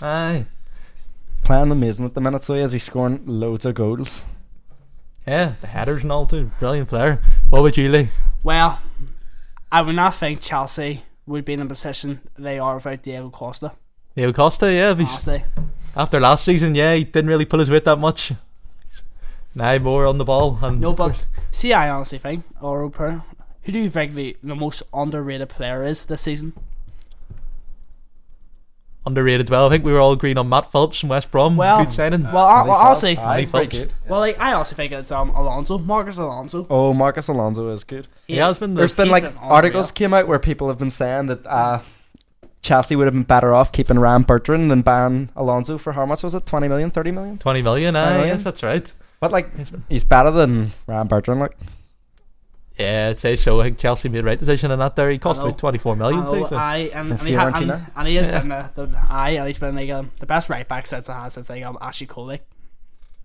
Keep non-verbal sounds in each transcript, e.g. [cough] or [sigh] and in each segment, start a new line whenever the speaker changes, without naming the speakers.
Aye.
Playing amazing at the minute, so he is. He's scoring loads of goals.
Yeah, the headers and all too. Brilliant player. What would you, Lee?
Well, I would not think Chelsea would be in the position they are without
[laughs]
Diego Costa.
Diego Costa, yeah. He's,
Honestly,
after last season, yeah, he didn't really pull his weight that much. Now more on the ball. And
no, but see, I honestly think or Oprah, who do you think the, the most underrated player is this season?
Underrated well. I think we were all agreeing on Matt Phillips from West Brom.
Well-
Good signing.
Well, I, Ah, well honestly,
Aye, Ah, he's very
Phelps.
good.
well, like, I also think it's um Alonso, Marcus Alonso.
Oh, Marcus Alonso is good.
he has been there.
There's been
he's
like
been unreal.
articles came out where people have been saying that uh, Chelsea would have been better off keeping Ram Bertrand than ban Alonso for how much was it? 20 million, 30 million?
20 million,
Aye,
aye,
million.
yes, that's right.
But like he's better than Ram Bertrand. Like
Yeah, I'd say so. I think Chelsea made the right decision in that there. He cost
I know.
about 24 million.
Oh,
too, so.
aye, and,
For
and, he ha- and,
Fiorentina?
and he has
Yeah.
been the, the aye, and he's been like um, the best right back since I had since like um Ashley Cole. Like,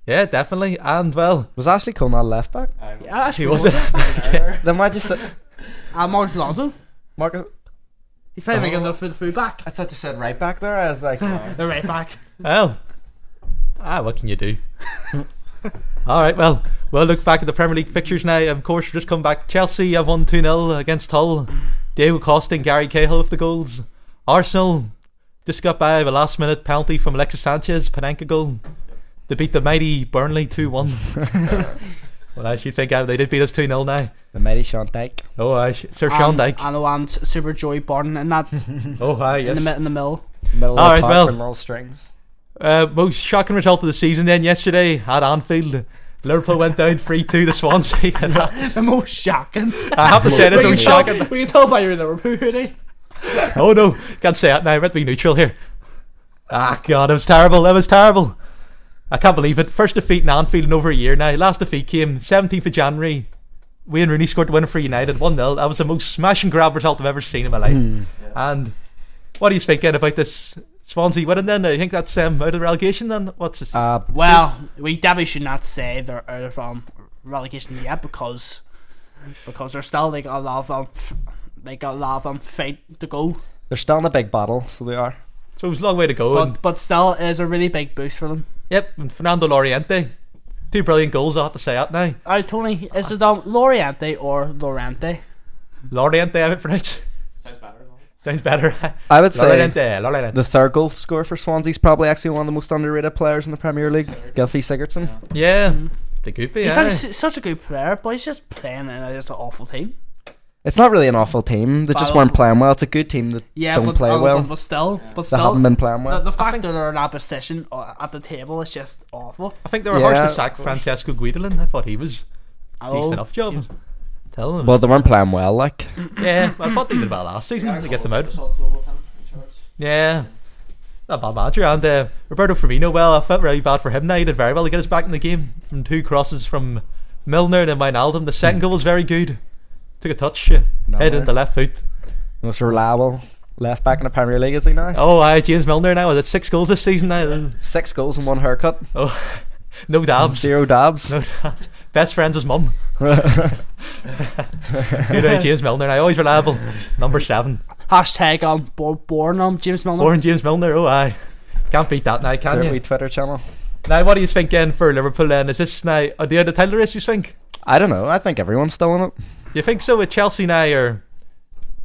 Yeah, definitely. And well,
was Ashley Cole not left back?
yeah, Ashley
He was
Cole. yeah.
Then
[laughs]
why just
Uh, Marcus Alonso,
Marcus?
he's playing like
Oh.
the for the full back,
I thought you said right back there. I
[laughs]
was like,
the right back.
well, ah, what can you
[laughs]
do? All right, well, we'll look back at the Premier League fixtures now. Of course, just come back. Chelsea have won 2 0 against Hull. Diego Costa and Gary Cahill with the goals. Arsenal just got by with a last minute penalty from Alexis Sanchez, Panenka goal. They beat the mighty Burnley 2
[laughs]
1. well, I should think uh, they did beat us 2 0 now.
the mighty Sean Dyke.
Oh, aye, Sir Sean
Um,
Dyke.
I know, and Super Joy Burton
[laughs]
in that
Oh, hi,
in the mi-
yes.
in the middle.
Middle
All
of
right,
the park
well.
for little strings.
Uh, most shocking result of the season then yesterday at Anfield. Liverpool went down 3 2 to Swansea. [laughs] And I,
[laughs] The most
[laughs]
shocking.
I have to say, it's
we, can
only shocking.
tell, we can tell by your Liverpool hoodie.
Oh no, can't say that now. I'm meant to be neutral here. Ah, God, it was terrible. That was terrible. I can't believe it. First defeat in Anfield in over a year now. Last defeat came 17th of January. Wayne Rooney scored the winner for United 1 0. That was the most smash and grab result I've ever seen in my life. And what are you thinking about this Swansea winning then? I think that's um, out of relegation then. What's this?
Uh,
Well, we definitely should not say they're out of um, relegation yet because because they're still like a lot of um, f- like a lot of um, fight to go.
they're still in a big battle, so they are.
so it was a long way to go. and
But but still, it is a really big boost for them.
Yep, and Fernando Loriente. Two brilliant goals, I have to say that now.
Oh, Tony, is it um Loriente or Lorente?
Loriente, I haven't pronounced. Sounds better. [laughs] Sounds better.
I would say
Loriente, Loriente.
the third goal scorer for Swansea's probably actually one of the most underrated players in the Premier League, Gylfi Sigurdsson.
Yeah, the goopy,
Mm-hmm. He's
yeah.
such, such a good player, but he's just playing in a- just an awful team.
It's not really an awful team. They just
Well-
weren't playing well. It's a good team that
Yeah,
don't
but,
play
uh,
well.
but, but still, but
they
still,
haven't been playing
the,
well.
the fact that they're in that position uh, at the table is just awful.
I think they were harsh
Yeah.
to sack Francesco Guidolin. I thought he was
I
decent
know.
enough job.
Yes.
Tell him.
Well, they weren't playing well. Like
yeah, I thought they did well last season to get them out. Yeah. Not bad manager. And uh, Roberto Firmino, well, I felt really bad for him now. He did very well to get us back in the game. From two crosses from Milner and then Wijnaldum. The second goal was very good. Took a touch, uh, head
Milner.
into left foot.
the most reliable left back in the Premier League, is he now?
[laughs] Oh, aye, James Milner now. Is it six goals this season now?
Six goals and one haircut,
Oh, [laughs] no dabs.
zero dabs.
No doubt. Best friend's his mum.
[laughs]
you know, James Milner. I always reliable. Number seven.
Hashtag um Bo- born um James Milner.
Or in James Milner. Oh, aye. Can't beat that now, can
Their
you?
wee Twitter channel.
Now, what do you think then for Liverpool then? Is this now, are they out of the title race, you think?
I don't know. I think everyone's still in it.
You think so with Chelsea now, or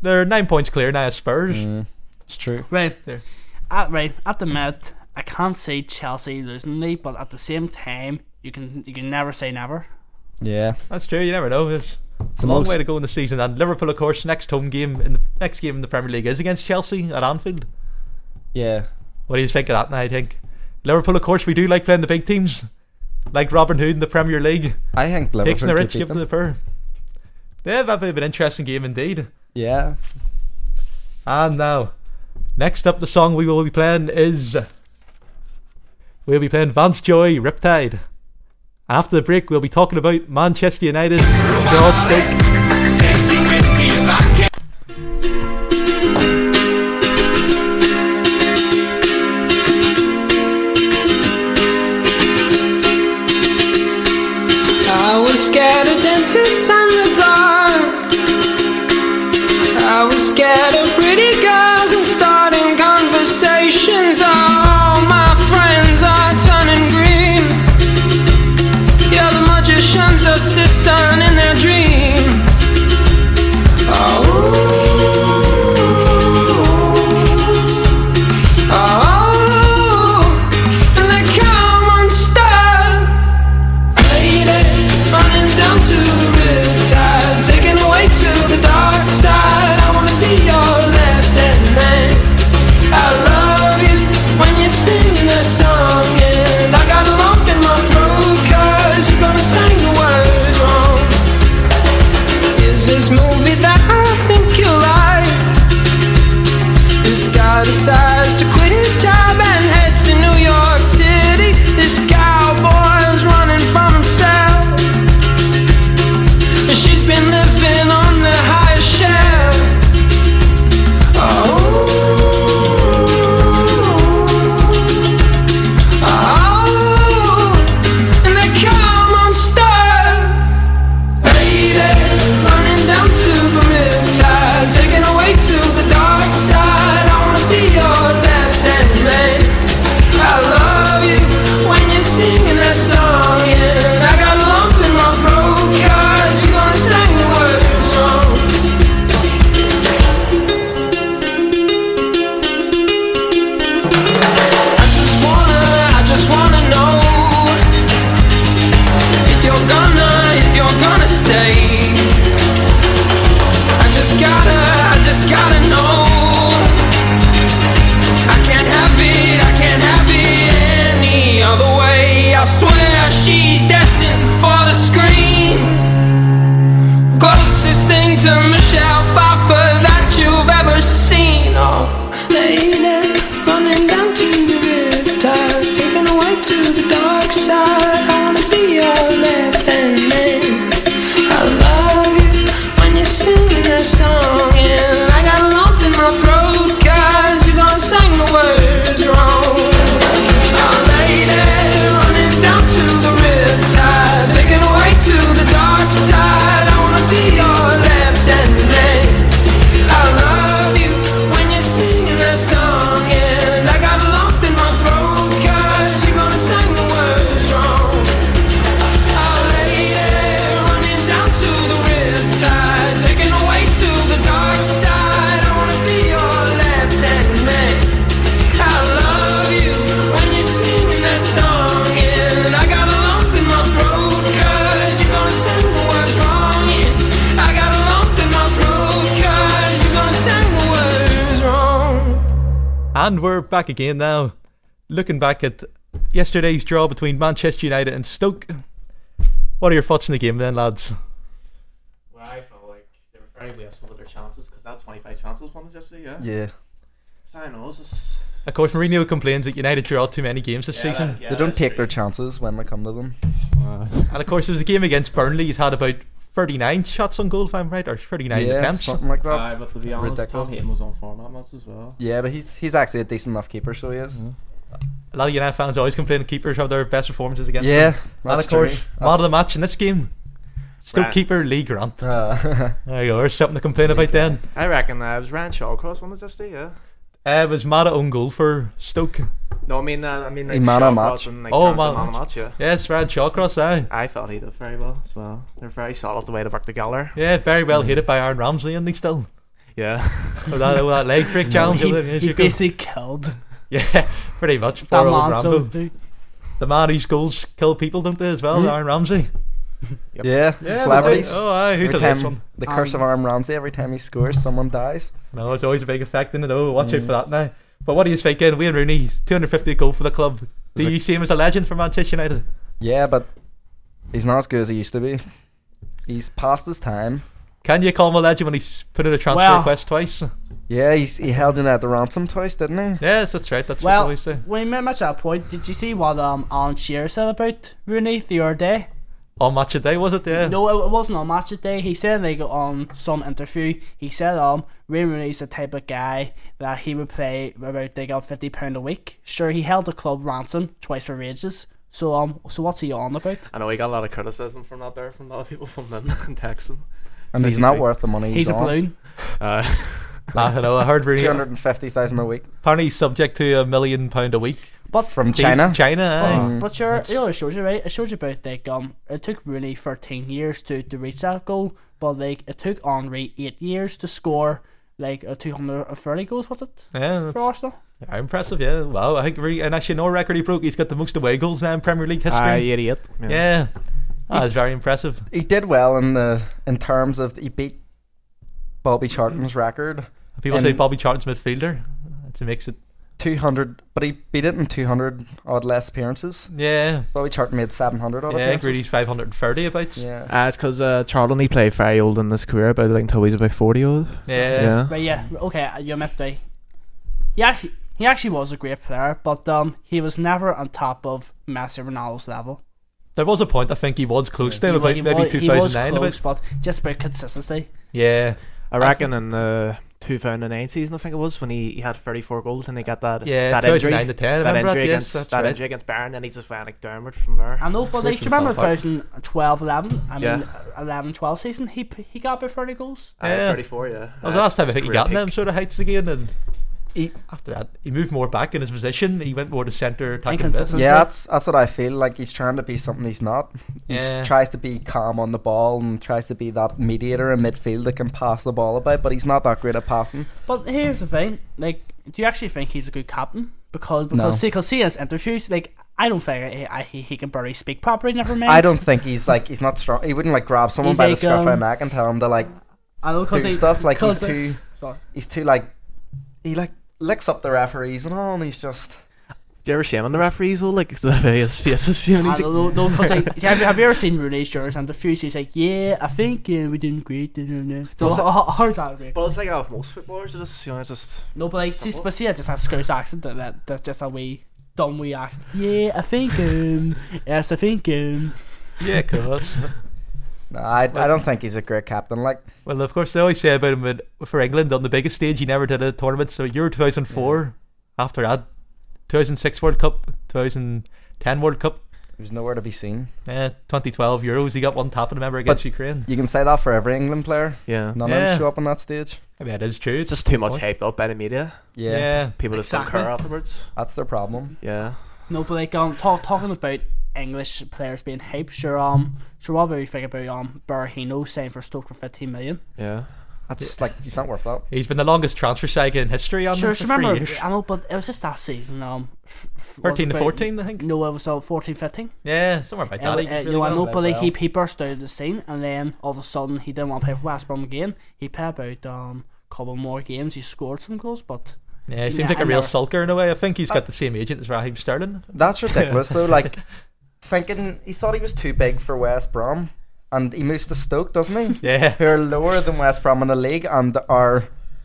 they're nine points clear now of Spurs?
Mm. It's true.
Right.
There.
At right at the minute, I can't see Chelsea losing me, but at the same time, you can you can never say never.
Yeah,
That's true, you never know. It's
it's
a
the
long
most.
way to go in the season. And Liverpool, of course, next home game, in the next game in the Premier League is against Chelsea at Anfield.
Yeah,
What do you think of that now, I think? Liverpool, of course, we do like playing the big teams. Like Robin Hood in the Premier League.
I think Liverpool
Takes the
could
rich,
beat
give to
them.
the poor. Yeah, that'd be an interesting game indeed.
Yeah,
And now, next up, the song we will be playing is. We'll be playing Vance Joy Riptide. After the break, we'll be talking about Manchester United. They're all at stake.
I was scared of dentists and the dark. I was scared of pretty girls and starting conversations. Oh.
Oh, oh, Oh. Oh. just wanna know if you're gonna, if you're gonna stay. I just gotta, I just gotta know. I can't have it, I can't have it any other way. I swear she's destined for the screen. Closest thing to Michelle Pfeiffer that you've ever seen. Oh, lady, running down to the riptide, taken away to the dark side. I wanna be your left hand man. I love you when you're singing that song, and I got a lump in my throat 'cause you gonna sing the words wrong. Our lady running down to the riptide, taken away to the dark side. I wanna be your left hand man. I love you when you're singing that song, and I got a lump in my throat 'cause you gonna sing the words wrong. Our lady running down to the riptide, taken away to the dark side. I wanna be your left hand man. I love you when you're singing that song And I got a lump in my throat Cause you're gonna sing the words wrong I got a lump in my throat Cause you're gonna sing the words wrong
And we're back again now. Looking back at yesterday's draw between Manchester United and Stoke. What are your thoughts on the game then, lads?
Where I felt like they were very wasteful with their chances because that 25 chances won us yesterday, yeah?
Yeah.
Sinos is.
Of course, Mourinho complains that United draw too many games this
Yeah, that-
season.
yeah,
they don't
that's
take
true.
their chances when they come to them.
And of course, there was a game against Burnley. He's had about 39 shots on goal, if I'm right, or 39
yeah,
attempts.
something like that.
Aye, but to be honest, Tom
Ridiculous.
Heaton was on form that much as well.
yeah, but he's he's actually a decent enough keeper, so he is.
A lot of United fans always complain that keepers have their best performances against
Yeah,
them. and
that's
of course,
true.
man of the match in this game, Stoke
Right.
keeper Lee Grant.
Uh, [laughs]
There you go, there's something to complain about then.
I reckon uh, it was Rand Shawcross won us yesterday, yeah?
Uh, it was Mata own goal for Stoke.
No, I mean, uh, I mean,
He man of match.
and like,
Oh,
Johnson
man of
man of match, yeah.
Yes, Rad Shawcross, aye.
I felt he did very well as well. They're very solid the way they worked together.
Yeah, very well hit it by Aaron Ramsey, and they still.
Yeah.
Oh, that, oh, that leg break challenge.
he,
oh, yes,
he
you go.
basically killed
[laughs] yeah, pretty much.
that
Poor old
man.
Rambo.
So
The man whose goals kill people, don't they, as well? Aaron Ramsey.
yeah,
Yeah, but
celebrities.
they- Oh, aye, who's the
every
next
time-
one?
The curse of Arm Ramsey. Every time he scores, someone dies.
No, it's always a big effect in it. Oh, watch
Mm.
out for that now. But what are you thinking? Wayne Rooney, 250 goal for the club. Do
Is it-
you see him as a legend for Manchester United?
Yeah, but he's not as good as he used to be. He's past his time.
Can you call him a legend when he's put in a transfer
Well-
request twice?
Yeah, he's, he held in at the ransom twice, didn't he?
Yes, that's right. That's what they
well,
always say.
when you match that point, did you see what um Alan Shearer said about Rooney the other day?
On match a day, was it? Yeah.
No, it- it wasn't on match day. He said like on some interview, he said um Ray Rooney's the type of guy that he would play about they got fifty pound a week. Sure, he held the club ransom twice for rages. So um, so what's he on about?
[laughs] I know he got a lot of criticism from that there, from a lot of people from them [laughs] and Texan.
And he's not worth the money he's,
He's a
on.
balloon.
Uh, [laughs]
I don't know. I heard Rooney.
Two hundred and fifty thousand a week
Apparently, he's subject to a million pound a week.
But
from China.
China. aye. Mm.
But, Um, but sure, it only shows you right. It shows you about like um, it took Rooney thirteen years to, to reach that goal, but like it took Henri eight years to score like a two hundred and thirty goals. Was it
Yeah, that's
for Arsenal?
yeah, impressive. Yeah, wow. I think Rooney, and actually, no record he broke. He's got the most away goals now in Premier League history.
idiot. Yeah.
yeah, that's very impressive.
He did well in the in terms of he beat Bobby Charlton's record
People
And-
say Bobby Charlton's midfielder. That makes it.
two hundred, but he beat it in two hundred odd less appearances.
Yeah,
Bobby Charlton made seven hundred odd
yeah. Rooney's
appearances.
five hundred and thirty about.
Yeah,
Uh, it's because uh, Charlton he played very old in his career, but I think until he was about 40 old.
Yeah.
But yeah, okay, you meant they. He actually, he actually was a great player, but um, he was never on top of Messi Ronaldo's level.
There was a point I think he was close to
He, wa-
about
he,
maybe
wa-
two
he was
thousand nine
close,
about.
but just about consistency.
Yeah.
I reckon in the 2009 season, I think it was, when he, he had 34 goals and he got that,
Yeah,
that injury.
2009 to 10,
that
remember
injury
that? Yes,
against,
that's
that
right.
injury against Bayern, and he just went like downward from there. Uh,
I know, but like, do you
Christian
remember
Lampard.
2012 11? I mean,
Yeah.
11 12 season, he, p- he got about 30 goals.
Uh,
Yeah.
34, yeah.
That was the last time I think he got in them sort of heights again, and
He-
after that he moved more back in his position. He went more to centre attacking. mid.
Inconsistent.
yeah, that's that's what I feel like. He's trying to be something he's not. He s-
Yeah.
tries to be calm on the ball and tries to be that mediator in midfield that can pass the ball about, but he's not that great at passing.
But here's the thing, like, do you actually think he's a good captain? Because
No.
because see, cause see his interviews, like, I don't think he, I, he, he can barely speak properly. Never mind.
I don't think he's like he's not strong. He wouldn't like grab someone
He's
by the
like,
scruff of the
um,
neck and tell him to like
I know
do
because
stuff. Like he's
'cause they-
too
Sorry.
he's too like he like licks up the referees and all, and he's just
Do you ever shame on the referees? Well, like, [laughs] it's the various faces. You know,
I
he's like,
don't know, no,
[laughs]
'cause, like, have, you- have you ever seen Rooney Shores and the Fuse? He's like, yeah, I think uh, we're doing great. So,
Well,
so, how- how's that work?
but it's like out of most footballers, it's you know, it's just
No, but like, see, but see, that just has Scouse accent. That, that that's just a wee dumb wee accent. Yeah, I think [laughs] um, yes, I think um.
Yeah, cause.
no. I, I don't think he's a great captain. Like
well, of course, they always say about him that for England on the biggest stage, he never did a tournament. So Euro 2004, after that, 2006 World Cup, 2010 World Cup,
he was nowhere to be seen.
eh, 2012 Euros, he got one tap in remember against Ukraine.
You can say that for every England player.
yeah,
None of
Yeah.
them show up on that stage.
I mean, it is true.
it's just too much
What?
hyped up by the media.
Yeah,
yeah.
People just don't
Exactly.
care afterwards.
that's their problem.
Yeah,
No, but like, um, talk, talking about English players being hype. Sure, um, sure, what do you think about um Barahino saying for Stoke for fifteen million?
yeah.
That's like he's not worth that.
He's been the longest transfer saga in history on
Sure,
him
sure,
for three
remember,
years.
I know, but it was just that season. Um, f- f- was
13 to
about-
14, I think.
No, it was uh, 14, 15.
Yeah, somewhere about that.
Uh, uh,
he was
you
really
know, I
well.
know, but like, he,
well.
he burst out of the scene, and then all of a sudden he didn't want to play for West Brom again. He played about um couple more games. He scored some goals, but
Yeah, he seems
Yeah,
like a
I
real
never-
sulker in a way. I think he's got the same agent as Raheem Sterling.
That's ridiculous. so
[laughs]
like thinking he thought he was too big for West Brom, and he moves to Stoke, doesn't he?
[laughs] Yeah.
Who are lower than West Brom in the league and are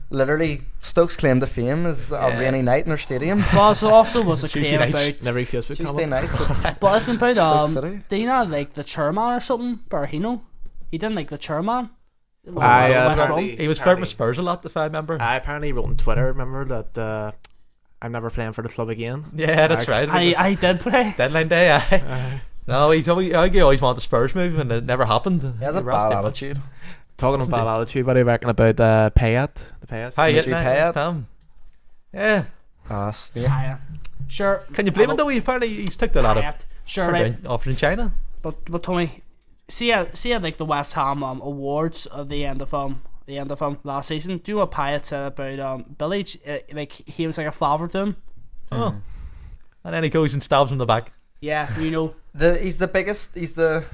literally Stoke's claim to fame is
Yeah.
a rainy night in their stadium.
Well, so also was
[laughs]
a
Tuesday
claim
nights.
about.
Never Facebook
Tuesday nights.
[laughs]
at
But isn't about
Stoke
um,
City.
do you know like the chairman or something? Barahino, he didn't like the chairman.
Oh,
Aye,
Well,
uh,
West Brom.
apparently-
He was flirting with Spurs a lot, if I remember.
Ah.
I apparently wrote on Twitter. Remember that uh, I'm never playing for the club again.
yeah, that's
I-
right.
I I
[laughs]
did play.
Deadline day, aye. no, he's always, I think he always wanted the Spurs move, and it never happened.
He has a
They rushed
bad
him.
attitude.
Talking
Wasn't
about attitude, what do you reckon about uh, Payet? The Payet.
Hi,
Would
yet,
you
mate,
pay
it's
it?
time. Yeah.
Ah, snake.
Aye. Sure.
Can you blame him,
Well,
though? He apparently he's took that out of
Payet. Sure,
offered
right.
in- offered in China.
But but Tony, see uh, see uh, like the West Ham um, awards at the end of um the end of um last season. Do you know what Pyatt said about um Billy? Uh, like he was like a father to him.
Oh. And then he goes and stabs him in the back.
Yeah, you know. [laughs]
The, he's the biggest. He's the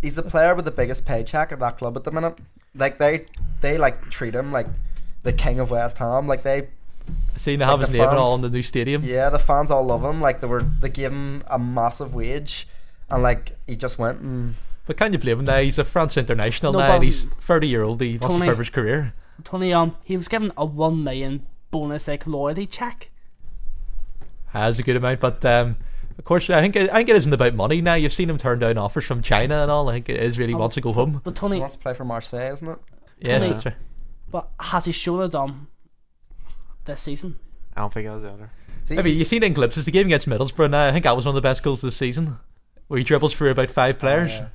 he's the player with the biggest paycheck at that club at the minute. Like they they like treat him like the king of West Ham. Like they
Seeing they have
Like
his
the
name and
fans-
all in the new stadium.
yeah the fans all love him. Like they were they gave him a massive wage, and like he just went and
But can you blame him now? He's a France international
No,
now, and
but-
he's 30 year old. He wants to
Tony-
further his career.
Tony, um, he was given a one million bonus like loyalty check.
has a good amount, but um, of course, I think I think it isn't about money now. You've seen him turn down offers from China and all. I think it is really wants to go home.
But
he
Tony,
wants to play for Marseille, isn't it?
Yes,
Oh. Tony-
that's right.
but has he shown it um this season?
I don't think I was the other.
See,
I mean, you've
he's-
seen it in glimpses. The game against Middlesbrough now, I think that was one of the best goals of the season, where he dribbles through about
Oh,
five players.
yeah.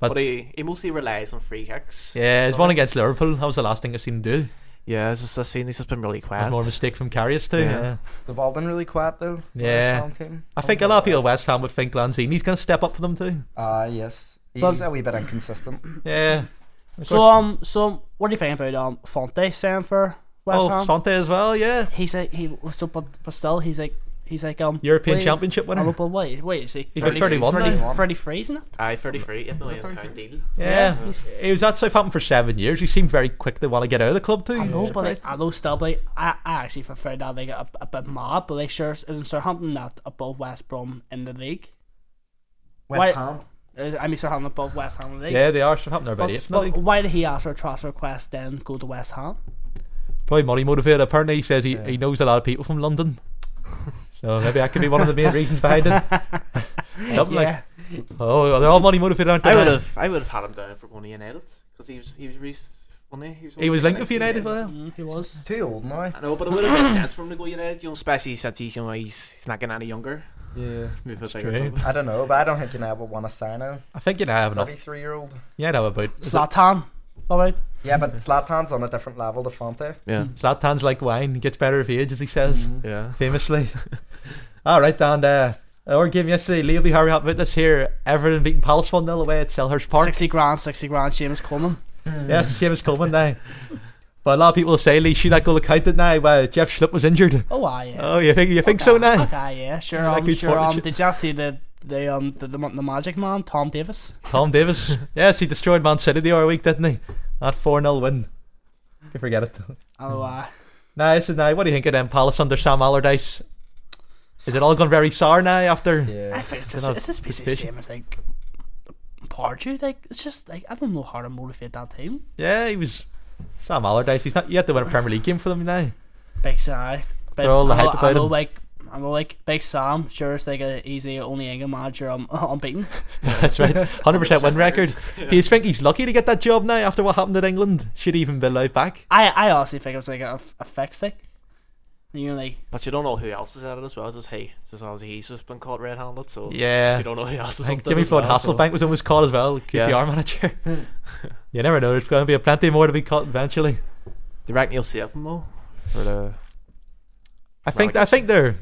But,
But he, he mostly relies on free kicks.
yeah, his one against Liverpool. That was the last thing I've seen him do.
Yeah, it's just I've seen he's just been really quiet.
One more mistake from Carrius too. Yeah.
Yeah.
they've all been really quiet though. the
Yeah.
West Ham team.
I think a lot of people at West Ham would think Lanzini's going to step up for them too.
Ah, yes. He's
But-
a wee bit inconsistent.
Yeah. Of
So
course.
um, so what do you think about um Fonte saying for West
oh,
Ham?
Fonte as well. Yeah,
he's like he was so, but, but still he's like he's like um
European
wait-
Championship winner.
Oh, but wait, wait, is he?
He's about 31 now.
30, 33, isn't it?
Aye, 33, 8 million pound deal.
Yeah, he was at Southampton for seven years. He seemed very quick to want to get out of the club too.
I know, but
Surprised.
like, I know still, but like, I, I actually found out like a, a bit mad, but like, sure, isn't Southampton not above West Brom in the league?
West
Why-
Ham.
Uh, I mean, Southampton above West Ham in the league.
Yeah, they are. Southampton are about
but,
eighth. in the
but
league.
why did he ask for a transfer request then go to West Ham?
Probably money motivated. Apparently, he says he, he knows a lot of people from
[laughs]
London. So maybe that could be one of the main reasons behind it. Something like,
yeah,
oh, they're all money motivated, aren't they?
I would
now?
have I would have had him down for one of United because he was he was really funny. He was,
He was linked with United,
I
well.
Mm, he was.
Too old now.
know, but it would have made sense for him to go United, you know, especially since he's, you know, he's, he's not getting any younger. [laughs]
Yeah.
Move a
That's
bigger
true.
club.
I don't know, but I don't think you would want to sign a
I think you know I have enough.
33 year old.
Yeah, I know about. is it-
Zlatan. All right.
Yeah, but Zlatan's on a different level to Fonte.
Yeah.
Zlatan's like wine. He gets better with age, as he says
Mm-hmm.
Yeah.
famously. all right, Dan. Uh, our game yesterday, Leo B. Harry with us here. Everton beating Palace 1 0 away at Selhurst Park.
Sixty grand, sixty grand. James Coleman.
Yes, Seamus Coleman now. But a lot of people say, Lee, should that goal accounted now? Well, Jeff Schlipp was injured.
Oh, aye, yeah.
Oh, you Uh, think you think so now?
Okay, yeah, sure.
Like
Um,
who's
sure. Um,
partnership-
did you see the the um the, the, the Magic Man,
[laughs]
Tom Davis.
Tom Davis. yes, he destroyed Man City the other week, didn't he? That 4 0 win. Can forget it.
I don't know why.
Nah, this is now. What do you think of them Palace under Sam Allardyce? Is it all gone very sour now after?
I
Yeah.
think it's just,
not
it's just basically the same as like Pardew. Like it's just like I don't know how to motivate that team.
Yeah, he was Sam Allardyce. He's not yet to win a Premier League game for them now.
Big Sai. But
They're all
I know-
hype about
I know,
him.
like I know, like Big Sam. Sure, it's like a, he's the only England manager [laughs] um, unbeaten.
That's
[laughs]
right. 100% win record. Do you think he's lucky to get that job now after what happened in England? Should he even be allowed back?
I I honestly think it was like a, a fix thing. You know, like
But you don't know who else is at it as well, as he? Just obviously he's just been caught red-handed, so
Yeah.
you don't know who else is.
I think
up there
Jimmy
as well,
Floyd Hasselbank was almost caught as well, QPR
Yeah. [laughs]
manager. you never know. There's going to be plenty more to be caught eventually.
So. Do you reckon he'll save him though? For the
I think I think they're.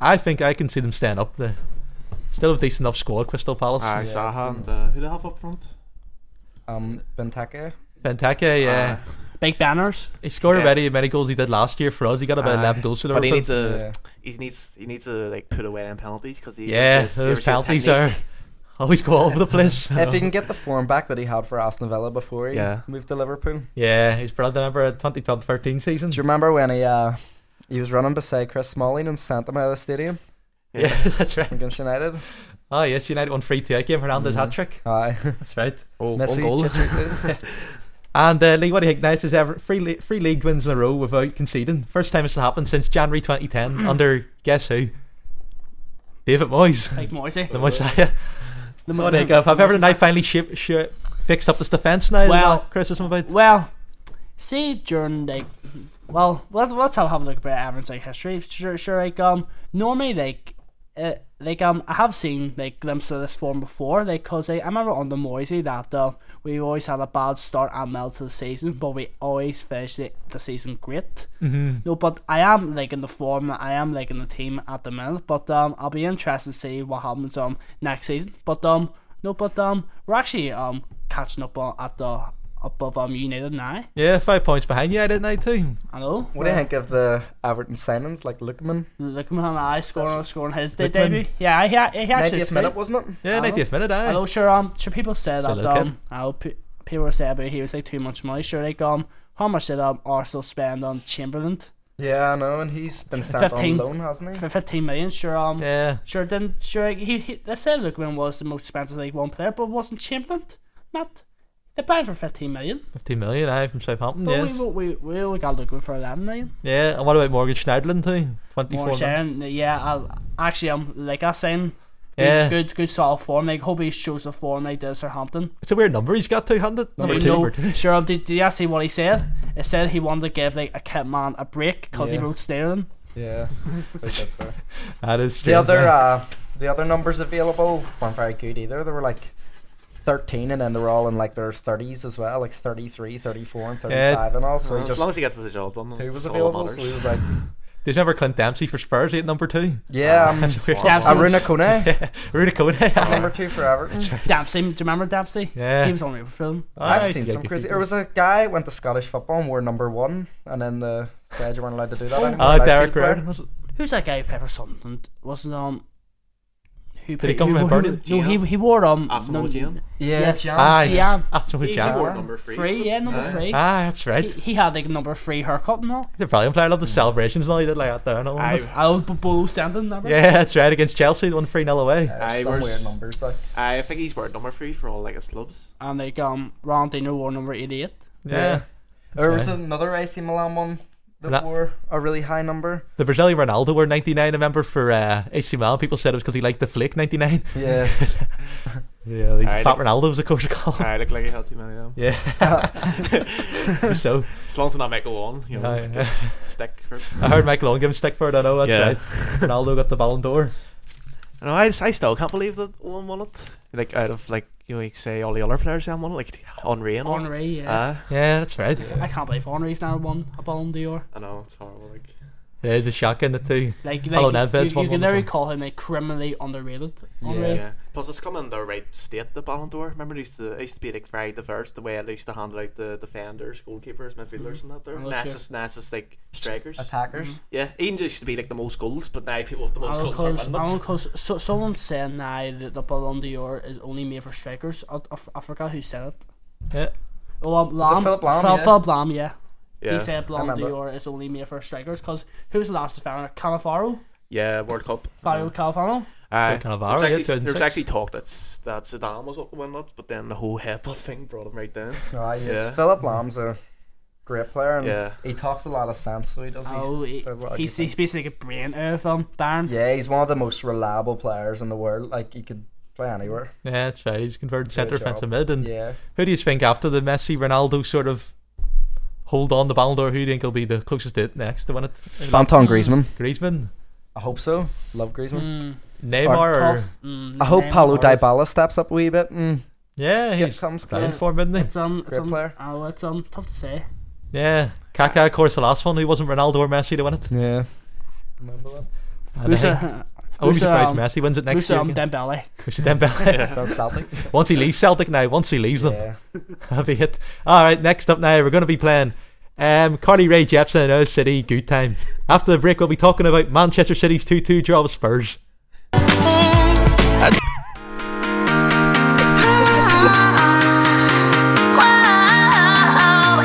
I think I can see them stand up there. Still a decent enough squad, Crystal Palace.
Aye,
it's
Saha
been-
and uh, who the hell up front?
Um, Benteke.
Benteke, yeah.
Aye.
big banners.
he scored
yeah.
about as many goals he did last year for us. He got about
Aye.
11 goals for
but he
Liverpool.
needs to
Yeah.
he needs he needs to like put away them penalties because he
yeah,
his-
those
his
penalties
technique-
are [laughs] always go all over the
[laughs]
place.
If he can get the form back that he had for Aston Villa before he
Yeah.
moved to Liverpool.
yeah, he's probably remember 2012-13 season.
Do you remember when he uh, he was running beside Chris Smalling and sent him out of the stadium
[laughs] Yeah, that's right.
against United?
Oh yes, United won free to game. Hernandez
Mhm.
hat trick.
Aye.
That's right.
Oh,
Messi,
one [laughs] goal.
Chicharito.
And uh, Lee, what do you think? Nice is ever three le- three league wins in a row without conceding. First time it's happened since January 2010 under guess who? David Moyes,
Like Moisey.
the Messiah.
The
What do you think? Have have ever now finally sh- sh- fixed up this defence now?
Well-
Well, criticism about.
Well, see during like, well, let's let's have, have a look about Avon's like history. Sure, sure. Like um, normally like, uh, like um, I have seen like glimpses of this form before. Like, cause like, I remember under Moisey that uh, we always had a bad start and melt to the season, but we always finished the, the season great. Mm-hmm. No, but I am like in the form. I am like in the team at the minute. But um, I'll be interested to see what happens um next season. But um. No, but um, we're actually um catching up on at the above um United now.
Yeah, five points behind you. I didn't I too.
I know.
what do
[laughs]
you think of the Everton signings like Lookman?
Look at I scoring scoring his de-
Lookman.
debut. Yeah, he, he, he actually
90th
is
minute
minute.
wasn't it?
Yeah,
I know.
90th minute.
I
Aye.
know. Sure. Um. Sure. People say
Still
that.
look
Um. I know. Pe- people say about he was like too much money. Sure. Like um. How much did um Arsenal spend on Chamberlain?
Yeah, I know, and he's been sent
15.
on loan, hasn't he?
For fifteen million. Sure. Um.
Yeah.
Sure. Then sure. Like, he, he they said Lookman was the most expensive like one player, but wasn't Chamberlain? Not. They bought him for fifteen million.
15 million, aye, from Southampton,
But
yes.
we, we we only got Lookman for eleven million.
Yeah, and what about Morgan Schneidlin too? 24
More
million.
saying, yeah, I, actually, I'm like I saying,
Yeah.
good, good solid form. Like, hope he shows the form like this or Hampton.
It's a weird number he's got, 200. Number
You
two.
know,
Number two.
sure. Did, did you see what he said? It said he wanted to give like a kit man a break because
Yeah.
he wrote Sterling.
Yeah. so that's it.
That is
The
strange,
other
[laughs] aye.
uh, the other numbers available weren't very good either. They were like 13 and then they were all in like their 30s as well, like 33, 34 and 35 and all. So
Well,
he
as
just
long as he gets his job done,
who was
that's all that
available? So
matters.
he was like,
There's never Clint Dempsey for Spurs, he at number two. [laughs]
yeah, um,
That's weird. [laughs]
Wow.
Dempsey.
Aruna Kone,
Runa [laughs] Cohen.
number two for Everton.
Dempsey, do you remember Dempsey?
Yeah.
He was on Riverfilm.
I've seen some crazy. There was a guy went to Scottish football and wore number one, and then the said you weren't allowed to do that anymore.
Ah,
Like,
Derek
field player.
Redden. was it?
Who's that guy who played for Sunderland? Wasn't um. Who
he
played?
come
who,
from
who-
Burnley?
No, he he wore um.
Asamoah
no-
Gyan.
Yeah,
Yes.
Gian.
Ah,
Gian.
yes. Absolute
He, he
Gian.
wore number three.
Three, yeah, number
Aye.
three.
Ah, that's
He,
right.
he had like a number three haircut and all.
The Brilliant player. I love the celebrations and all he did like that there. and all.
Aye,
I was Bo Sandon, remember?
Yeah, that's right. Against Chelsea, they won 3 0 away.
There's
I
some
was-
weird numbers. Like,
I think he's wearing number three for all like his clubs.
And like um, Rondino wore number eighty-eight.
Yeah.
there was
right.
another AC Milan one that
That-
wore a really
[laughs]
high number.
The Brazilian Ronaldo were 99, I remember, for uh, AC Milan. People said it was because he liked the flake 99.
Yeah,
Yeah, like
Aye,
Fat
the-
Ronaldo was, of course, called.
I look like he had too many of them.
[laughs] Yeah. [laughs] so,
As long as I make a one, you know,
Aye.
like a stick for.
I heard Mike Long give him stick for it. I know, that's
Yeah.
right. Ronaldo got the Ballon d'Or.
No, I, I still can't believe that one won it. Like out of like you know, like, say all the other players that won it, like Henri and all.
Uh.
Henri, yeah.
Ah,
Yeah, that's right.
I can't believe Henri's now won a Ballon d'Or.
I know it's horrible. Like
It is a shotgun the two.
Like,
Hello,
like
Nedveds,
you,
one
you can
more
literally
time.
call him a criminally underrated. underrated.
Plus, it's come in the right state, the Ballon d'Or. Remember, it used to, it used to be like very diverse the way they used to handle out the defenders, goalkeepers, midfielders, and that there.
I'm not
Now it's
sure.
just, now it's just like strikers.
Attackers.
Yeah, Ian used to be like the most goals, but now people with the most
And of
goals are
course,
winning
and
it.
of course, so, someone said now that the Ballon d'Or is only made for strikers. I, I, I forgot who said it.
Yeah.
Oh, um, Lam,
Philip Lahm,
Phil-
yeah?
Philip Lahm, yeah.
Yeah,
He said Ballon
remember.
d'Or is only made for strikers because who's the last defender? Calafaro?
yeah, World Cup.
Fabio Calafaro?
Aye.
Kind of
There was
Arya,
actually- there was
2006.
actually talk that, S- that Saddam was up to win it, but then the whole headbutt thing brought him right down.
Ah, yes.
Yeah.
Philip Lamb's a great player, and
Yeah.
he talks a lot of sense. So he does. he
Oh, he,
says a lot of
he's,
good
he's basically like a brain out of him, Baron.
things. yeah, he's one of the most reliable players in the world. Like he could play anywhere.
Yeah, that's right. He's converted
Good
centre defensive
job.
mid. And
Yeah,
who do you think after the Messi Ronaldo sort of hold on the Ballon d'Or? Who do you think will be the closest to it next to win it?
Anton Griezmann.
Griezmann,
I hope so. Love Griezmann.
Mm,
Neymar. Or,
tough. Mm,
I hope
Neymar.
Paulo Dybala steps up a wee bit and
yeah,
get-
he's
comes
playing
close.
for him, isn't
It's um, it's
Great
um,
player.
Oh, it's um, tough to say.
he? Yeah. Kaká, of course, the last one. Who wasn't Ronaldo or Messi to win it?
Yeah.
And I,
Who's
think,
uh,
I wouldn't be
who's,
surprised
um,
if Messi wins it next
who's
year.
um,
again.
Dembele?
Who's
[laughs]
Dembele?
From [laughs] Celtic.
Once he leaves Celtic now, once he leaves them,
yeah.
[laughs] that'll be it. All right, next up now, we're going to be playing um, Carly Ray Jepsen and our City Good Time. After the break, we'll be talking about Manchester City's 2 2 draw with Spurs.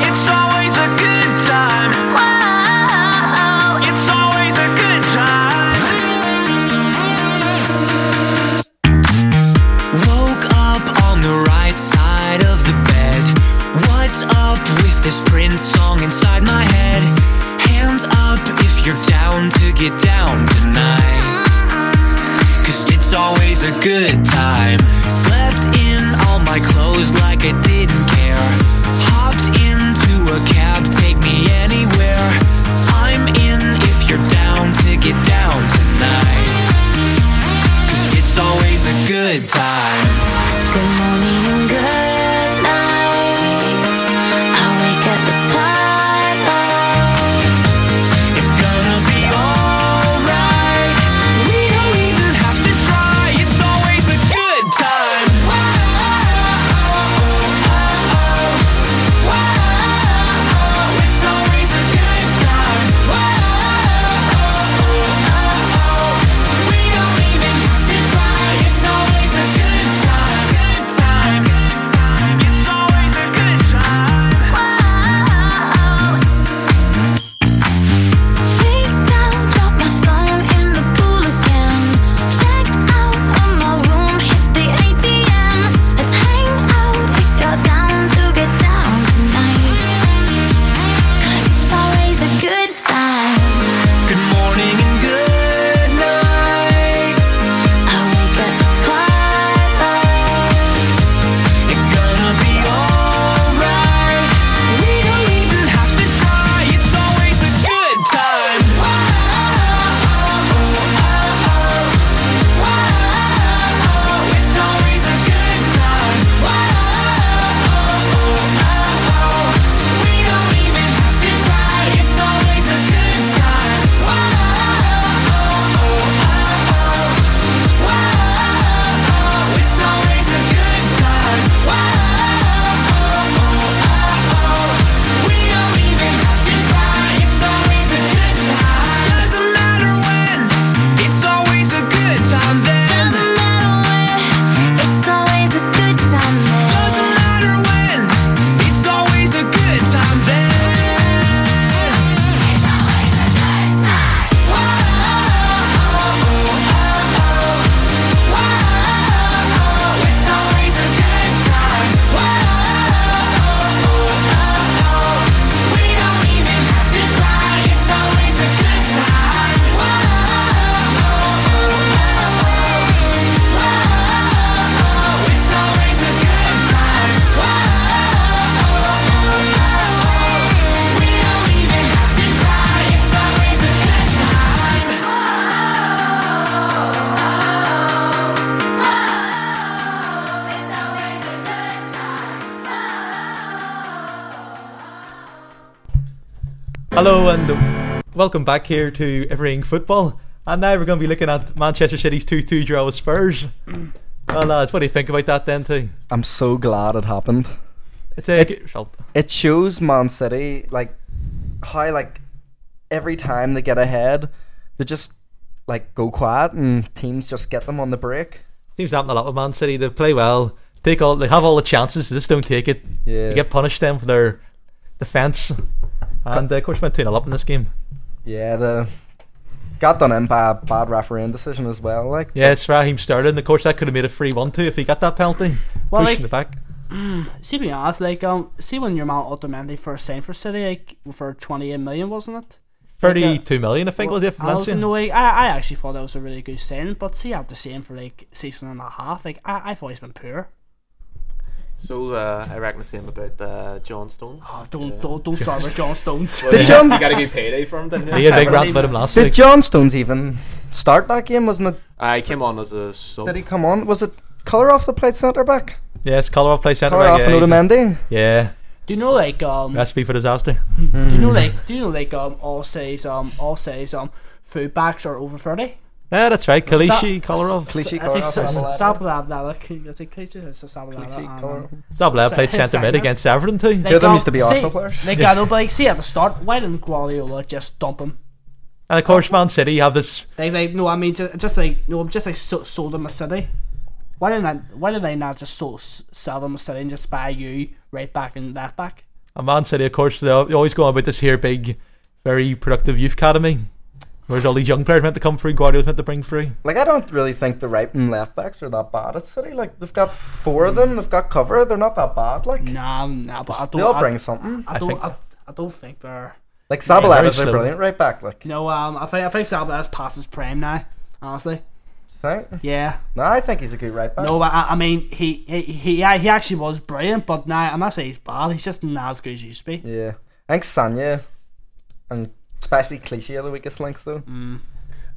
It's always a good time. It's always a good time. Woke up on the right side of the bed. What's up with this Prince song inside my head? Hands up if you're down to get down tonight. Cause it's always a good time. Slept in all my clothes like I didn't care. Hopped into a cab, take me anywhere. I'm in if you're down to get down tonight. Cause it's always a good time.
Good morning and good night. I wake at the twilight.
It's gonna be alright. We don't even have to try. It's always a good time. It's always a good time. We don't even have to try. It's always a good time. It's always a good time.
Freaked out, dropped my phone in the pool again. Checked out of my room, hit the ATM. Let's hang out if you're down to get down tonight. 'Cause it's always a good time.
Good morning and good night.
I wake at the twilight.
It's gonna be alright. We don't even have to try. It's always a good time. It's always a good time. We don't even have to try. It's always a good time. It's always a good time. We don't even have to try. It's always a good time. Doesn't matter when. It's always a good time then.
Doesn't matter where, it's always a good time
Doesn't
there.
matter when. It's always a good time then. It's always a good time. We don't even have to try. It's always a good time. It's always a good time. We don't even have to try. It's always a good time.
It's always a good time. Oh.
Hello and welcome back here to Everything Football. And now we're going to be looking at Manchester City's 2 2 draw with Spurs.
Mm.
Well, lads, what do you think about that then, too?
I'm so glad it happened.
It's a. g- shall-
It shows Man City like how like every time they get ahead, they just like go quiet and teams just get them on the break.
Seems to happen a lot with Man City. They play well, take all, they have all the chances, they just don't take it.
Yeah.
They get punished then for their defence. And uh, of course, went 2 0 up in this game.
Yeah, the got done in by a bad refereeing decision as well. Like
Yes, Raheem Sterling. Of course, that could have made a 3 1 2 if he got that penalty.
Well,
pushing
like-
it back.
See, to be honest, like um, see when your man Otamendi first signed for City, like for twenty eight million, wasn't it?
32 million, I think, was it, from
uh, I was
Valencia?
no way. I, I actually thought that was a really good sign, but see, after seeing for like season and a half, like I, I've always been poor.
So uh, I reckon the same about uh, John Stones.
Oh, don't don't don't start
[laughs]
with John Stones.
Well, you [laughs]
John-
got- You got a good payday for him, didn't you?
He had a big rant about him last
did
week.
John Stones even start that game? Wasn't it?
I came on as a sub.
Did he come on? Was it colour off the plate centre back?
Yes, Kolarov plays centre
Colour
back.
off
Yeah,
and
he's-
Otamendi.
yeah,
do you know like um?
recipe for disaster.
Do you know like do you know like um? All says um. All says um. Food backs are over thirty.
Yeah, that's right. Kalishi,
Sa-
Kolarov.
Clichy
I
colour
think
off. Sabalato.
Sabalab That's a cliche. It's a um, Sabalab.
Clichy colour.
Zablab played
Sa-
centre mid
Sagna.
against Everton too.
They
Two of them
got-
used to be
um, see,
Arsenal players.
They got no, but like, see at the start, why didn't Guardiola just dump him?
And of course, Man City have this.
They like, no, I mean, just, just like, no, just like so, sold him a city. Why didn't I, why did they not just so, s- sell them a city and just buy you right back and left back?
And Man City, of course, they al- they always go on about this here big, very productive youth academy. Where's all these young players meant to come through? Guardiola's meant to bring through.
Like I don't really think the right and left backs are that bad at City. Like they've got four of them, they've got cover, they're not that bad. Like
Nah, nah, but I don't.
they all
I,
bring something.
I,
I
don't.
think-
I, I don't think they're.
Like Sabaleta's
very
a
slim.
brilliant right back. Like
No, um, I think I think Sabalab's past his prime now. Honestly,
think?
yeah.
No, I think he's a good right back.
No, but I, I mean, he he he, yeah, he actually was brilliant, but now I'm not saying he's bad. He's just not as good as he used to be.
Yeah, I think Sanya and especially Clichy are the weakest links though.
Mm.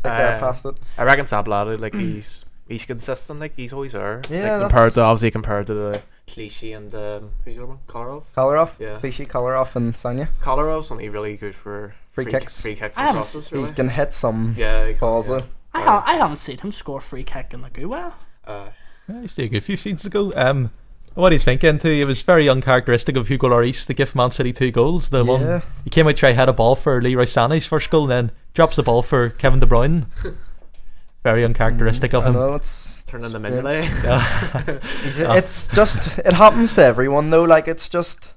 Like they're
Uh,
past it.
I reckon Sablada, like he's he's consistent, like he's always there.
Yeah,
like,
that's-
compared to obviously compared to the Clichy and um, who's the other one? Kolarov.
Color off,
Yeah.
Clichy, color off, and Sanya.
Kolarov's only really good for
Free
ki-
kicks.
Free kicks
I
and
haven't
crosses,
He
really.
can hit some
Yeah, he can,
balls
yeah.
though.
I, ha- I haven't seen him score a free kick in the good well.
Uh,
Yeah, he's doing a good few seasons ago. Um, what he's thinking too, it was very uncharacteristic of Hugo Lloris to give Man City two goals. The
Yeah.
one he came out try had a ball for Leroy Sané's first goal, and then drops the ball for Kevin De
[laughs]
Bruyne. Very uncharacteristic of
Mm-hmm. I
him.
know it's
turning them
Yeah.
in late.
it's,
Ah.
it's just it happens to everyone though. Like it's just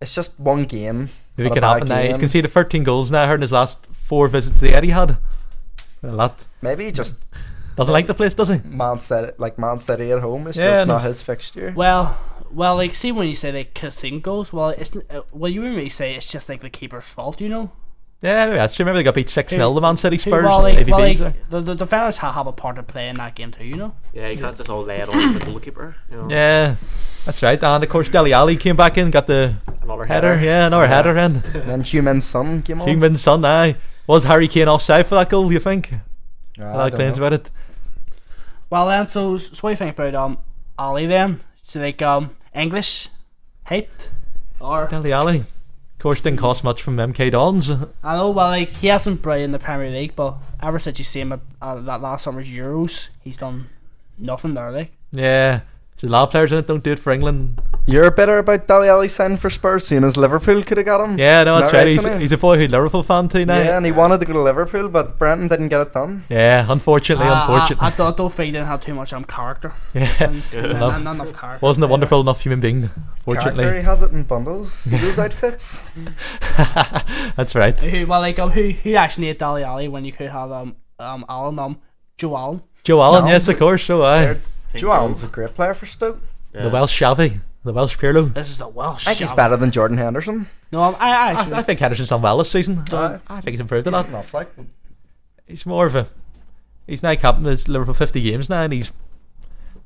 it's just one game.
Maybe it
not a
could
bad
happen now. He's
game.
conceded 13 goals now. I heard in his last four visits to the Etihad. A lot.
Maybe he just
Doesn't like the place, does he?
Man City, like Man City at home is
Yeah,
just
and
not
it's-
his fixture.
Well, well, like see when you say like kissing goals, well, it's n- uh, well you wouldn't really say it's just like the keeper's fault, you know.
Yeah, maybe that's true. Remember they got beat 6 0 the Man City
Who-
Spurs.
well, like,
AVB,
well,
sorry.
like the, the defenders ha- have a part to play in that game too, you know.
[laughs] yeah, you can't just all lay it on the goalkeeper. You know,
yeah, that's right. And of course, Deli Ali came back in, got the
another
header.
header.
Yeah, another header in.
And then Human Son came on.
Human Son, aye. Was Harry Kane offside for that goal, do you think?
Ah,
I like
don't
claims
know.
about it.
Well, then so so what do you think about um Ali then? So like um English, hate or
Deli Ali. Of course, didn't cost much from MK Dons.
I know well like he hasn't played in the Premier League, but ever since you see him at uh, that last summer's Euros, he's done nothing there. Like
Yeah. There's a lot of players in it don't do it for England.
You're bitter about Dali Ali signing for Spurs, seeing as Liverpool could have got him.
Yeah, no,
Not
that's right.
right,
He's,
isn't he?
he's a boyhood Liverpool fan too now.
Yeah, and he wanted to go to Liverpool, but Brenton didn't get it done.
Yeah, unfortunately,
Ah,
I-
unfortunately.
I, I, don't, I don't think he didn't have too much um character.
[laughs] yeah.
And too- and
Enough.
not enough character.
Wasn't a wonderful enough human being,
Character, he
fortunately.
has it in bundles. See those outfits.
[laughs] That's right.
Who, well, like, um, who, who actually needed Dali Ali when you could have, um, um, Alan, um, Joe Allen?
Joe Allen,
Joe
yes, of course. So I,
They're- Joe Allen's a great player for Stoke.
the Welsh Shabby, the Welsh Pirlo.
This is the Welsh.
I think he's
shout.
better than Jordan Henderson.
No, um, I, I
[laughs]
actually.
I, I think Henderson's done well this season.
Aye.
I, I think he's improved a
He's
lot.
enough, like
He's more of a. He's now captain of Liverpool 50 games now, and he's.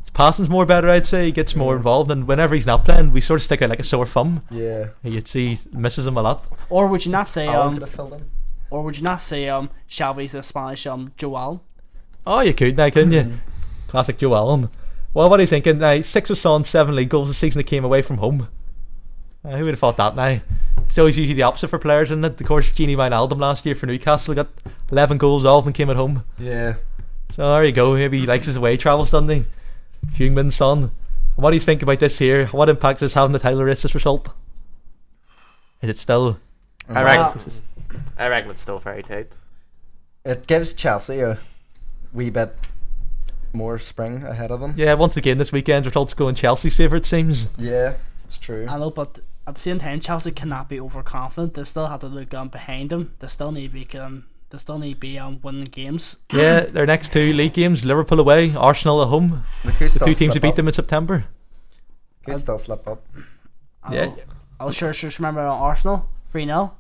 His passing's more better, I'd say. He gets more involved, and whenever he's not playing, we sort of stick out like a sore thumb.
yeah.
You'd see he misses him a lot.
or would you not say,
Allen could
um,
have filled in.
or would you not say, um, Shelby's the Spanish, um, Joe Allen?
Oh, you could now, couldn't you? Classic Joe Allen. Well, what are you thinking now? Six or on seven league goals this season that came away from home. Uh, who would have Uh, thought that now? It's always usually the opposite for players, isn't it? Of course, Genie Wijnaldum last year for Newcastle got 11 goals off and came at home.
Yeah.
So Oh, there you go. Maybe he likes his away travels, doesn't he? Heung-min Son. And What do you think about this here? What impact is having the title race this result? Is it still?
I reckon, I reckon it's still very tight.
It gives Chelsea a wee bit more spring ahead of them.
Yeah, once again this weekend's results go in Chelsea's favour. It seems.
Yeah, it's true.
Um,
I know, but at the same time, Chelsea cannot be overconfident. They still have to look um, behind them. They still need to be um, they still need to be um, winning games.
Yeah, their next two league games: Liverpool away, Arsenal at home.
They could
The
still
two teams who
slip
beat
up.
them in September.
could still slip up. Oh.
I
Yeah.
know. I'll sure sure remember Arsenal three 0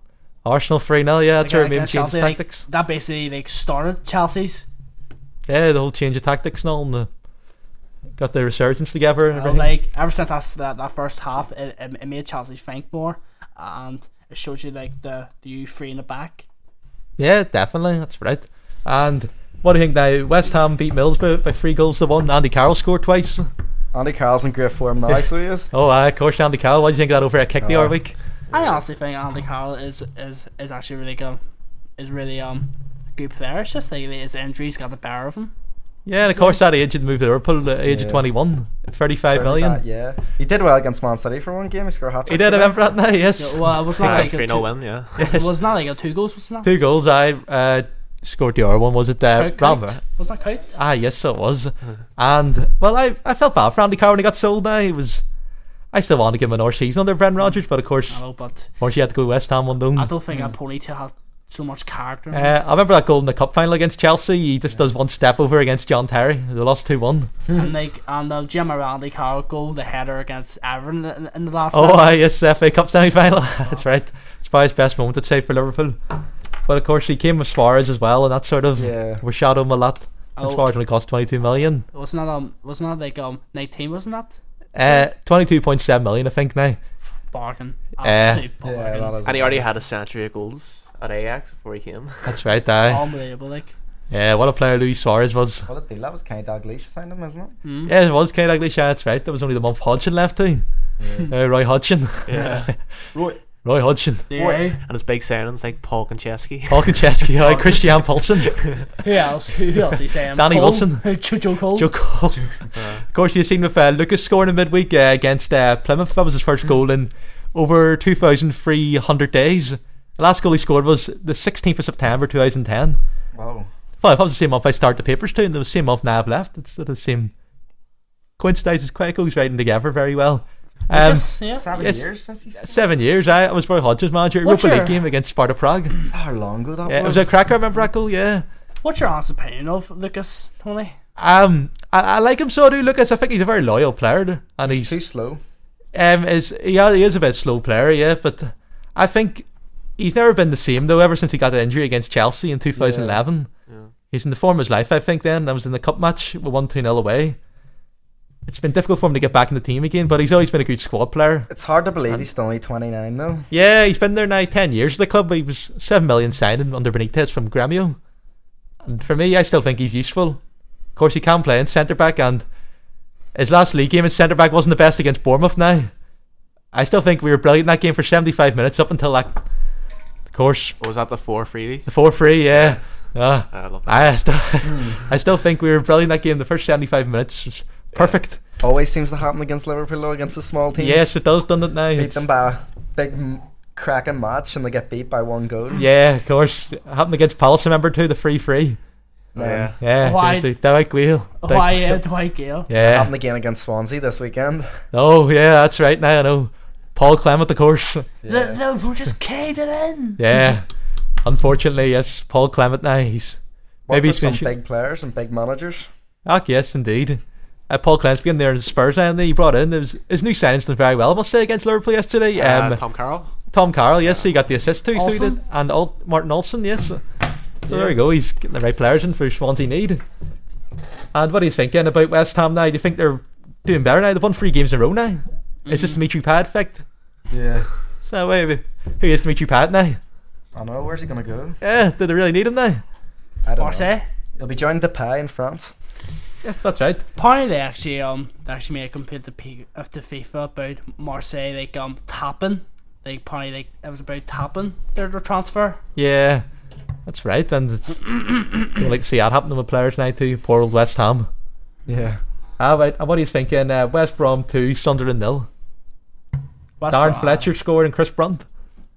Arsenal three 0 Yeah, that's right. Maybe change of
like,
tactics.
that basically like started Chelsea's.
Yeah, the whole change of tactics and all. And the, got the resurgence together and
You know,
everything.
like ever since that's that, that first half, it, it, it made Chelsea think more, and it showed you like the the you three in the back.
Yeah, definitely. That's right. And what do you think now? West Ham beat Mills by, by three goals to one. Andy Carroll scored twice.
Andy Carroll's in great form now, so he is.
Oh, uh, of course, Andy Carroll. What do you think of that over at kick the
Oh.
other week?
I honestly think Andy Carroll is is is actually really good. Is really um a good player. It's just like his injuries got the better of him.
Yeah, and of course, that agent moved to Liverpool at the age of
Yeah.
21, 35 million.
That, yeah. He did well against Man City for one game. He scored a hat
He did remember that now, yes.
Yeah, well, it was not
Aye,
like a
3
two,
0 win, [laughs] yeah.
it was not like a two goals, was it not?
Two goals. I uh, scored the other one, was it? Uh,
Count- count?
Rama?
Was that count?
Ah, yes, so it was.
Uh-huh.
And, well, I, I felt bad for Andy Carroll when he got sold now. He was. I still wanted to give him another season under Brendan Rodgers, but of course,
I know, but
once you had to go to West Ham on loan.
I don't think a ponytail had so much character. in it.
Uh, I remember that goal in the cup final against Chelsea. He just does one step over against John Terry. They lost two one.
and like and the Jim Randy Carroll goal, the header against Everton in, in the last.
Oh,
minute.
aye, yes, the FA Cup semi final. [laughs] That's right. It's probably his best moment, I'd say, for Liverpool. But of course, he came with Suarez as well, and that sort of
Yeah.
overshadowed him a lot. And
Oh.
Suarez only cost twenty two million.
It was not um was not like um nineteen, wasn't that?
Uh, twenty two point seven million, I think now.
Bargain,
Eh.
absolute
Yeah,
bargain,
that is.
And he already
"Oh."
had a century of goals at Ajax before he came. [laughs]
That's right, aye.
unbelievable. Like
Yeah, what a player Luis Suarez was.
What a deal. That was Kenny Dalglish signed him, isn't it?
Yeah, it was kind of ugly. That's right. That was only the month Hodgson left too. Uh, Roy Hodgson. [laughs]
Yeah.
Roy Hodgson.
yeah.
and his big signings like Paul Konchesky. [laughs]
Paul Konchesky. aye, Christian Poulsen.
Who else? [laughs] Who else is saying?
Danny
Cole?
Wilson.
[laughs] Joe, Joe Cole.
Oh. Joe Cole. [laughs] of course, you've seen with uh, Lucas scoring in midweek uh, against uh, Plymouth. That was his first goal in over 2,300 days. The last goal he scored was the 16th of September 2010.
Wow.
Well, that was the same month I started the papers too, and the same month now I've left. It's sort of the same coincidences. Quite it goes right in together very well. Um,
Yes, yeah.
Seven
Yes.
years since he signed
seven years, I, I was Roy Hodges' manager.
What's
Europa
your-
League game against Sparta Prague.
Is that How long ago that
Yeah, it
was?
was a cracker. I remember that goal. Yeah.
What's your honest opinion of Lucas Tony?
Um, I, I like him so I do, Lucas. I think he's a very loyal player, and
He's too slow.
Um, is yeah, he is a bit slow player, yeah, but I think he's never been the same though. Ever since he got the injury against Chelsea in 2011, he's in the form of his life. I think then that was in the cup match with one two 0 away. It's been difficult for him to get back in the team again, but he's always been a good squad player.
It's hard to believe he's still only 29, though.
Yeah, he's been there now ten years at the club. He was seven million signing under Benitez from Gremio, and for me, I still think he's useful. Of course, he can play in centre back, and his last league game in centre back wasn't the best against Bournemouth. Now, I still think we were brilliant in that game for seventy-five minutes up until that. Of course,
Or was Oh, that the 4 freebie?
the four-three, yeah. Ah.
I love that.
I still, [laughs] I still think we were brilliant in that game. The first seventy-five minutes, was perfect.
Always seems to happen against Liverpool, though, against the small teams.
Yes, it does, doesn't it? Now,
Beat them by a big, m- cracking match, and they get beat by one goal.
yeah, of course. It happened against Palace, remember too? The free-free.
Um,
yeah.
Yeah,
Why-
seriously. Derek Wheel.
Why uh, Dwight Gale?
Yeah.
Happened again against Swansea this weekend.
Oh, yeah, that's right. Now I know. Paul Clement, of course. [laughs]
The, the, we just caved it [laughs] in.
Yeah. Unfortunately, yes, Paul Clement now. He's.
Maybe
Maybe
with
he's
some
finishing.
big players and big managers.
Ah, yes, indeed. Uh, Paul Clement's been there in Spurs now, and he brought in. His, his new signing's done very well, I must say, against Liverpool yesterday. Um,
uh, Tom Carroll.
Tom Carroll, yes, he got the assist too. So he
Olsen?
did. And Al- Martin Olsen, yes. So there we go. He's getting the right players in for Swansea need. And what are you thinking about West Ham now? Do you think they're doing better now? They've won three games in a row now. It's just Dimitri Pad effect.
Mm. Yeah.
[laughs] So wait, who is Dimitri Pad now?
I know, where's he going to go?
Yeah, do they really need him now?
I don't
eh?
know.
Marseille.
He'll be joined Depay in France.
Yeah, that's right.
Apparently, they actually um they actually made a complaint to, P- uh, to FIFA about Marseille like um tapping they probably like it was about tapping their, their transfer.
Yeah, that's right. And it's, [coughs] don't like to see that happen to my players now too. Poor old West Ham.
Yeah.
Ah, right. And what are you thinking? Uh, West Brom two, Sunderland nil.
West
Darren
Brom,
Fletcher scored and Chris Brunt.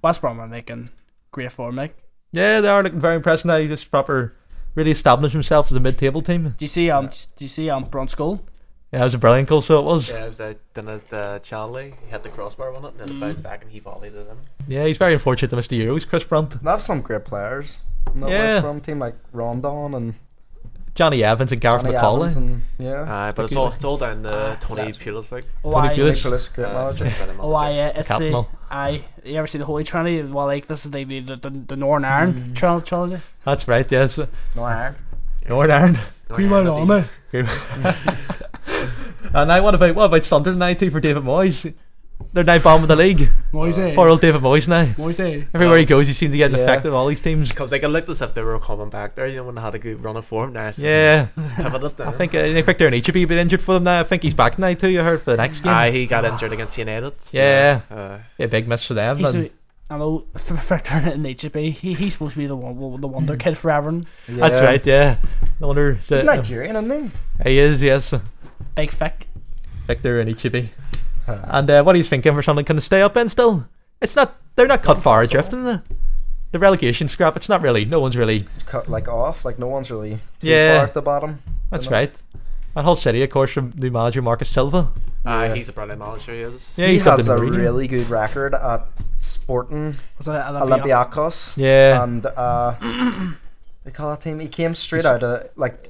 West Brom are making great form. Like,
Yeah, they are looking very impressive now. Just proper, really established himself as a mid-table team.
do you see um do you see um Brunt's goal?
Yeah, it was a brilliant goal. So it was.
Yeah, it was uh, then it, uh, Charlie he had the crossbar on it, and then it bounced back, and he volleyed it in.
Yeah, he's very unfortunate to miss the Euros. Chris Brunt,
They have some great players. No
Yeah.
West Brom team like Rondon and
Johnny Evans, and Gareth
Johnny
McCauley.
Evans and
Ah,
yeah.
Aye, but it's all it's all down the Tony Pulis Uh,
Oh,
Tony
aye.
Pulis.
Nicholas, great
Uh, [laughs]
manager.
Oh, aye, uh, it's a,
Capital.
aye. You ever see the Holy Trinity? Well, like this is the the, the, the Northern Ireland trial trilogy.
That's right. Yes,
No iron.
Northern
[laughs]
Ireland.
oh,
mate.
And now what about what about Sunderland now too for David Moyes? They're now bombing the league.
Moise.
Poor old David Moyes now.
Moise.
Everywhere he goes, he seems to get an
Yeah.
effect of all these teams.
Because like, it looked as if they were coming back there, you know, when they had a good run of form. Now, it's
Yeah,
just pivoted [laughs] there.
I think uh, I think they're in Egypt. He's been injured for them now. I think he's back now too. You heard for the next game.
Aye, he got injured against United.
Yeah.
Uh,
Yeah, big miss for them.
He's
and-
a, I know for Victor and HB, he he's supposed to be the one the wonder kid for Everton.
That's right. Uh, Yeah, I wonder. Is
He's
it-
Nigerian, isn't
He is. Yes,
Big Fick.
Victor and Ichibi. E and uh, what are you thinking for Sunderland? Can they stay up in still? It's not. They're not cut far adrift in the the relegation scrap. It's not really. No one's really.
he? Cut like off, like no one's really too
Yeah.
far at the bottom.
That's
know.
right. And Hull City, of course, from new manager Marcus Silva.
aye, he's a brilliant manager, he is.
Yeah,
he
he's got
has
the
a
Mourinho.
really good record at Sporting
Was it Olympia?
Olympiacos.
Yeah.
And uh,
[clears throat]
they call that team. He came straight out of like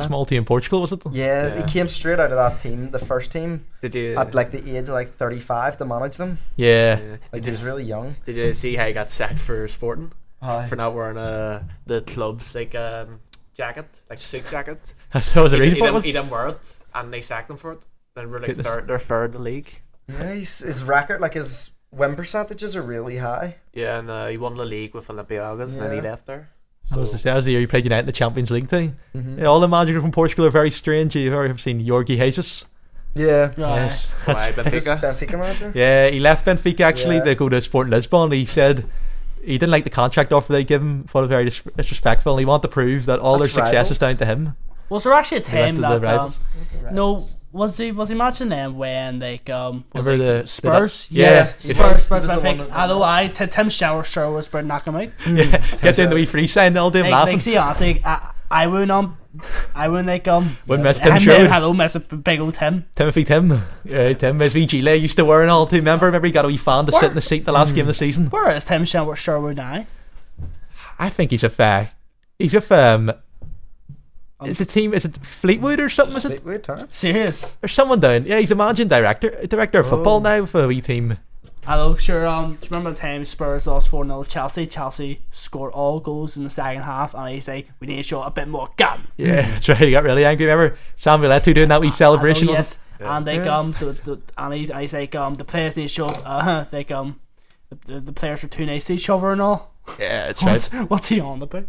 small team in Portugal, was it?
yeah,
Yeah.
He came straight out of that team, the first team,
Did you,
at like the age of like 35 to manage them.
Yeah. [laughs]
yeah,
Like
did,
he's
you,
really young.
did you see how he got sacked for sporting?
Aye.
For not wearing uh, the club's like um, jacket, like suit jacket.
that was a
He,
reason
he,
for it.
didn't,
was
he
it?
didn't wear it, and they sacked him for it. Then we're like
Goodness.
third, they're third in the league.
Yeah, he's, his record, like his win percentages are really high.
Yeah, and uh, he won the league with Olympiacos, and then he
Yeah.
left there.
That was, the, that was the year he played United in the Champions League thing.
Mhm.
Yeah, all the managers from Portugal are very strange. You've ever seen Jorge Jesus?
Yeah.
Yeah.
Why
Just
[laughs]
Benfica?
Benfica manager?
Yeah, he left Benfica actually
Yeah.
to go to Sporting Lisbon. He said he didn't like the contract offer they gave him, thought it very dis- disrespectful, and he wanted to prove that all
That's
their success is down
rivals.
to him.
Was there actually a time
to the
that um,
rivals.
no was he was he matching them when like um was
Remember
it
the-
Spurs?
the- yeah.
yes,
Yeah.
Spurs,
He was
Spurs,
the one
Benfica.
that
I know,
won that.
I T- Tim Shower sure was about knocking him out.
Hmm.
[laughs] Get down the wee free sign, all day
Like,
laughing.
like see honestly, like, I I wouldn't um I wouldn't like um
Wouldn't mess Tim
I
Sherwood.
hello mess up big old Tim.
Timothy Tim, yeah, Tim is VG Lay used to wear an all too. Remember, remember he got a wee fan to sit in the seat the last game of the
Hmm.
season.
Where is Tim Sherwood Sherwood now?
I think he's a fair. He's a firm.
Um,
It's a team. Is it Fleetwood or something? Is it
Wait, wait, huh?
Serious.
or someone down? Yeah, he's a managing director, director
Oh.
of football now for a wee
Hmm.
team.
Hello, sure. Um, do you remember the time Spurs lost 4 0 Chelsea? Chelsea scored all goals in the second half, and I say, we need to show a bit more gun.
Yeah, [laughs] that's right. He got really angry. Remember Samuel Eto'o doing that wee celebration?
Hello,
with him?
yes. And they um, the, the, and he's, I say, um, the players need to show, uh, like, um, the- the, the players are too nice to each other and all.
Yeah, that's
What's,
right.
what's he on about?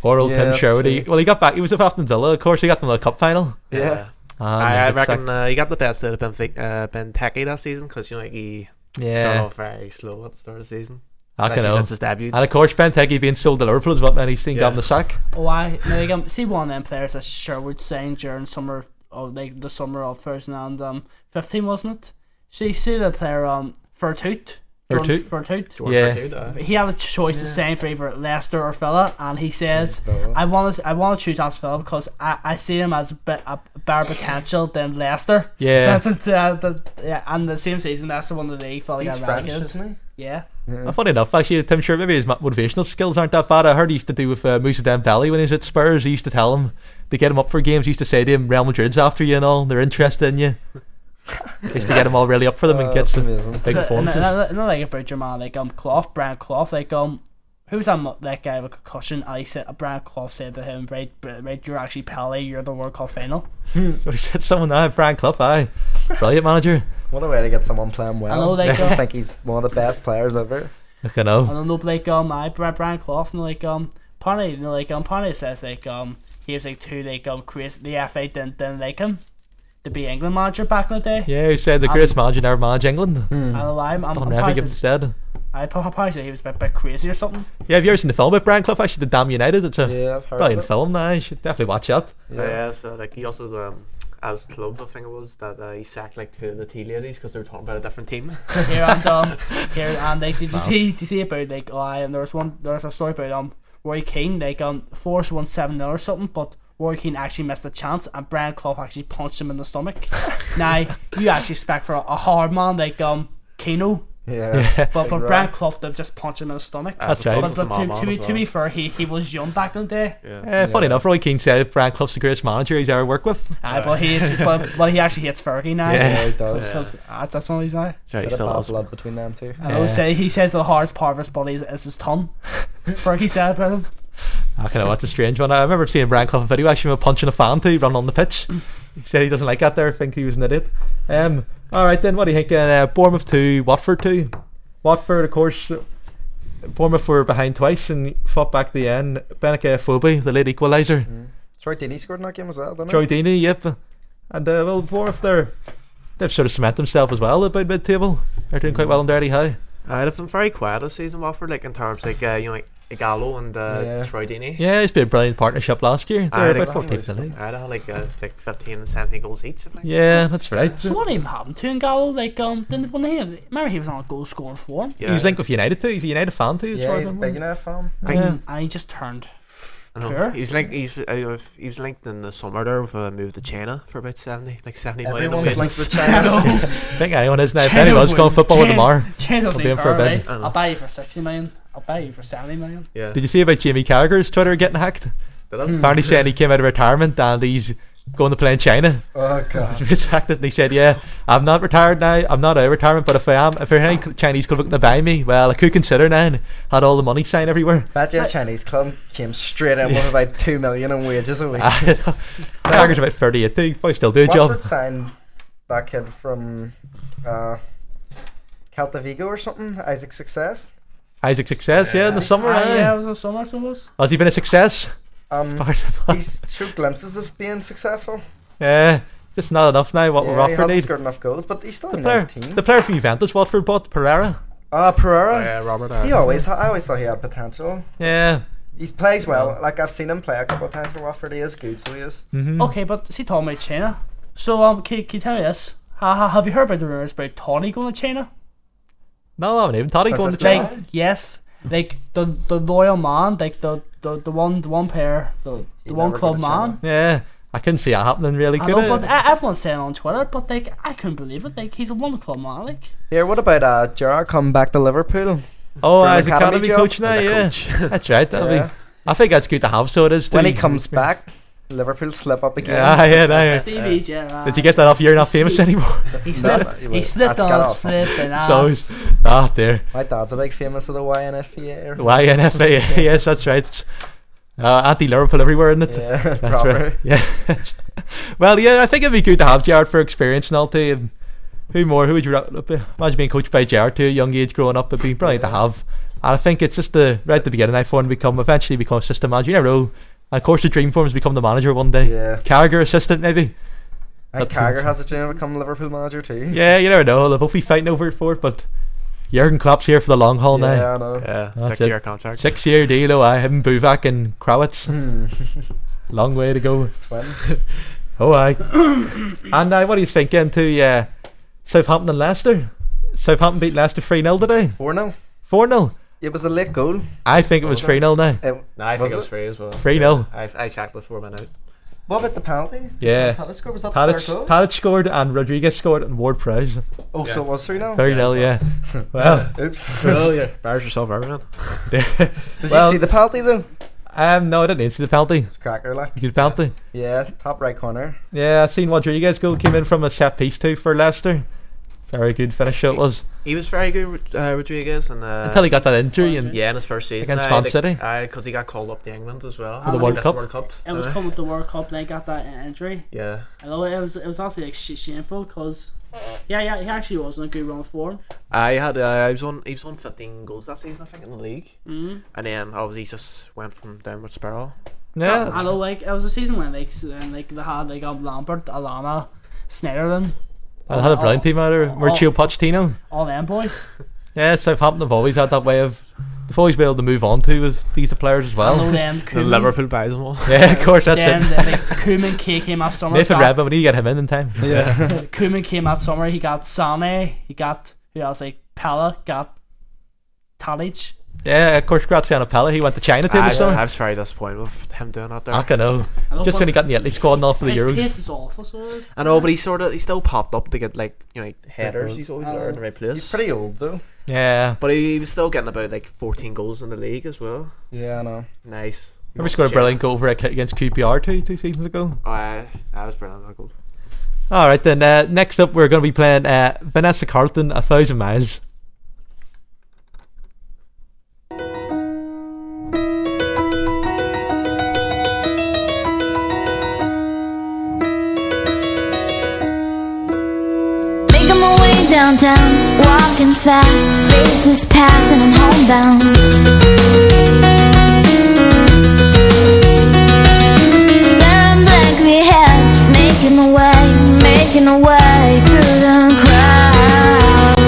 Poor old
Yeah,
Tim
that's
Sherwood. He,
true.
well, he got back. He was with Aston Villa. Of course, he got them to the cup final. Ah,
Yeah.
And
I, I
it's like-
reckon uh, he got the best out of Benfica, uh, Benteke that season because you know like, he started
yeah,
off very slow at the start of the season.
I
Especially
can know.
Since his debut.
And of course, Benteke being sold to Liverpool is what many seen got
Yeah.
him the sack.
Oh, I, like, um, see one of them players that Sherwood signed during summer, of oh, like, the summer of 2015, um, 15, wasn't it? So you see the player, um, Vertoot. Jordan
Vertout?
Vertoot.
Jordan
Yeah.
Vertu, uh,
he had a choice to sign for either Leicester or Villa, and he says,
Villa.
"I want to, I want to choose Aston Villa because I, I see him as a, bit, a better potential than Leicester."
Yeah.
that's it. Uh, the, yeah, and the same season, Leicester won the league. Villa
He's
got
French,
relegated.
isn't he?
Yeah,
Uh, Funny enough, actually, Tim Sherwood, maybe his mo- motivational skills aren't that bad. I heard he used to do with uh, Moussa Dembele when he was at Spurs. He used to tell him to get him up for games. He used to say to him, "Real Madrid's after you and all. They're interested in you." He used to get him all really up for them
[laughs] Uh,
and gets
that's
them
amazing.
big
So, and
performances.
another, another thing about your man, like um, Clough, Brian Clough, like um, who was that, mo- that guy with concussion? And he said, Brian Clough said to him, "Right, right, you're actually Pele. You're the World Cup final."
He said someone that Brian Clough, aye, brilliant manager.
What a way to get someone playing well.
I
[laughs]
know, like,
I
uh,
think he's one of the best players ever.
Look, I know.
I don't know, but, like um, I Brian Brian Clough, and like um, Pony, you know, like um, Pony says like um, he was like two like um, crazy the FA didn't didn't like him, to be England manager back in the day.
Yeah, who said the greatest manager never managed England?
I don't know, I'm, I'm,
Don
Hmm. I'm
Revig
probably, said,
instead.
I prob- probably said he was a bit, bit crazy or something.
Yeah, have you ever seen the film about Brian Clough? Actually, The Damn United. It's a
Yeah, I've heard
brilliant
of it.
film. Nah, you should definitely watch that.
[laughs] Yeah. so like he also um, as club I think it was that uh, he sacked like two of the tea ladies because they were talking about a different team.
Here I'm done. Here and like, did you see? Did you see about like? Oh, I, and there was one. There was a story about um Roy Keane like um force one seven or something, but Roy Keane actually missed a chance, and Brian Clough actually punched him in
[laughs]
the stomach. now you actually expect for a, a hard man like um Keane,
Yeah.
but but
Right.
Brian Clough did just punch him in the stomach.
Uh,
That's right.
but, but
Some
to,
odd
to,
man
be,
as
to be
well.
fair, he, he was young back in the day.
Eh, Funny enough, Roy Keane said Brian Clough's the greatest manager he's ever worked with.
Aye, Uh, but
[laughs]
he is, but well, he actually hits Fergie now.
Yeah.
yeah, it does.
So, so that's, that's one of these now.
Sorry,
Bit
still
of bad
has-
blood between them two.
I always say he says the hardest part of his body is, is
[laughs]
his tongue. Fergie said about him.
I kind of that's a strange one. I remember seeing Brian Clough in a video actually of punching a fan too, running on the pitch. He said he doesn't like that there. Think he was an idiot. Um, all right then, what do you think? Uh, Bournemouth two, Watford two. Watford, of course. Bournemouth were behind twice and fought back to the end. Beneke Afobe, the late equaliser.
Troy Deeney scored in that game as well, didn't
Joe
he?
Deeney, yep. And uh, well, Bournemouth there, they've sort of cemented themselves as well about mid-table. They're doing quite well in Derry High.
Uh, they've been very quiet this season, Watford. Like in terms like uh, you know like Igalo and uh,
Yeah.
Troy Deeney.
Yeah, it's been a brilliant partnership last year.
I
They're
think
about 14th in the league.
I had like uh, it's like fifteen and seventeen goals each. I think.
Yeah, that's right.
So what even happened to Ngallo? Like, um, didn't when he remember he was on a goal scoring form,
Yeah.
He's linked with United too. He's a United fan too. as far
Yeah,
as
he's a
I'm
big
aware.
enough fan.
Yeah.
and he just [laughs] turned.
I know.
Sure.
He was linked. He's, uh, he was linked in the summer there with a move to China for about seventy, like seventy million.
Everyone's linked
wages.
with China. [laughs]
I think anyone is now. If anyone's going football tomorrow.
Channel's
I'll be in for a bit.
I know.
I'll buy you for sixty million. I'll buy you for seventy million.
Yeah,
Did you see about Jamie Carragher's Twitter getting hacked? [laughs] Apparently saying he came out of retirement and he's going to play in China. [laughs]
Oh god.
It's hacked it and he said, "Yeah, I'm not retired now. I'm not out of retirement. But if I am, if there are any Chinese club looking to buy me, well, I could consider now." And had all the money sign everywhere.
That yeah, Chinese club came straight in with about two million in wages a week.
Carragher's about 38. They probably still do a job.
Watford signed that kid from uh, Celta Vigo or something, Isaac Success.
Isaac success, yeah, in the summer.
Ah,
aye.
yeah, it was a summer, so it was.
Has he been a success?
Um,
Part of- [laughs]
he's showed glimpses of being successful.
yeah, just not enough now. What
Yeah,
we're
he
Watford
hasn't
need.
scored enough goals, but he's still
The
in
player,
team.
the player from Juventus, Watford bought Pereira.
Ah,
Oh,
Pereira.
yeah, Robert.
He
Uh,
always, ha- I always thought he had potential.
Yeah,
He plays well. Like I've seen him play a couple of times for Watford. He is good, so he is.
Hmm.
Okay, but see, told me China. So um, can, can you tell me this? Ha, ha, have you heard about the rumors about Tony going to China?
no, I haven't even thought he
That's
going
his
to
name.
China.
Like, yes, like the the loyal man, like the the, the one the one pair, the, the one
never
club
go to China.
man.
Yeah, I couldn't see that happening. Really,
I
could
know,
it?
but e- everyone's saying on Twitter, but like I couldn't believe it. Like he's a one club man. Like
Here, what about uh, Gerard coming back to Liverpool?
oh,
for an
as
academy
academy
job,
coach now.
as a
Yeah,
coach. [laughs]
that's right. That'll
Yeah.
be. I think that's good to have. So it is.
When
too.
he comes back, Liverpool slip up again.
Yeah, yeah, yeah.
Stevie Gerrard.
Did you get that off? You're not famous
See-
anymore.
He
No,
slipped.
he
he
was-
slipped
that
on
got
his
[laughs]
off.
flipping
It's
ass.
always ah there.
My dad's a big famous of the YNFPA. Or,
YNFA. yes, that's right. It's, Uh, anti-Liverpool everywhere, isn't it?
yeah,
[laughs] That's
proper. [laughs]
right. Yeah. [laughs] well, yeah, I think it'd be good to have Jared for experience and all too. And who more? Who would you ra- imagine being coached by Jared too? at a Young age, growing up, it'd be brilliant to have. And I think it's just the right at the beginning. I found become eventually become assistant manager. You never know. And of course, the dream for him is to become the manager one day.
Yeah.
Carragher assistant maybe.
And
That's
Carragher
it.
has a dream to become Liverpool manager too.
Yeah, you never know. They'll both be fighting over it for it, but Jurgen Klopp's here for the long haul now.
yeah, I know.
yeah,
That's
six
it.
year contract.
Six year deal. Oh, I him Buvak and Krawitz.
Hmm. [laughs]
long way to go.
It's twin.
Oh, aye. [coughs] and uh, what do you think into uh, Southampton and Leicester? Southampton beat Leicester 3 0 today.
4 0.
4 0.
It was a late goal.
I think it was 3 0 now.
It,
No, I
Was
think it was
it?
free as well.
3 0.
I, I checked before I went [laughs] out.
what about the penalty?
Yeah.
Tadic scored? Was that the third
Tadic,
goal?
Tadic scored and Rodriguez scored and Ward Prowse.
oh, so it was 3 0.
3 0, yeah. Well, [laughs]
Oops.
Well, yeah, bars yourself out, man.
Did
Well-
you see the penalty though?
um, no, I didn't see the penalty.
It's cracker like.
Good penalty.
Yeah, top right corner.
Yeah, I've seen Rodriguez go. Came in from a set piece too for Leicester. Very good finish it was.
He was very good, uh, Rodriguez, and uh,
Until he got that injury and
yeah, in his first season
Against
I,
Man
like,
City.
because he got called up to England as well
the
He
World
missed
Cup.
World Cup.
It was
uh,
coming to World Cup. They got that injury.
Yeah,
Although it was it was honestly like sh- shameful because yeah yeah he actually was in a good run of form.
I had uh, I was on he was on 15 goals that season I think in the league,
Mm-hmm.
Mm.
and then obviously he just went from downward spiral.
yeah,
Although like it was a season when like s- and like they had like um, Lambert, Alana, Sneijderlin,
I had a brown team out of Mauricio Pochettino.
all them boys.
Yeah, Southampton have always had that way of. They've always been able to move on to with these players as
I
[laughs]
know
well.
them.
The
Koeman,
Liverpool buys them all.
[laughs]
Yeah, of course, that's
Then
it.
the, like, Koeman K came out summer.
Nathan
got-
Redmond, we need to get him in in time.
Yeah.
Koeman came out summer. He got Sane. He got who else? Like Pella got Tadic.
Yeah, of course, Graziano Pella, he went to China too
I,
this
was, I
summer.
was very disappointed with him doing that there.
I can know.
love
Just
what-
when he got in the Italy squad and all for the
His
Euros.
pace is awful. So
I know, oh, but he sort of he still popped up to get like you know like, headers.
Headers.
He's always there in the right
[laughs]
place.
He's pretty old though.
Yeah.
but he, was still getting about like 14 goals in the league as well.
Yeah, I know.
Nice.
Remember scored a
Shit.
brilliant goal for against QPR two two seasons ago.
Aye, that was brilliant. That goal.
All right then. Uh, next up, we're going to be playing uh, Vanessa Carlton, a thousand miles.
Making my way downtown, walking fast, faces pass and I'm homebound. Staring blankly ahead, just making a way, making a way through the crowd.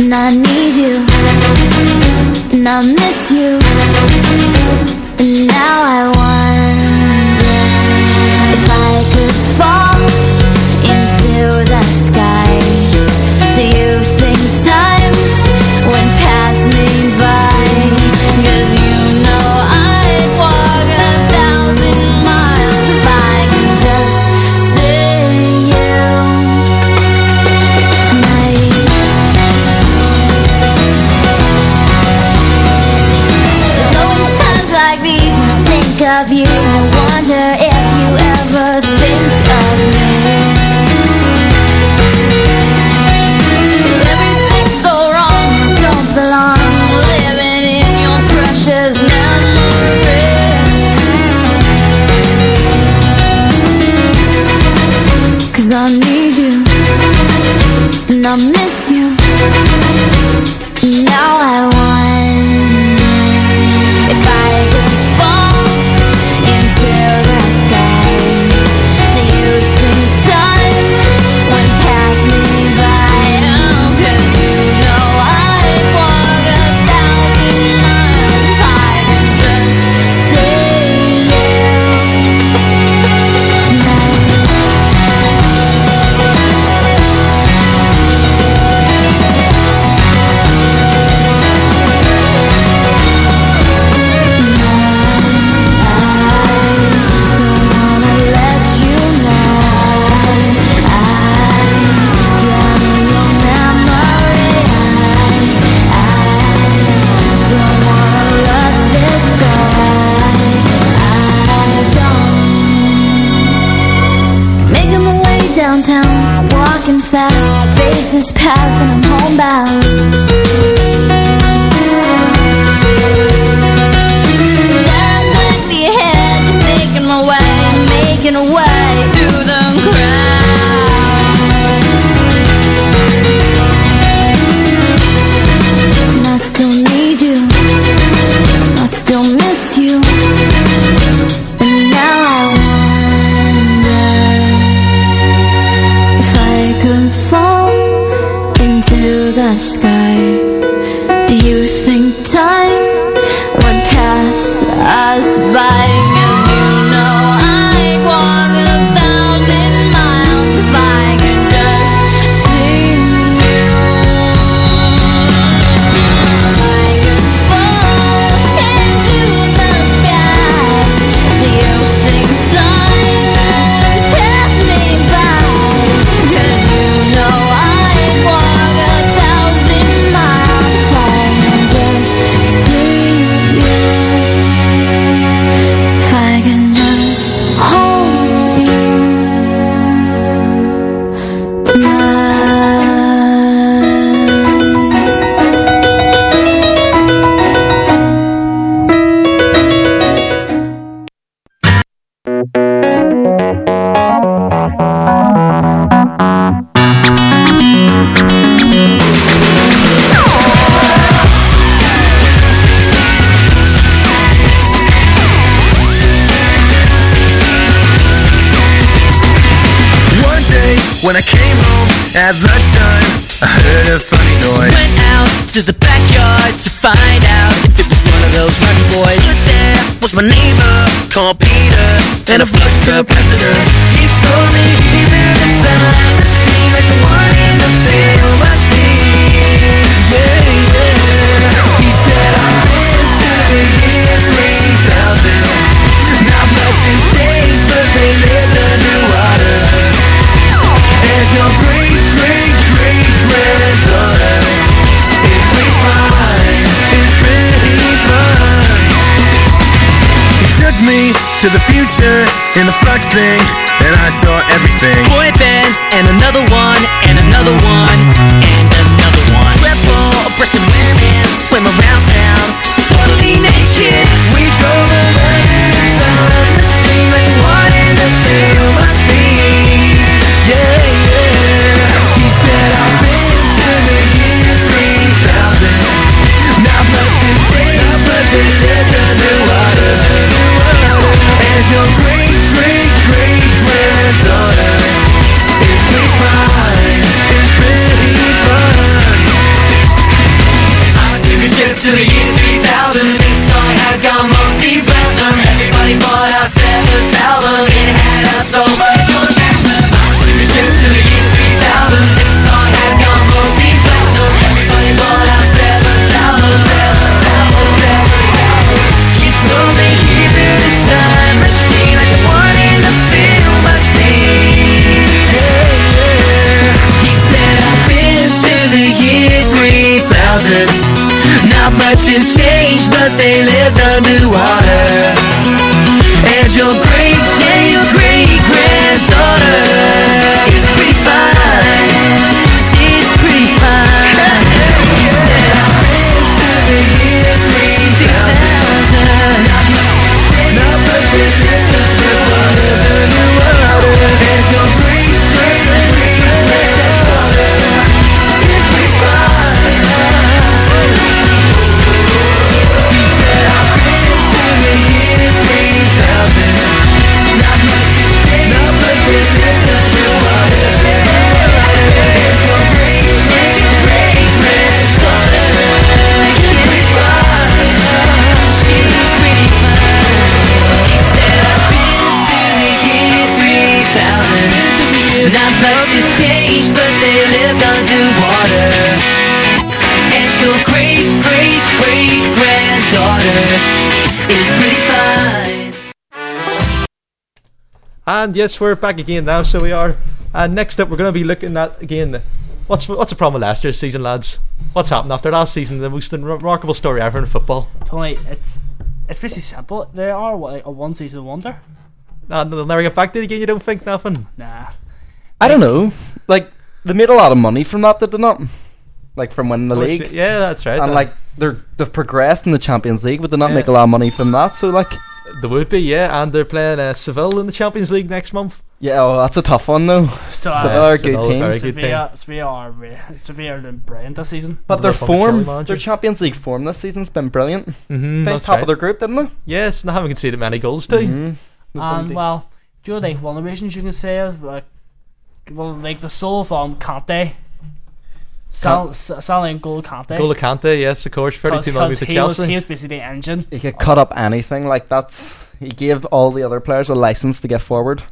And I need you, and I'll miss you, and now I wonder. If I could fall into the sky, do you think time would pass me by? 'Cause you know I'd walk a thousand miles if I could just see you tonight. There's always times like these when I think of you and I wonder if you ever think of me. 'Cause everything's so wrong, I don't belong, living in your precious memory. Cause I need you, and I miss you. Now I want. If I could fall into the sky, do you think time would pass me by? Oh, 'cause you know I'd walk a thousand miles if I could just see you tonight. Let you know I drown in your memory. I don't wanna let this go. I don't. Making my way downtown, I'm walking fast. Faces pass and I'm homebound. Staring blankly ahead, just making my way, making a way through the crowd. And I still need you. I still miss you. And now I wonder if I could fall into the sky. Do you think time would pass us by? 'Cause you know I'd walk a thousand miles if I could just see you. If I could fall into the sky, do you think time would pass me by? 'Cause you know I'd walk a thousand miles if I could just see you. If I could
When I came home at lunchtime, I heard a funny noise.
Went out to the backyard to find out if it was one of those lucky boys.
Stood there was my neighbor called Peter and a flux capacitor. He told me he lived inside the scene like the one in the film I see. Yeah, yeah. He said I've been to the year 3000. Not much has changed, but they lived underwater. As your great, great, great granddaughter, it's pretty fine. It's pretty fine. He took me to the future in the flux thing, and I saw everything.
Boy bands and another one and another one and another one.
Triple breasted women swim around town, totally naked. We drove around in a time machine like the one in the film I see. Yeah, yeah. He said I've been to the year 3000. Not much has changed, but they just underwater. As your great, great, great granddaughter, it's pretty fine. It's pretty fine. I took a trip to the year 3000. This song had gone mostly platinum. Everybody bought our 7000. It had us over to the maximum. I took a trip to the year 3000. This song had gone mostly platinum. Everybody bought our 7000. 7000. He told me he built a time machine like the one in the film I see. Yeah, yeah. He said I've been to the year 3000 Not much has changed, but they lived underwater As your great, and your great granddaughter Is pretty fine, she's pretty fine He said I've been to the year 3000 Not much has changed, not much has changed but they lived underwater As your great, great, great granddaughter Is pretty fine Not much has changed, but they lived underwater. And your great, great, great granddaughter is pretty fine.
And yes, we're back again now, so we are. And next up, we're going to be looking at again what's what's the problem with last year's season, lads? What's happened after last season? The most remarkable story ever in football.
Tony, it's it's basically simple. They are like a one season wonder.
And they'll never get back to it again, you don't think nothing?
Nah.
I don't know. Like they made a lot of money from that, did they not? Like from winning the
Or
league,
Oh, shit. Yeah, that's right.
and
Uh,
like they're they've progressed in the Champions League, but they not
Yeah.
make a lot of money from that. So like,
They would be, yeah. And they're playing uh, Seville in the Champions League next month.
yeah, oh, that's a tough one though. So
So, uh,
they are a
Seville
good
is
team,
very good team.
Sevilla, Sevilla are re- Sevilla are doing brilliant this season.
but
They're
their
fucking surely
form,
manager.
their Champions League form this season's been brilliant.
Mm-hmm,
Finished top of Mm-hmm. their group, didn't they?
Yes, and they haven't conceded many goals, too.
And well, do you know, like one of the reasons you can say is like, well, like the soul from Conte, Sal, Sal goal Conte,
Goal of Kante, yes, of course. 32 million
because
to
he was
Chelsea.
he was basically the engine.
He could cut up anything. Like that's he gave all the other players a license to get forward.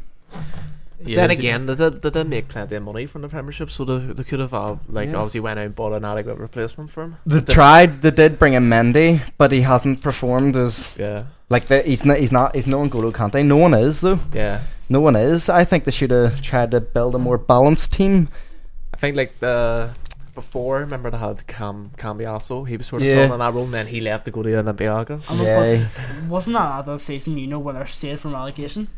Yeah,
Then
it's-
again, they did, they did make plenty of money from the Premiership, so they, they could have uh, like
Yeah.
obviously went out and bought an adequate replacement for him.
They tried. They did bring in Mendy, but he hasn't performed as
Yeah,
like the, he's not. He's not. He's no N'Golo Kante. No one is though.
yeah.
No one is. I think they should have tried to build a more balanced team.
I think like the before, remember they had Cam Cambiaso. He was sort of
Yeah.
filling that role, and then he left to go to Olympiacos.
Yeah,
Wasn't that that season? You know when they're saved from relegation.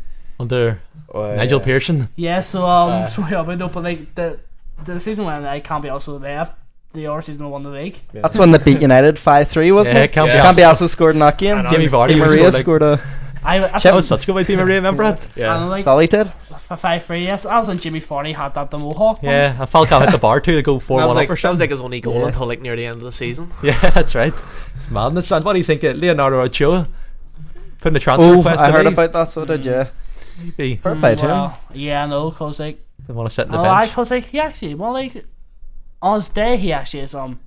Under
Uh,
Nigel Pearson.
Yeah, so um,
Uh.
[laughs] sorry, I mean, no, but like the the season when I can't be also left. The other season won the league.
that's when they beat United five three, wasn't
Yeah,
it?
Cambiasso.
Cambiasso scored in that game.
And
Jamie Vardy
Di
was
Maria
scored, like-
scored a.
I that's
That was such a good way team, I remember it.
Yeah.
And like
That's all he did.
for five three, yes, I was when Jimmy Farley had that the Mohawk. one.
Yeah, and Falcao hit the bar too to go 4
that
1
was, like,
up or
that was
something.
like his only goal
Yeah.
until like near the end of the season.
[laughs] yeah, that's right. It's madness. And what do you think of Leonardo Ochoa? Putting the transfer
Oh,
request
I
in,
heard
eh?
about that. So did yeah.
He-
Fair play to him.
Well, yeah, I know, cause like
They want to sit in the
Oh, I like
bench.
because like he actually well like on his day he actually is um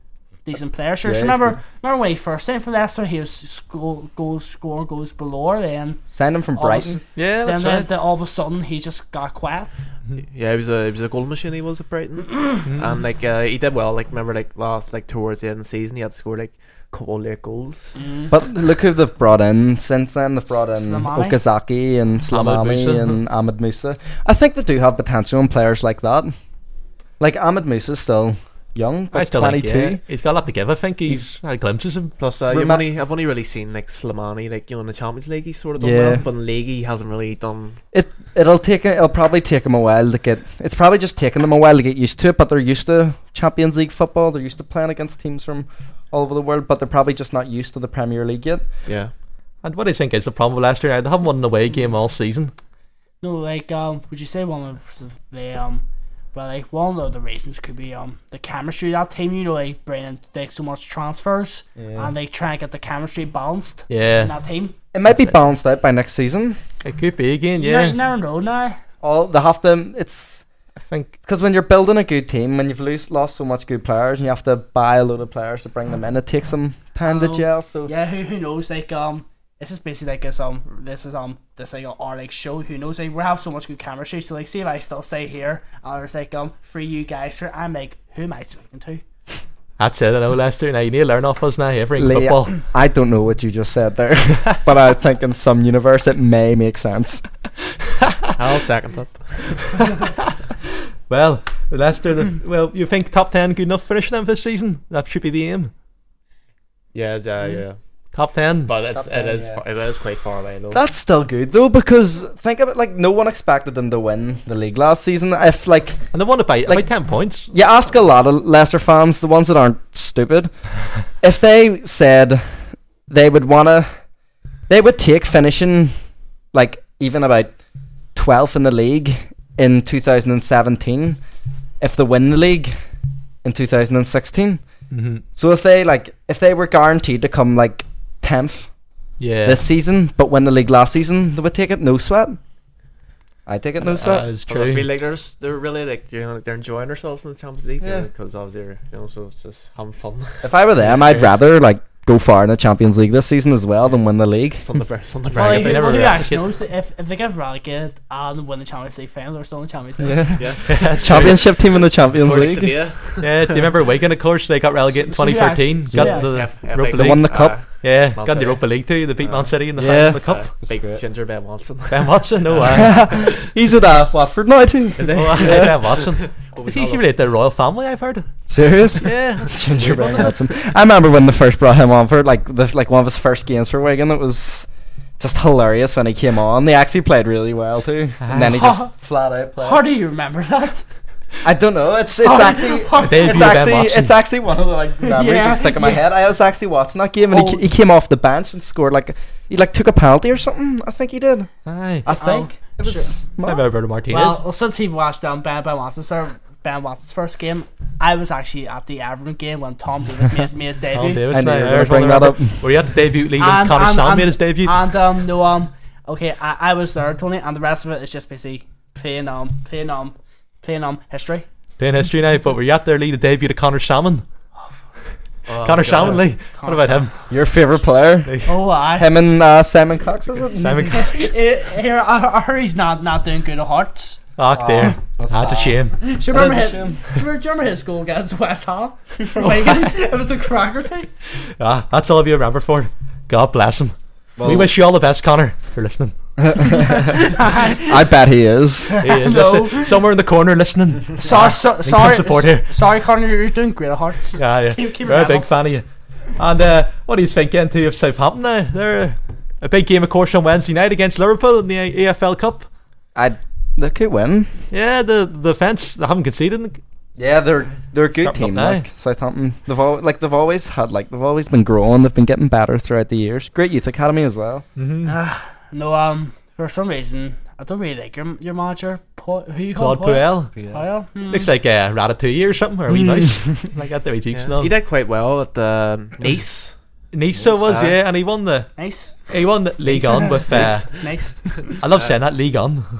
decent player. Sure,
Yeah,
so
he's
remember
good.
remember when he first signed for Leicester he was score goals score goals below then
Sign him from
all of a
Brighton.
s-
Yeah,
then,
that's
then,
right.
then all of a sudden he just got quiet.
Yeah, he was a he was a goal machine. He was
[clears throat]
at Brighton, and like uh, he did well. Like remember, like last like towards the end of the season, he had to score like a couple of late goals.
Mm.
But look who they've brought in since then. They've brought in
Slimani.
Okazaki and Slamami
Musa. [laughs]
and Ahmed Musa. I think they do have potential in players like that. Like Ahmed Musa's still young, but
I still like
22.
yeah. He's got a lot to give. I think he's had glimpses of him.
Plus, uh, you've
Rema-
only, I've only really seen like Slimani, like you know, in the Champions League, he's sort of done
Yeah.
well, but in league he hasn't really done.
It it'll take it'll probably take him a while to get. It's probably just taking them a while to get used to it. But they're used to Champions League football. They're used to playing against teams from all over the world. But they're probably just not used to the Premier League yet.
Yeah,
And what do you think is the problem with Leicester now? They haven't won an away game all season.
No, like um, would you say one of the um, well, like one of the reasons could be um the chemistry of that team. You know, like bringing like so much transfers and they try and get the chemistry balanced in
Yeah,
that team.
It might be balanced out by next season.
it could be again.
You ne-
Yeah,
you never know now.
All they have to. It's
I think
because when you're building a good team, when you've lose, lost so much good players, and you have to buy a load of players to bring them in, it takes them time
Oh,
to gel. So
Yeah, who who knows? Like um, this is basically like this um, this is um, this like our like show. Who knows? Like we have so much good chemistry. So like, see if I still stay here, I was like um, free you guys. Sure, I'm like, who am I speaking to?
that's it. I know Leicester now. You need to learn off us now. Everything
Leah,
football.
[clears throat] I don't know what you just said there, [laughs] but I think in some universe it may make sense.
I'll second that.
Well, Leicester. The, well, you think top ten good enough finish them this season? That should be the aim.
Yeah, yeah,
Mm-hmm.
yeah.
Top ten.
But it's,
Top
it is
ten,
fa- it is quite far away though.
That's still good though, because think of it like no one expected them to win the league last season. If like
and they won it by by
like-
ten points.
you ask a lot of lesser fans, the ones that aren't stupid, if they said they would want to, they would take finishing like even about 12th in the league in 2017 if they win the league in 2016.
Mm-hmm.
So if they like, if they were guaranteed to come like 10th
Yeah,
this season, but win the league last season, they would take it no sweat. I take it no sweat.
that is
But I feel
Uh, true.
like they're, s- they're really like you know like they're enjoying themselves in the Champions League,
Yeah.
yeah, because obviously they're, you know so it's just having fun. [laughs]
If I were them, I'd rather like go far in the Champions League this season as well than win the league.
Something bra- something
Well,
brag
like,
about.
they never
who, who
relegate.
actually knows that if if they get relegated and win the Champions League final, they're still in the Champions League.
Championship team in the Champions
Or it's-
League.
yeah.
yeah, do you remember Wigan? Of course, they got relegated
So- so
in
we actually-
2013.
so
got
we
into the
F-
Europa
FA
They won the
Cup,
cup.
uh,
yeah,
Man
got into
City.
Europa League too. They beat Man City in the
Yeah.
final of the cup.
uh, [laughs] big ginger Ben Watson.
Ben Watson, no
[laughs]
way.
He's at uh, Watford now too.
Oh, [laughs] Ben Watson.
What
Is
was
he
that
even at the royal family? I've heard.
Serious?
Yeah.
[laughs] Ginger Ben Hansen. I remember when they first brought him on for like the, like one of his first games for Wigan. It was just hilarious when he came on. They actually played really well too, and then he just flat out played.
How do you remember that?
I don't know. It's Oh, it's actually
Debut
it's
Ben
actually
Watson.
it's actually one of the like memories
Yeah,
that [laughs] stick in my
yeah.
head. I was actually watching that game, and he
Oh.
he, he came off the bench and scored like he like took a penalty or something. I think he did.
[laughs] Aye.
I think it
I
was. mad.
remember Roberto Martinez.
Well, well, since he watched um, Ben Ben Watson's or Ben Watson's first game, I was actually at the Everton game when Tom Davis made his,
[laughs]
made his debut.
Tom Davis.
I knew
now,
you were
there's
gonna
one
bring
I
that
remember. Where he had the debut league and Conor Sam made his debut.
And um, no, um, okay, I, I was there, Tony, and the rest of it is just basically playing um, playing um, playing um history.
Playing history now, but were you at their league the debut of Connor Salmon?
Oh,
Connor Salmon Lee. What
Conor
about him?
Your favorite player,
Oh,
[laughs]
I
him and uh, Simon Cox, is it?
Simon
Eh, here I, I heard he's not not doing good at hearts.
Oh, dear. That's a shame.
Do you remember
is a shame.
his? Do you remember- do you remember his goal against West Ham? For [laughs] Wigan? it was a cracker thing.
Ah, that's all of you remember for. it. God bless him. we wish you all the best, Connor, for
[laughs]
listening.
[laughs] I bet he is.
He is
No.
listening. somewhere in the corner
[laughs]
listening.
Sorry, so, sorry,
support here.
sorry, Connor, you're doing great at hearts.
Yeah, yeah.
Keep- keep
We're a
your head
big
up.
fan of you. And uh, what do you think, into of Southampton now? They're a big game, of course, on Wednesday night against Liverpool in the EFL Cup.
I they could win.
Yeah, the the defence, they haven't conceded. in the-
Yeah, they're they're a good
Jumping up
team.
now.
Like Southampton, they've al- like they've always had like they've always been growing. They've been getting better throughout the years. Great youth academy as well.
No, um, for some reason, I don't really like your your manager. Po- who you call
Claude Puel.
Puel?
Mm.
Hmm.
Looks like uh, Ratatouille or something, or a wee
[laughs]
mouse. like that, the wee cheeks and
Yeah.
all.
He did quite well at um, Nice.
Niso was,
Aye.
yeah, and he won the
Nice,
[laughs]
he won the League On with. Uh,
nice.
I love saying that League On. [laughs]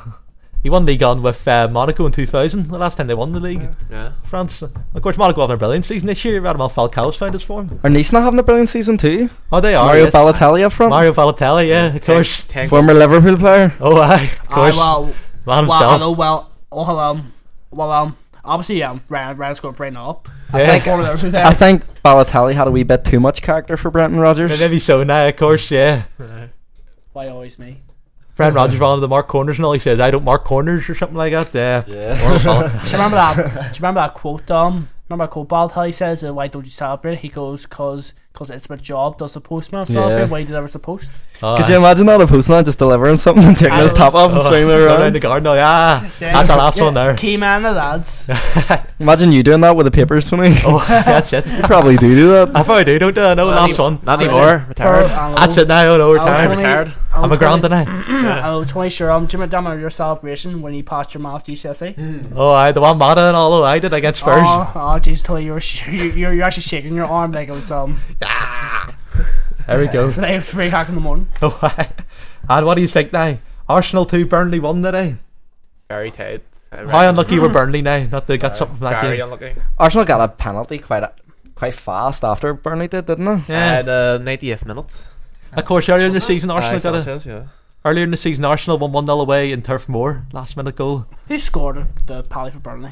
He won league on with uh, Monaco in 2000, the last time they won the league.
Yeah.
France, of course, Monaco have their brilliant season this year. Radamel Falcao's found his form.
Are Nice not having a brilliant season too?
Oh, they are.
Mario
yes.
Balotelli up front,
Mario Balotelli, yeah, of course.
Ten
former Liverpool player.
Oh, aye, of
I
course.
well,
Man
well, I
himself.
know, well, well, um, well, um, obviously, um, Ryan, Ryan scored Brandon up.
Yeah.
Like, over there,
I think Balotelli had a wee bit too much character for Brenton Rodgers.
Maybe so now, of course, yeah.
Why always me?
Fran Rogers ran into the mark corners and all he said, I don't mark corners or something like that. Yeah. yeah.
Do you remember that? do you remember that quote? Um, remember that quote Balotelli says, uh, "Why don't you celebrate?" He goes, "Cause, cause it's my job. Does the postman celebrate?
Yeah.
Why did ever supposed?"
Oh,
Could you imagine that a postman just delivering something and taking
I
his
would-
top off
[laughs]
and swinging it
Around the
around?
garden, oh, yeah. That's the last one
[laughs]
there.
Key man, the
[laughs]
lads.
Imagine you doing that with the papers, Tony.
Oh, that's it.
You [laughs] probably do do
[laughs]
that.
I probably do, don't I? No, last one.
Not anymore. Retired.
That's it now, no,
um, I'll
retired.
totally-
Retired.
I'm a
[clears throat]
grand now.
Oh, Tony, sure. Um, do you remember your celebration when you passed your maths GCSE?
Oh, I the one matter and all oh, I did against Spurs.
Oh, oh, jeez, Tony, you're sh- [laughs] you- you're you're actually shaking your arm like it was um, [laughs]
Ah. There we
[laughs]
go. [laughs]
like it was three o'clock in the morning.
Oh, aye. and what do you think now? Arsenal 2, Burnley 1 today.
Very tight.
How unlucky were Burnley now? Not
Uh,
they got something from that
Very
game.
unlucky.
Arsenal got a penalty quite a, quite fast after Burnley did, didn't they?
Yeah.
Uh, the 90th minute.
Uh,
of course, earlier in the season, Arsenal
Aye,
got a,
Sanchez, yeah.
earlier in the season, Arsenal won 1 0 away in Turf Moor. Last minute goal.
Who scored the pally for Burnley?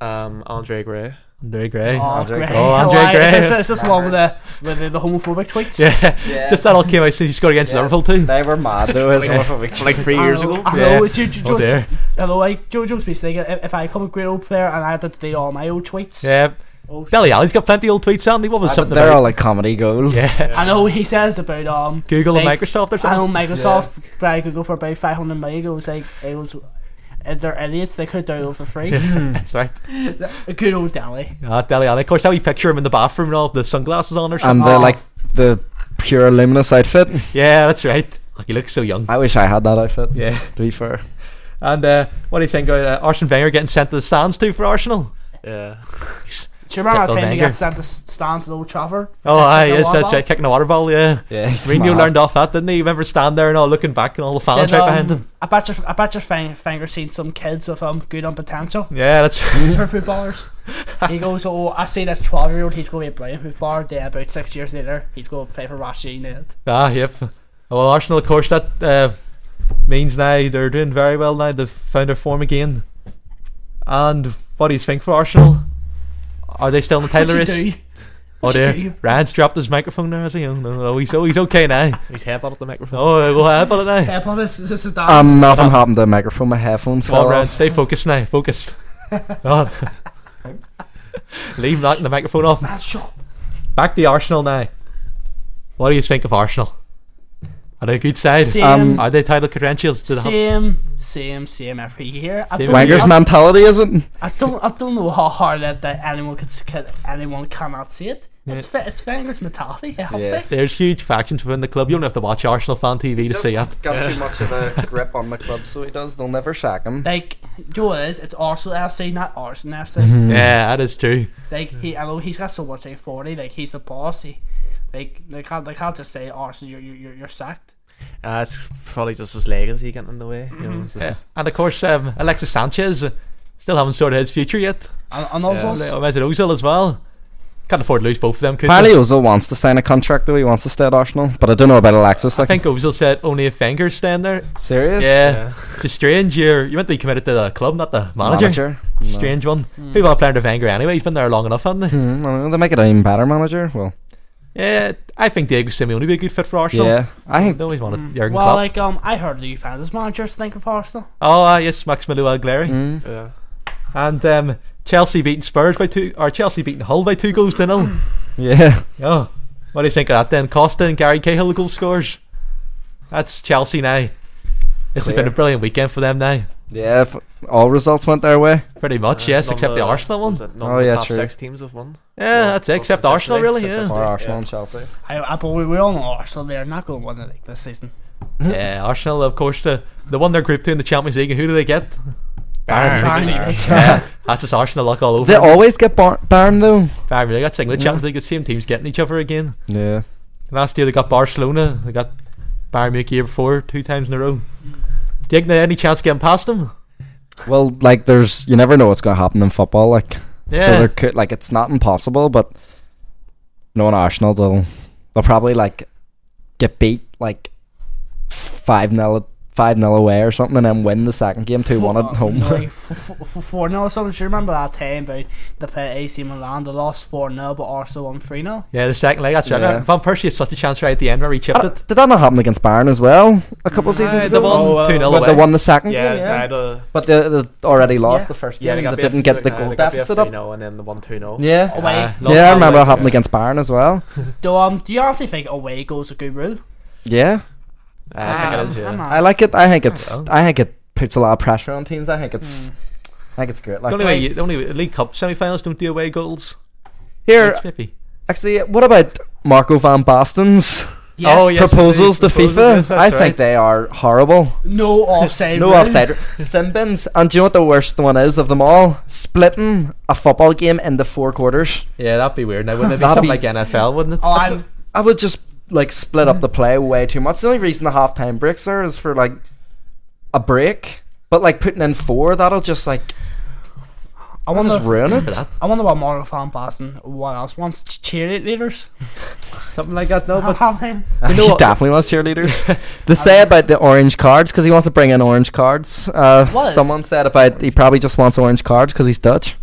Um, Andre Gray.
Andre Gray.
Oh,
Andre
Gray.
Gray. Oh, Andre
I- It's,
Gray.
it's, it's this one with the, with the, the homophobic tweets.
Yeah. [laughs]
Yeah.
Just that all came out since he scored against
Yeah.
Liverpool too.
They were mad though. as well.
[laughs] Like three years ago.
I
Yeah.
know, do, do, do,
Oh dear.
hello, I, Joe Jones be saying if, if I become a great old player and I had to delete all my old tweets.
Yeah.
Oh, sh-
Billy Allen's got plenty of old tweets on. He what was something
Uh, They're
about
all like comedy gold. [laughs]
yeah.
I know he says about um
Google and
like,
Microsoft or
I know
something.
Microsoft buy Google for about five hundred million. It was like it was. uh, They're idiots. They could download for free.
That's right.
A good old Dally.
Ah, Billy Allen. Of course, now we picture him in the bathroom and all the sunglasses on or something.
And the
Oh.
like the pure luminous outfit.
yeah, that's right. Oh, he looks so young.
I wish I had that outfit.
Yeah.
To be fair.
And uh, what do you think about uh, Arsene Wenger getting sent to the stands too for Arsenal?
Yeah.
Do you remember that
Typical
time he
Wenger.
got sent to s- stands at Old Trafford?
Oh, aye,
Kicking a
yes,
water
that's
bottle?
right. Kicking a water ball, yeah.
Yeah. He's
Mourinho
mad.
learned off that, didn't he? You remember standing there and all looking back and all the fans
Then,
right
um,
behind him?
I bet your I bet your fang, finger seen some kids with um good on potential.
[laughs] Yeah, that's
for footballers. he goes, oh, I see this 12 year old, he's going to be a brilliant footballer. Then about six years later, he's going to play for Russia United.
Ah, yep. Well, Arsenal, of course, that uh, means now they're doing very well now. They've found their form again. And what do you think for Arsenal? Are they still in the title
What'd
race?
you
Oh
you
dear.
do?
Ryan's dropped his microphone now, has he? Oh, no, no, he's, oh, he's okay now.
He's headbutt at the microphone.
Oh, we'll have it now.
Yeah, but this, this is that.
Um, nothing happened to the microphone. My headphones
Come
fell
on, Ryan,
off.
stay focused now. Focused. God. Leave knocking the microphone off.
Bad shot.
Back to Arsenal now. What do you think of Arsenal? Are they a good side?
Same,
Um,
Are they title credentials? Do they have-
same, same, same every year. I
Same
don't,
Wenger's
I,
mentality isn't.
I don't, I don't know how hard that, that anyone could, s- could, anyone cannot see it. It's fa- it's Wenger's mentality. I have to say.
There's huge factions within the club. You don't have to watch Arsenal fan TV to see it.
got too much of a grip on the club, so he does. They'll never sack him.
Like, do you know what it is? It's Arsenal FC, not Arsenal FC.
Mm-hmm.
Yeah, that is true.
Like he, I know he's got so much authority. Like he's the boss. He, like they can't, they can't just say, "Arsenal, you're, you're, you're- you're sacked."
Uh, it's probably just his legacy getting in the way. You know, it's just-
Yeah. And of course, um, Alexis Sanchez uh, still haven't sorted his future yet.
And, and also,
And uh, Mesut Ozil as well. Can't afford to lose both of them. Could
Apparently
they?
Ozil wants to sign a contract though. He wants to stay at Arsenal, but I don't know about Alexis. I,
I think Ozil said only if Wenger's staying there.
serious.
Yeah, it's a strange year. You meant to be committed to the club, not the manager.
Manager.
Strange one. Who want to play under Wenger anyway? He's been there long enough, hasn't he?
Mm, I don't know, they make it an even better manager. Well,
Yeah, I think Diego Simeone would be a good fit for Arsenal.
yeah, I think
They always wanted Jurgen
well,
Klopp.
like um, I heard the youth fans managers think of Arsenal.
oh, uh, yes, Maximiliano Aguilera.
hmm,
yeah.
And um, Chelsea beating Spurs by two, or Chelsea beating Hull by two goals to
Hmm.
nil.
yeah.
Oh, what do you think of that then? Costa and Gary Cahill the goal scorers. That's Chelsea now. This has been a
Clear.
brilliant weekend for them now.
Yeah, if all results went their way.
Pretty
Uh,
much, yes, except the, Arsenal one.
ones. None
Oh,
of the
yeah,
top
true.
six teams have won.
Yeah, that's it, except
Except
Arsenal, really.
yesterday,
Yeah.
except
Or Arsenal and Chelsea.
I, I but we, we all know Arsenal. They are not going to win the league this season.
yeah, Eh, Arsenal, of course, the, they won their group two in the Champions League. And who do they get? Bayern
Bayern.
Munich.
Apparently,
[laughs]
Yeah, that's just Arsenal luck all over.
They always get bar- Bayern though.
Bayern Munich, that's the thing. The Champions League, the same teams getting each other again.
Yeah.
Last year they got Barcelona, they got Bayern Munich year before, two times in a row. Digna, any chance of getting past them?
Well, like there's you never know what's gonna happen in football, like so
Yeah.
there could like it's not impossible, but no in Arsenal they'll they'll probably like get beat like five nil five nil away or something and then win the second game two one at home.
[laughs] Like, f- f- f- 4 0 or something. Do you remember that time about the play AC Milan? They lost 4 0, but Arsenal won 3 0.
yeah, the second leg. That's
Yeah.
it. Van Persie had such a chance right at the end where he chipped
Uh,
it.
Did that not happen against Bayern as well? A couple of Uh, seasons
Aye,
ago,
they
Oh,
won
well.
two 0
but they
away.
won the second
Yeah,
game.
it's
Yeah.
either-
But they, they already lost
Yeah.
the first game.
yeah, they got
they
beat a
didn't get the
three- uh,
goal
they got beat a
deficit
three
up.
nil and then the one two nil.
Yeah,
Away.
Ah, lost
yeah, I
that
remember
leg,
it happened
yeah.
against Bayern as well.
Do, um, do you honestly think away goes a good rule?
Yeah,
Uh, I think it is,
Ah.
I'm
yeah.
not-
I like it. I think it's.
know.
I think it puts a lot of pressure on teams. I think
Mm.
it's. I think it's great.
The
Like
only way, you- the only way, League Cup semi-finals don't do away goals.
here,
It's nippy.
actually, what about Marco van Basten's
Yes.
Oh, yeah. yes,
proposals to
the proposals,
FIFA?
yes, that's
I think
right.
they are horrible.
No offside.
No
rule. [laughs]
offside. Simbins, and do you know what the worst one is of them all? Splitting a football game into four quarters.
Yeah, that'd be weird. Now wouldn't it be
That'd
something
be-
like NFL, wouldn't it?
Oh, I'm,
I would just like split up the play way too much. The only reason the halftime breaks there is for like a break, but like putting in four, that'll just like
I
that'll just
wonder.
ruin
For
it.
that.
I wonder what Morgan Van Basten. What else wants cheerleaders?
Something like that. No,
Have
but
have them.
you know
[laughs] he
what?
definitely
[laughs]
wants cheerleaders. they say about the orange cards because he wants to bring in orange cards. Uh,
What is-
someone said about he probably just wants orange cards because he's Dutch.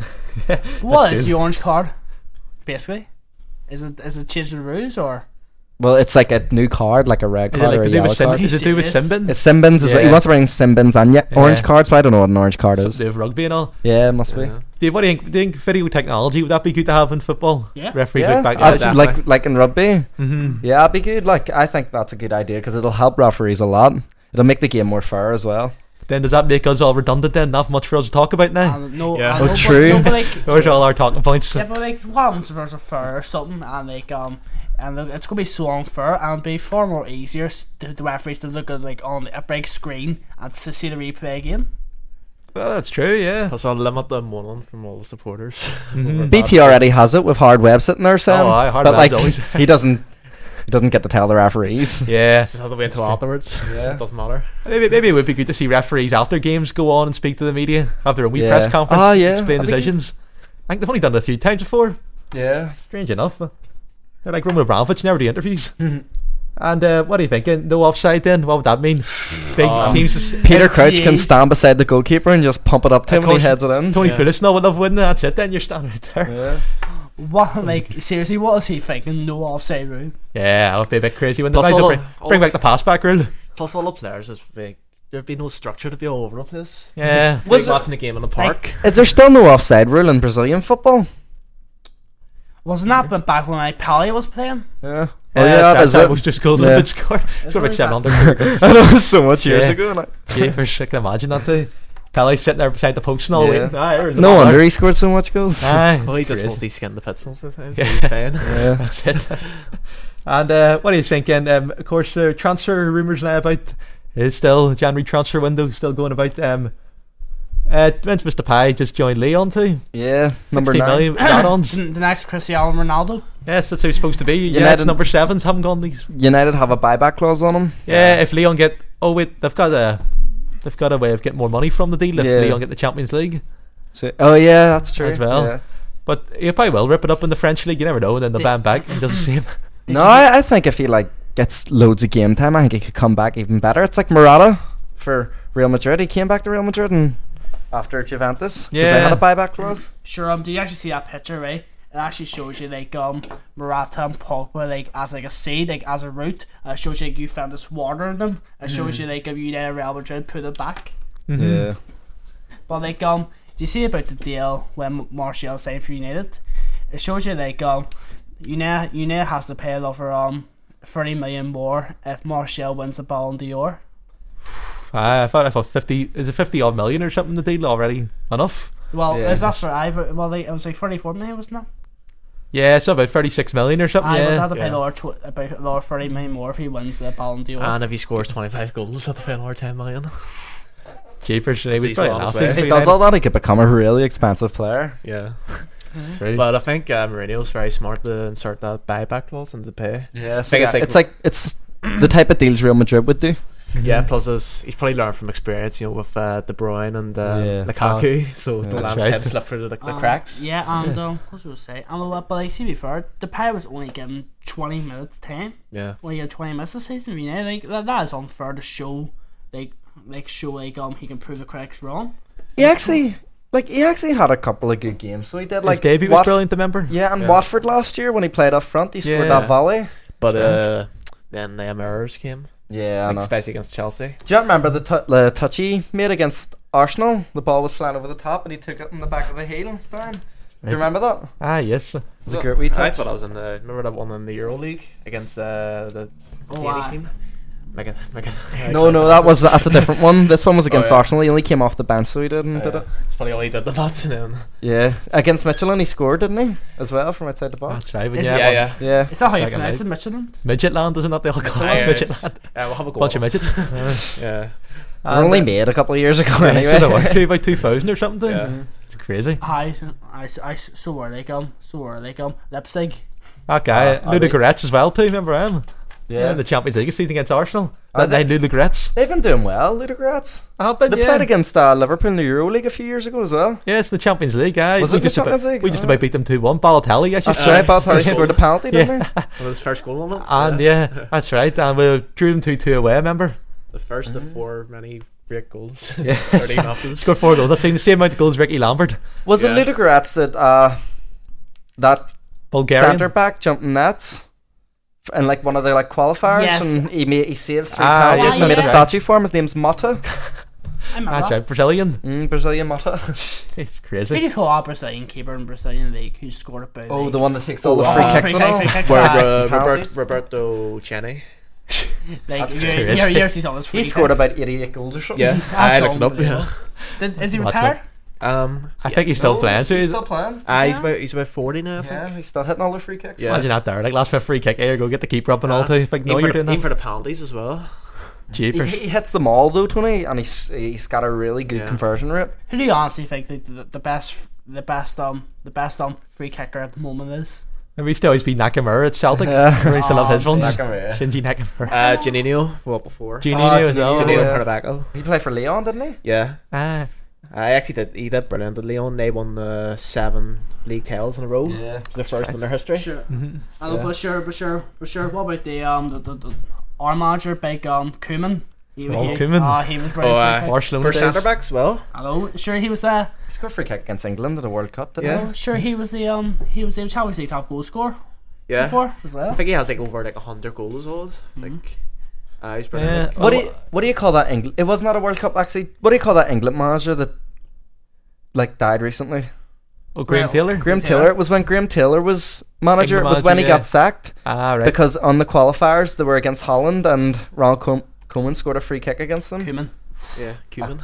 What
good.
is the orange card? Basically, is it is it changing the rules or?
Well, it's like a new card, like a red
Is
card
it like
or
to
a
do with
yellow
Simbin?
card.
Is it to do with
Are you
Simbin?
[laughs] It's Simbins as well. He
Yeah.
wants to bring Simbins and yeah, orange
Yeah.
cards, but I don't know what an orange card
Something
is.
to do with rugby and all.
Yeah, it must be.
Yeah.
Dave, what do you think? Do you think video technology would that be good to have in football?
Yeah.
Referees
Yeah,
look back.
I'd-
at it.
definitely.
like like in rugby.
Mhm.
Yeah, it'd be good. Like I think that's a good idea because it'll help referees a lot. It'll make the game more fair as well.
Then does that make us all redundant? Then not much for us to talk about now.
And no,
Yeah.
and
Oh,
nobody-
true.
nobody c-
[laughs]
Where's all our talking points?
Um, Yeah, but like, what happens if there's a fur or something, and like, um, and look, it's gonna be so unfair, and it'll be far more easier s- to the referees to look at like on a big screen and to see the replay again.
[laughs] Well, that's true. Yeah.
Plus, I'll limit them one on from all the supporters. [laughs]
BT already has it with hard web sitting there, Sam.
Oh, aye, hard
but
web's
like
always-
[laughs] he doesn't he doesn't get to tell the referees.
Yeah.
Just have to wait until afterwards.
Yeah.
it doesn't matter.
Maybe, maybe it would be good to see referees after games go on and speak to the media, have their own wee
Yeah.
press conference,
Ah, yeah,
explain
that'd be
decisions. I think they've only done it a few times before.
Yeah.
Strange enough. They're like Roman Abramovich, never do
[laughs]
interviews. and uh, what do you think? Uh, No offside then? What would that mean? Big
Um,
teams. Just,
Peter Crouch can
Jeez.
stand beside the goalkeeper and just pump it up to him when he
course.
heads it in.
Mm-hmm. Tony
Yeah.
Pulis now would love winning. That's it then. You're standing right there.
Yeah.
What
Hmm.
like seriously, what is he thinking? No offside rule.
Yeah, that would be a bit crazy. When the
Plus
guys
all
bring,
the- all
bring
the-
back the pass back rule.
Plus, all the players is big. There'd be no structure to be all over the place.
Yeah.
Was
Was it-
watching a game in the park.
Is there still no offside rule in Brazilian football?
Wasn't
Hmm.
that but back when I Pally was playing?
Yeah.
Oh,
yeah, that is
that
it.
was
[laughs]
just goals
Yeah.
yeah. and score. Sort of like
always
seven
that.
under.
[laughs] I know it was so much years
Yeah.
ago. and I-
Jeepers, I can imagine that. The Pele sitting there beside the post and all
Yeah.
waiting. Aye, there's
No
another.
wonder he scored so much goals.
Aye,
Well, he
it's
just
crazy.
wants to skin the pits most of the time. So
Yeah.
he's fine.
Yeah.
That's it. [laughs] and uh, what are you thinking? Um, of course, uh, transfer rumours now about is still January transfer window still going about. Um, uh, when's Mr. Pye just joined Leon too?
Yeah. Number
16
nine.
million add-ons. [laughs]
[coughs]
The the next Cristiano Ronaldo.
yes, that's who he's supposed to be. Yeah,
United-
it's number sevens haven't gone these.
United have a buyback clause on him.
Yeah, if Leon get oh wait, they've got a they've got a way of getting more money from the deal if
Yeah.
Leon get the Champions League.
So, oh yeah, that's true.
As well.
Yeah.
But he probably will rip it up in the French league. You never know. And then they'll ban back. He doesn't seem. [laughs]
No, I, I think if he like gets loads of game time, I think he could come back even better. It's like Morata for Real Madrid. He came back to Real Madrid and after Juventus, 'cause they had
Yeah.
a buyback clause.
Sure, um, do you actually see that picture, right? It actually shows you like um Morata and Pogba like as like a seed, like as a root. Uh, it shows you like you found this water in them. It shows you like if you then Real Madrid put it back.
Mm-hmm.
Yeah.
But like um, do you see about the deal when Martial signed for United? It shows you like um, United United has to pay over um thirty million more if Martial wins the Ballon d'Or.
Ah, I thought I thought fifty is it fifty odd million or something the deal already enough.
Well,
Yeah,
is that
that's-
for I? Well, like, it was like thirty-four million, wasn't it?
Yeah, so about thirty six million or something.
I would
yeah.
have to pay
Yeah.
lower tw- about lower thirty million more if he wins the Ballon d'Or.
[laughs] And if he scores 25 goals at the final, or 10 million.
cheaper should we
He's
try
on his
last
way.
thing
If
for
he does
United.
all that, he could become a really expensive player.
Yeah.
Right.
But I think uh, Mourinho's very smart to insert that buyback clause into the pay.
Yeah,
think it's like-
it's like it's the type of deals Real Madrid would do.
Yeah, plus there's- he's probably learned from experience, you know, with uh, De Bruyne and uh,
Yeah.
Lukaku. [laughs] so
Yeah.
don't
That's
let his head
right.
slip through the, the
Um,
cracks.
Yeah, and um, what was I gonna say? And uh, but like, see before, Depay was only given 20 minutes time.
Yeah.
Only got 20 minutes this season. You know, like that, that is unfair to show, like, like show like um he can prove the critics wrong.
He actually, like, he actually had a couple of good games. So he did like
His debut was
Watf-
brilliant, remember?
Yeah, and
Yeah.
Watford last year when he played up front, he scored
Yeah.
that volley.
But uh, then the errors came,
Yeah, I
like,
know.
especially against Chelsea.
Do you remember the, tou- the touch he made against Arsenal? The ball was flying over the top, and he took it in the back of the heel. Darn. Do you remember that? It
Ah, yes.
was a great wee
I
touch.
thought I was in the. Remember that one in the Euro League against uh, the
Oh,
Danish
aye.
team? Megan, Megan.
No, no, that was
[laughs]
that's a different one. This one was against
Oh, yeah.
Arsenal. He only came off the bench, so he didn't. Did
Uh,
it?
it's funny all he did the match and then.
Yeah, against Michelin, he scored, didn't he? As well from outside the box.
That's right. but
Is-
Yeah,
yeah,
well,
yeah.
[laughs] Yeah.
Is that how you
Second
pronounce it, Michelin?
Midgetland, isn't that they all call
Aye,
[laughs]
aye.
it? Midgetland.
Uh, we'll have a go.
Bunch of midgets.
Yeah.
They were only made a couple of years ago
[laughs] Yeah,
anyway.
so they
[laughs]
were, about 2000 or something.
Yeah.
It's crazy.
I, I, I, so are they come, so are they come. Leipzig.
That guy,
Uh,
Ludo
Ali.
Goretz as well too, remember him? Yeah. in the Champions League season against Arsenal. That
they-
day Ludo Goretz
They've been doing well, Ludogorets.
happened,
They
yeah.
played against uh, Liverpool in the EuroLeague a few years ago as well.
Yes, in the Champions League, aye.
Was
we
it the
just
Champions
about,
League?
We just
Ah.
about beat them 2 1. Balotelli, I should
That's
say.
right, Balthazar
it's-
scored a penalty, didn't he?
That was his first goal on it.
And yeah, that's right. And we drew them 2 2 away, remember?
The first of four many great goals. [laughs]
Yeah.
30 matches. [laughs]
Scored four goals. I've seen the same amount of goals as Ricky Lambert.
Was
Yeah.
it Ludogorets that uh, that
Bulgarian.
centre back jumping nets f- in like one of the like qualifiers
Yes.
and he made he saved three
Ah,
penalties
yes,
and they made
that's
a
right.
statue for him. His name's Mata.
I remember.
That's right, Brazilian.
Mm, Brazilian Mata. [laughs]
It's
Who do
crazy.
you call a Brazilian keeper in Brazilian league who scored a bow?
Oh,
league?
the one that takes all the
Oh,
free
wow.
kicks
Free
and all.
kick, free kicks,
Where-
aye.
Uh, Robert,
Penalties?
Roberto Ceni.
Like,
That's
you- you-
crazy.
you- he's on his free
He scored
kicks.
about 88 goals or something.
I
That's
looked it up. Yeah.
Did, is he
That's
retired?
Um,
I think he's still
No,
playing.
he's-
So
He's
he's,
still playing.
ah, he's about he's about forty now. I think.
Yeah, he's still hitting all the free kicks.
Yeah.
Imagine that there. Like, last for a free kick. Here you go, get the keeper up and all
Ah.
too. It's Like, no,
Even
you're
for the,
doing
even
that.
for the penalties as well.
He,
Jeepers.
he hits them all though, Tony, and he's he's got a really good
Yeah.
conversion rate.
Who do you honestly think the, the, the best, the best um, the best um free kicker at the moment is?
And we still always beat Nakamura at Celtic.
Yeah. Oh,
We still love his ones.
Nakamura.
Shinji Nakamura.
Uh, Janino, well before.
Gino
Ah,
as well.
Janino.
Janino
yeah.
Parabacco.
He played for Leon, didn't he?
Yeah,
Oh. Ah,
I actually did. He did brilliant. at Leon they won uh, seven league titles in a row.
Yeah.
It was the first in their history.
Sure.
Mm-hmm.
I know, but sure, but sure, but sure. What about the um the, the, the our manager, big um Koeman? He,
Oh,
he,
Koeman.
Ah, he was great.
Oh,
free
aye.
kicks.
Barcelona
For
days.
centre backs, well,
I know. Sure, he was there.
He scored a free kick against England in the World Cup, didn't
Yeah.
he?
Sure, he was the um he was the Champions League top goal scorer
yeah.
before as well.
I think he has like over like hundred goals. Old, like, uh, he's brilliant.
yeah.
Like,
What do you, what do you call that England? It was not a World Cup actually. What do you call that England manager that like died recently?
Oh, Graham
Well,
Taylor.
Graham
Yeah.
Taylor. It was when Graham Taylor was manager.
England
it was when he
manager, yeah.
got sacked
Ah, right.
because on the qualifiers they were against Holland and Ronald Com- Koeman scored a free kick against them.
Koeman.
yeah, Ah. Cuban.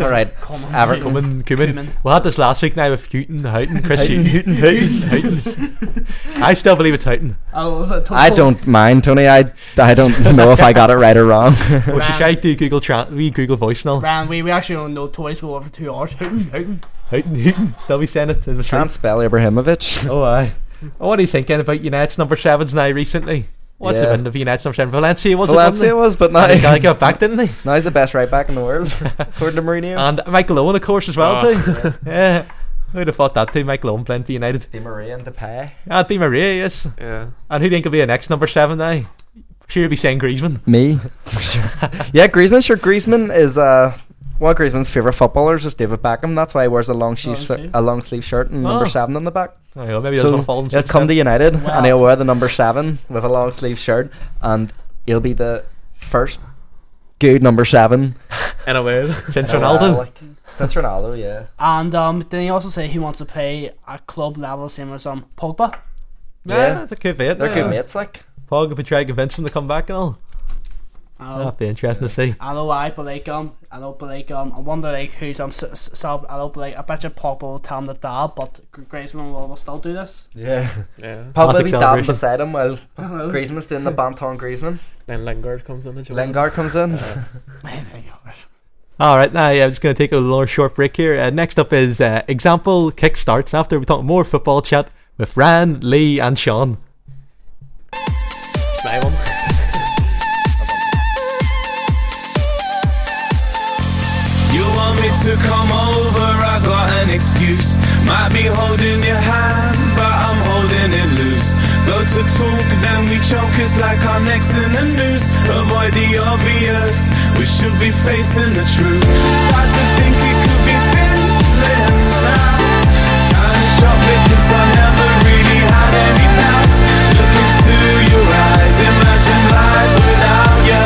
All right,
[laughs]
Coleman.
Everton.
Cumin, Cumin.
Cumin.
We had this last week now with Houghton, Houghton, Chris Houghton. Houghton, [laughs] Houghton, I still believe it's Houghton.
[laughs] Oh, [laughs]
I don't mind, Tony. I I don't [laughs] know if I got it right or [laughs] wrong.
Or should I do Google tra- we Google voice now?
Ran, we, we actually don't know toys go over two hours. Hooten, hooten.
Houghton, Houghton. Still be saying it in the
Can't
streets.
spell Ibrahimovic.
Oh, aye. Oh, what are you thinking about United's number sevens now recently? What's
Yeah.
the win of United's number seven? Valencia was
Valencia
it?
was, but now,
Valencia. Got got back, didn't they?
now he's the best right back in the [laughs] world, according to Mourinho.
And Michael Owen, of course, as well,
Ah.
too. Yeah. Who'd have thought that too? Michael Owen playing for United.
Di Maria and Depay.
Ah, Di Maria, yes.
[laughs] yeah.
And who do you think will be the next number seven now? Sure, you'll be saying Griezmann.
[laughs] Me? yeah, Griezmann. Sure, Griezmann is uh, one of Griezmann's favorite footballers is David Beckham. That's why he wears a long sleeve,
Long
si-
sleeve.
a long sleeve shirt and number
Oh.
seven on the back.
Oh, yeah, maybe that's
so
one falling
he'll come to United
Wow.
and he'll wear the number seven with a long sleeve shirt, and he'll be the first good number seven
And I win.
since
in a
Ronaldo.
while, like, since Ronaldo, yeah.
And um, then he also said he wants to play at club level, same as um Pogba.
Yeah, that could be it.
They're
yeah.
good mates, like.
Pog if we try to convince him to come back and all.
I know,
That'd be interesting to see.
I know why, but like um, I know, but like um, I wonder like who's um sub. S- sub- I know, but like I bet you Pogba will tell him to dab, but Gr- Griezmann will, will still do this.
Yeah.
Yeah.
Probably
Classic
be
celebration.
dabbing beside him while
Hello.
Griezmann's doing the Banton Griezmann.
Then Lingard comes in and joins.
Lingard comes in.
All right, now yeah, I'm just going to take a little short break here. Uh, next up is uh, example kickstarts. After we talk more football chat with Ran, Lee, and Sean.
My one.
Thank
to come over, I got an excuse. Might be holding your hand, but I'm holding it loose. Go to talk, then we choke, it's like our necks in the noose. Avoid the obvious, we should be facing the truth. Start to think it could be fizzling now. Kinda shocked because I never really had any doubts. Look into your eyes, imagine life without you.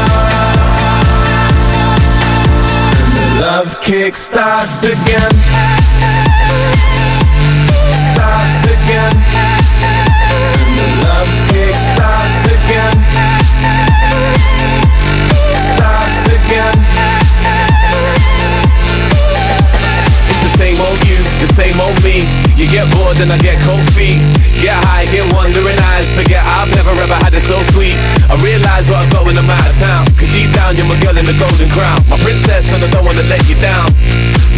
Love kick starts again. Starts again. And the love kick starts again. Starts again.
It's the same old you, the same old me. You get bored and I get cold feet. Get high, get wandering eyes. Forget I've never ever had it so sweet. I realize what I've got when I'm out of town. Cause deep down you're my girl in the golden crown. My princess and I don't wanna let you down.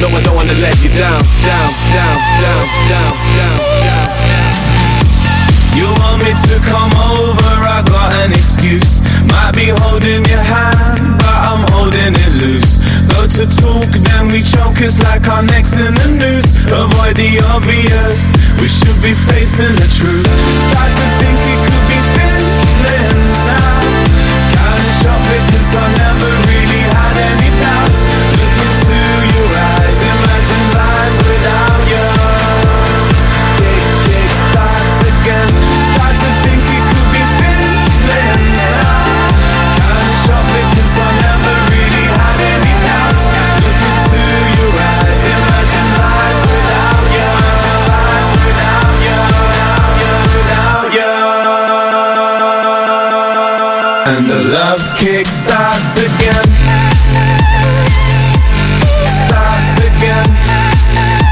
No, I don't wanna let you down. Down, down, down, down, down, down.
You want me to come over, I got an excuse. Might be holding your hand, but I'm holding it loose. Go to talk, then we choke, it's like our necks in the noose. Avoid the obvious, we should be facing the truth. Start to think it could be fizzling now. Kinda shocked because I never really had any doubts. Look into your eyes, imagine life without you kick, kick starts again. Start to think it could be fizzling now. Kinda shocked because I never really had any doubts. Look into your eyes, imagine lies without you, imagine lies without you, without you, without you. And the love kick starts again. Starts again.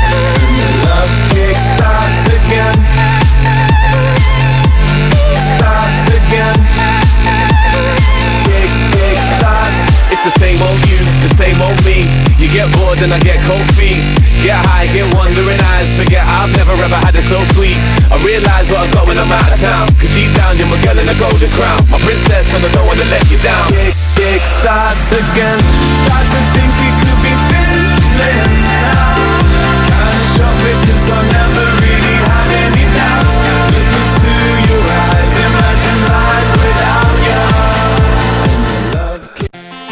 And the love kick starts again. Starts again. Kick, kick starts.
It's the same old you, the same old me. You get bored and I get cold feet. Get high, get wandering eyes. Forget I've never ever had it so sweet. I realize what I've got when I'm out of town. Cause deep down you're my girl in a golden crown. My princess and I don't wanna let you down.
Kick, kick starts again. Start to think it could be fizzling now. Kinda shocked because I never really had any doubts. Look into your eyes, imagine lies without you. Love kick.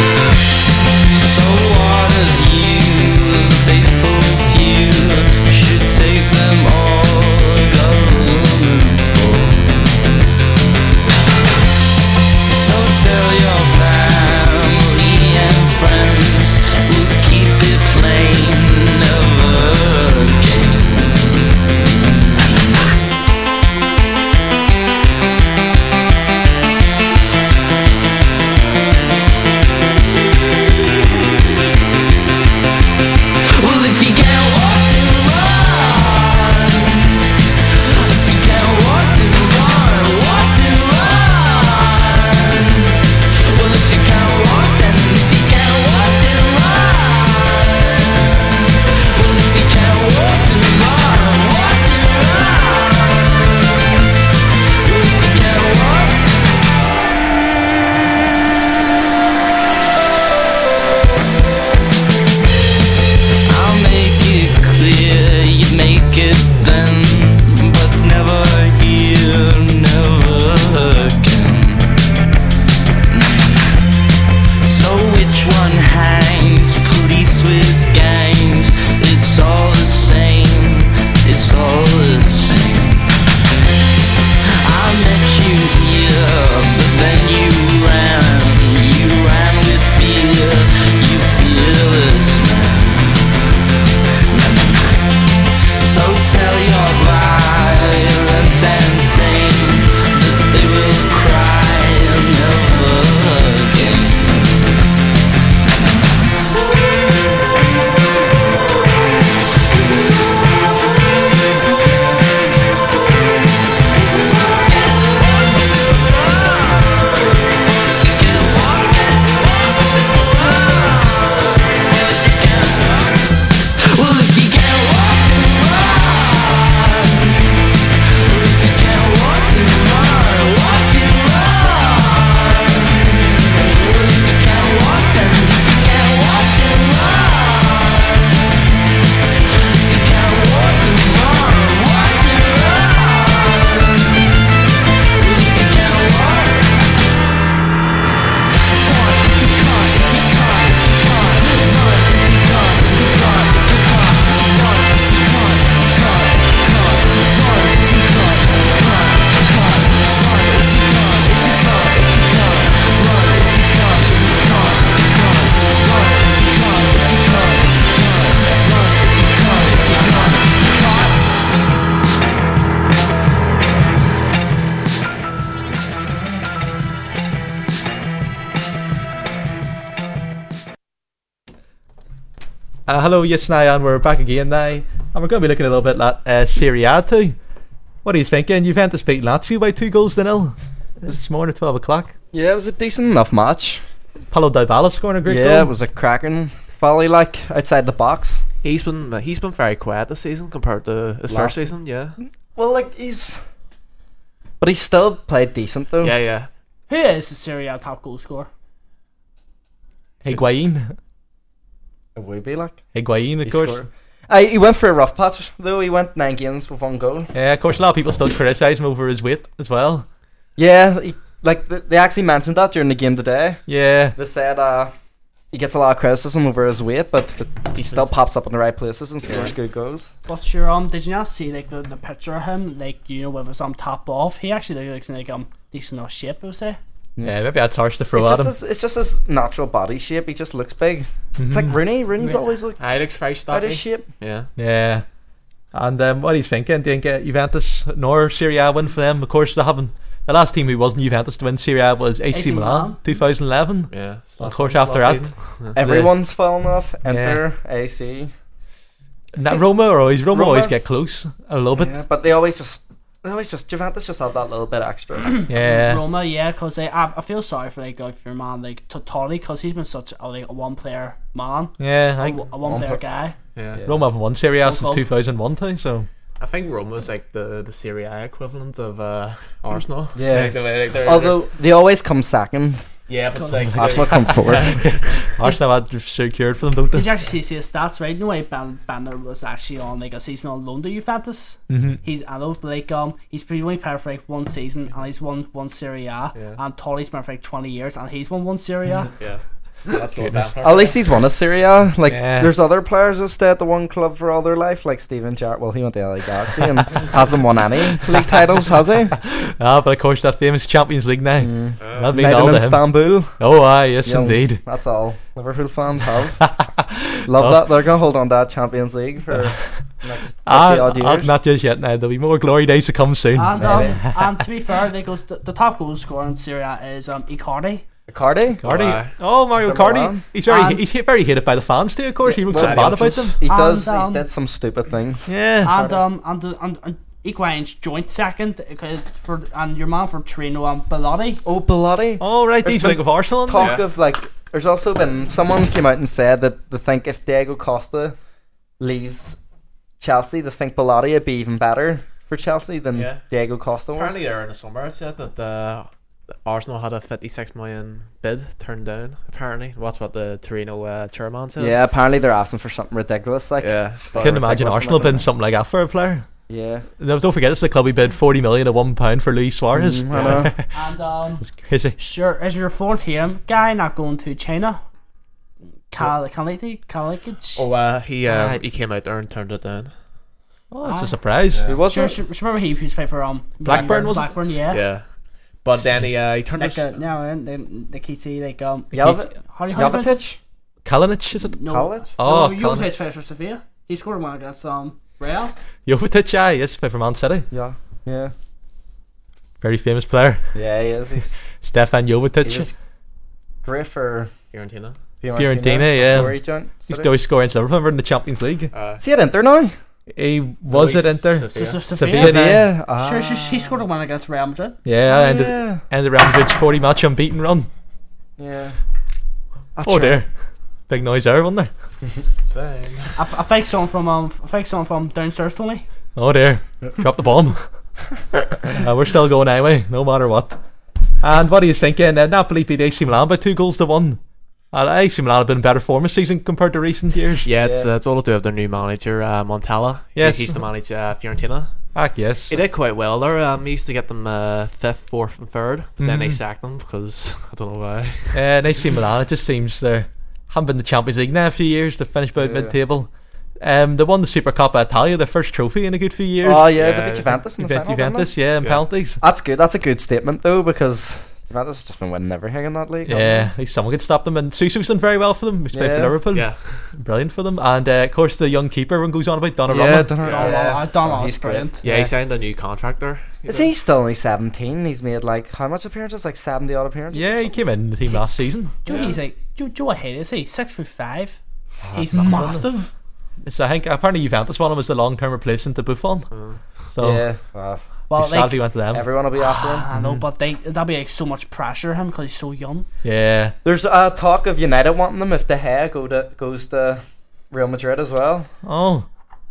So what of you, the faithful few should take them all, go
Uh, hello, yes, now, and we're back again now. And we're going to be looking a little bit at uh, Serie A too. What are you thinking? Juventus beat Lazio by two goals to nil this morning at 12 o'clock.
[laughs] Yeah, it was a decent enough match.
Paulo Dybala scoring a great
yeah,
goal.
it was a cracking volley, like outside the box.
He's been he's been very quiet this season compared to his
Last
first season. Yeah.
Well, like he's, but he still played decent though.
Yeah, yeah.
Who is the Serie A top goal scorer?
[laughs] Higuain.
it would be like.
Higuain, of course.
I, he went for a rough patch though. He went nine games with one goal.
Yeah, of course, a lot of people still criticise him over his weight as well.
Yeah, he, like th- they actually mentioned that during the game today.
Yeah,
They said uh, he gets a lot of criticism over his weight, but th- he still pops up in the right places and scores good goals.
What's your um? Did you not see like the, the picture of him? Like you know, with his on top off, he actually looks like um decent enough shape. I would say.
yeah, maybe that's harsh to throw
It's
at
just,
him.
his, it's just his natural body shape. He just looks big. It's like Rooney. Rooney's always looked
I looks very
out of shape.
Yeah.
Yeah. And um, what he's thinking, didn't get Juventus nor Serie A win for them. Of course, they haven't. The last team who wasn't Juventus to win Serie A was AC,
AC
Milan,
Milan.
2011.
Yeah.
Of course, after that,
Everyone's fallen off. Enter AC.
na- Roma or always Roma,
Roma.
always get close a little bit.
Yeah, but they always just they always just Juventus just have that little bit [clears throat] extra.
Yeah,
Roma, yeah, because I, I feel sorry for like uh, for your man like Totali because he's been such a, like a one player man,
yeah. I
a,
think
one player guy.
Yeah.
Roma haven't won Serie A since
Roma.
2001, too. So
I think Roma's like the the Serie A equivalent of uh, Arsenal.
Yeah.
[laughs] Like, they're- like, they're-
Although they always come second.
yeah, but like
Arsenal come [laughs] fourth.
Arsenal had secured for them, don't
Did
they?
you actually see his stats? Right, no way. Ben Banner was actually on like a season on loan to Juventus. He's I know, but like um, he's pretty only played for like one season and he's won one Serie A. And Totali's been for like twenty years and he's won one Serie A.
yeah, that's what
Goodness.
that
At least he's won a Serie A. Like
Yeah.
there's other players who stay at the one club for all their life, like Steven Gerrard. Well, he went to LA Galaxy and hasn't won any league titles, has he?
Ah, but of course, that famous Champions League now.
Mm.
That'd mean all
Made in
to him.
Istanbul.
Oh, aye, yes,
Yeah,
indeed.
That's all Liverpool fans have. Love
Well-
that. They're gonna hold on to that Champions League for next 50
Ah,
odd
ah,
years.
not just yet now. There'll be more glory days to come soon.
And um, and to be fair, they goes the, the top goal scorer in Serie A is um Icardi.
Cardi?
Cardi.
Wow.
Oh, Mario
Number
Cardi.
one.
He's very
And-
he's hit- very hated by the fans too. Of course, he looks
Well,
so bad about them.
He
And,
does.
um,
he did some stupid things.
Yeah.
And um and the- and, and Higuain's joint second uh, for and your man for Torino and Bellotti.
Oh, Bellotti.
All right,
There's
these
been
think of Arsenal. aren't
Talk of like, there's also been someone came out and said that they think if Diego Costa leaves Chelsea, they think Bellotti would be even better for Chelsea than
Yeah.
Diego Costa was.
Apparently, there in the summer, it said that the Arsenal had a 56 million bid turned down. Apparently, that's what the Torino uh, chairman said.
Yeah, apparently they're asking for something ridiculous. Like,
yeah.
they? Couldn't
Or if they
imagine
wasn't
Arsenal
looking
bidding something like that for a player.
yeah,
No, don't forget, it's the club we bid 40 million at one pound for Luis Suarez.
Mm, I know.
And um
Crazy.
Sure, is your Florentine guy not going to China? Kal Kaliti Kalikic.
Oh, uh, he uh,
Aye.
he came out there and turned it down.
Oh, that's a surprise.
Who was
Sure,
it?
sure, sure, remember he used to play for um
Blackburn, was it?
Blackburn, yeah.
Yeah, but then he uh, he turned
Like
his
uh, now and then the KT like um
Jovetic?
how do you how do you pronounce-
Jovetic?
Kalinic, is it?
No,
Kalinic?
Oh,
no,
Kalinic.
Jovetic played for Sevilla. He scored one against um Real.
Jovetic, aye, yes, played for Man City.
Yeah. Yeah.
Very famous player.
Yeah, he is. He's,
Stefan Jovetic.
he was great for
Fiorentina.
Fiorentina, yeah.
before he joined
He's
City.
still scoring against Liverpool. Remember in the Champions League?
Uh,
Is he at Inter now?
He was at
Luis
Inter.
Sofia.
So, so
Sevilla.
Sevilla.
Yeah.
Sure, sure, he scored one against Real Madrid.
Yeah,
Ah,
ended,
yeah.
ended Real Madrid's 40 match unbeaten run.
Yeah.
oh, dear. Big noise there, wasn't there?
It's fine.
I, I think someone from um I think someone from downstairs told me.
Oh dear, drop the
[laughs]
bomb. Uh, we're still going anyway, no matter what. And what are you thinking? Uh, Napoli beat AC Milan by two goals to one. And AC Milan have been in better form this season compared to recent years.
Yeah, it's uh, it's all to do with their new manager uh, Montella.
Yes.
he, he's to manage uh, Fiorentina.
Ah, yes.
He did quite well there. Um, he used to get them uh, fifth, fourth, and third, but then they sacked them because [laughs] I don't know why.
Uh, and AC Milan, it just seems they haven't been in the Champions League now a few years. They finished about mid-table. Um, they won the Supercoppa Italia, their first trophy in a good few years.
Oh yeah,
Yeah,
they beat Juventus in the
Juventus,
final. didn't they?
Juventus, yeah, and
Yeah.
penalties.
That's good. That's a good statement though, because Juventus has just been winning everything in that league. haven't
Yeah, at least someone could stop them. And Susu's done very well for them. He's played for
Yeah.
Liverpool.
Yeah,
Brilliant for them. And uh, of course, the young keeper everyone goes on about
they?
Donnarumma.
yeah, Donnarumma.
Oh, well, I don't know.
He's
It's brilliant.
yeah, he signed a new contract there.
Is he still only seventeen? He's made like how much appearances? Like seventy odd appearances.
Yeah, he came in the team last season.
Do you know he's like do, do you know what height is he? Six foot five. He's massive.
So I think apparently Juventus won him as the long term replacement to Buffon. So um,
yeah.
well,
Well, like, ah,
sadly went to them.
Everyone will be after him.
[sighs]
I know, but they that'd be like so much pressure on him because he's so young.
yeah,
There's uh, talk of United wanting them if De Gea go to, goes to Real Madrid as well.
Oh,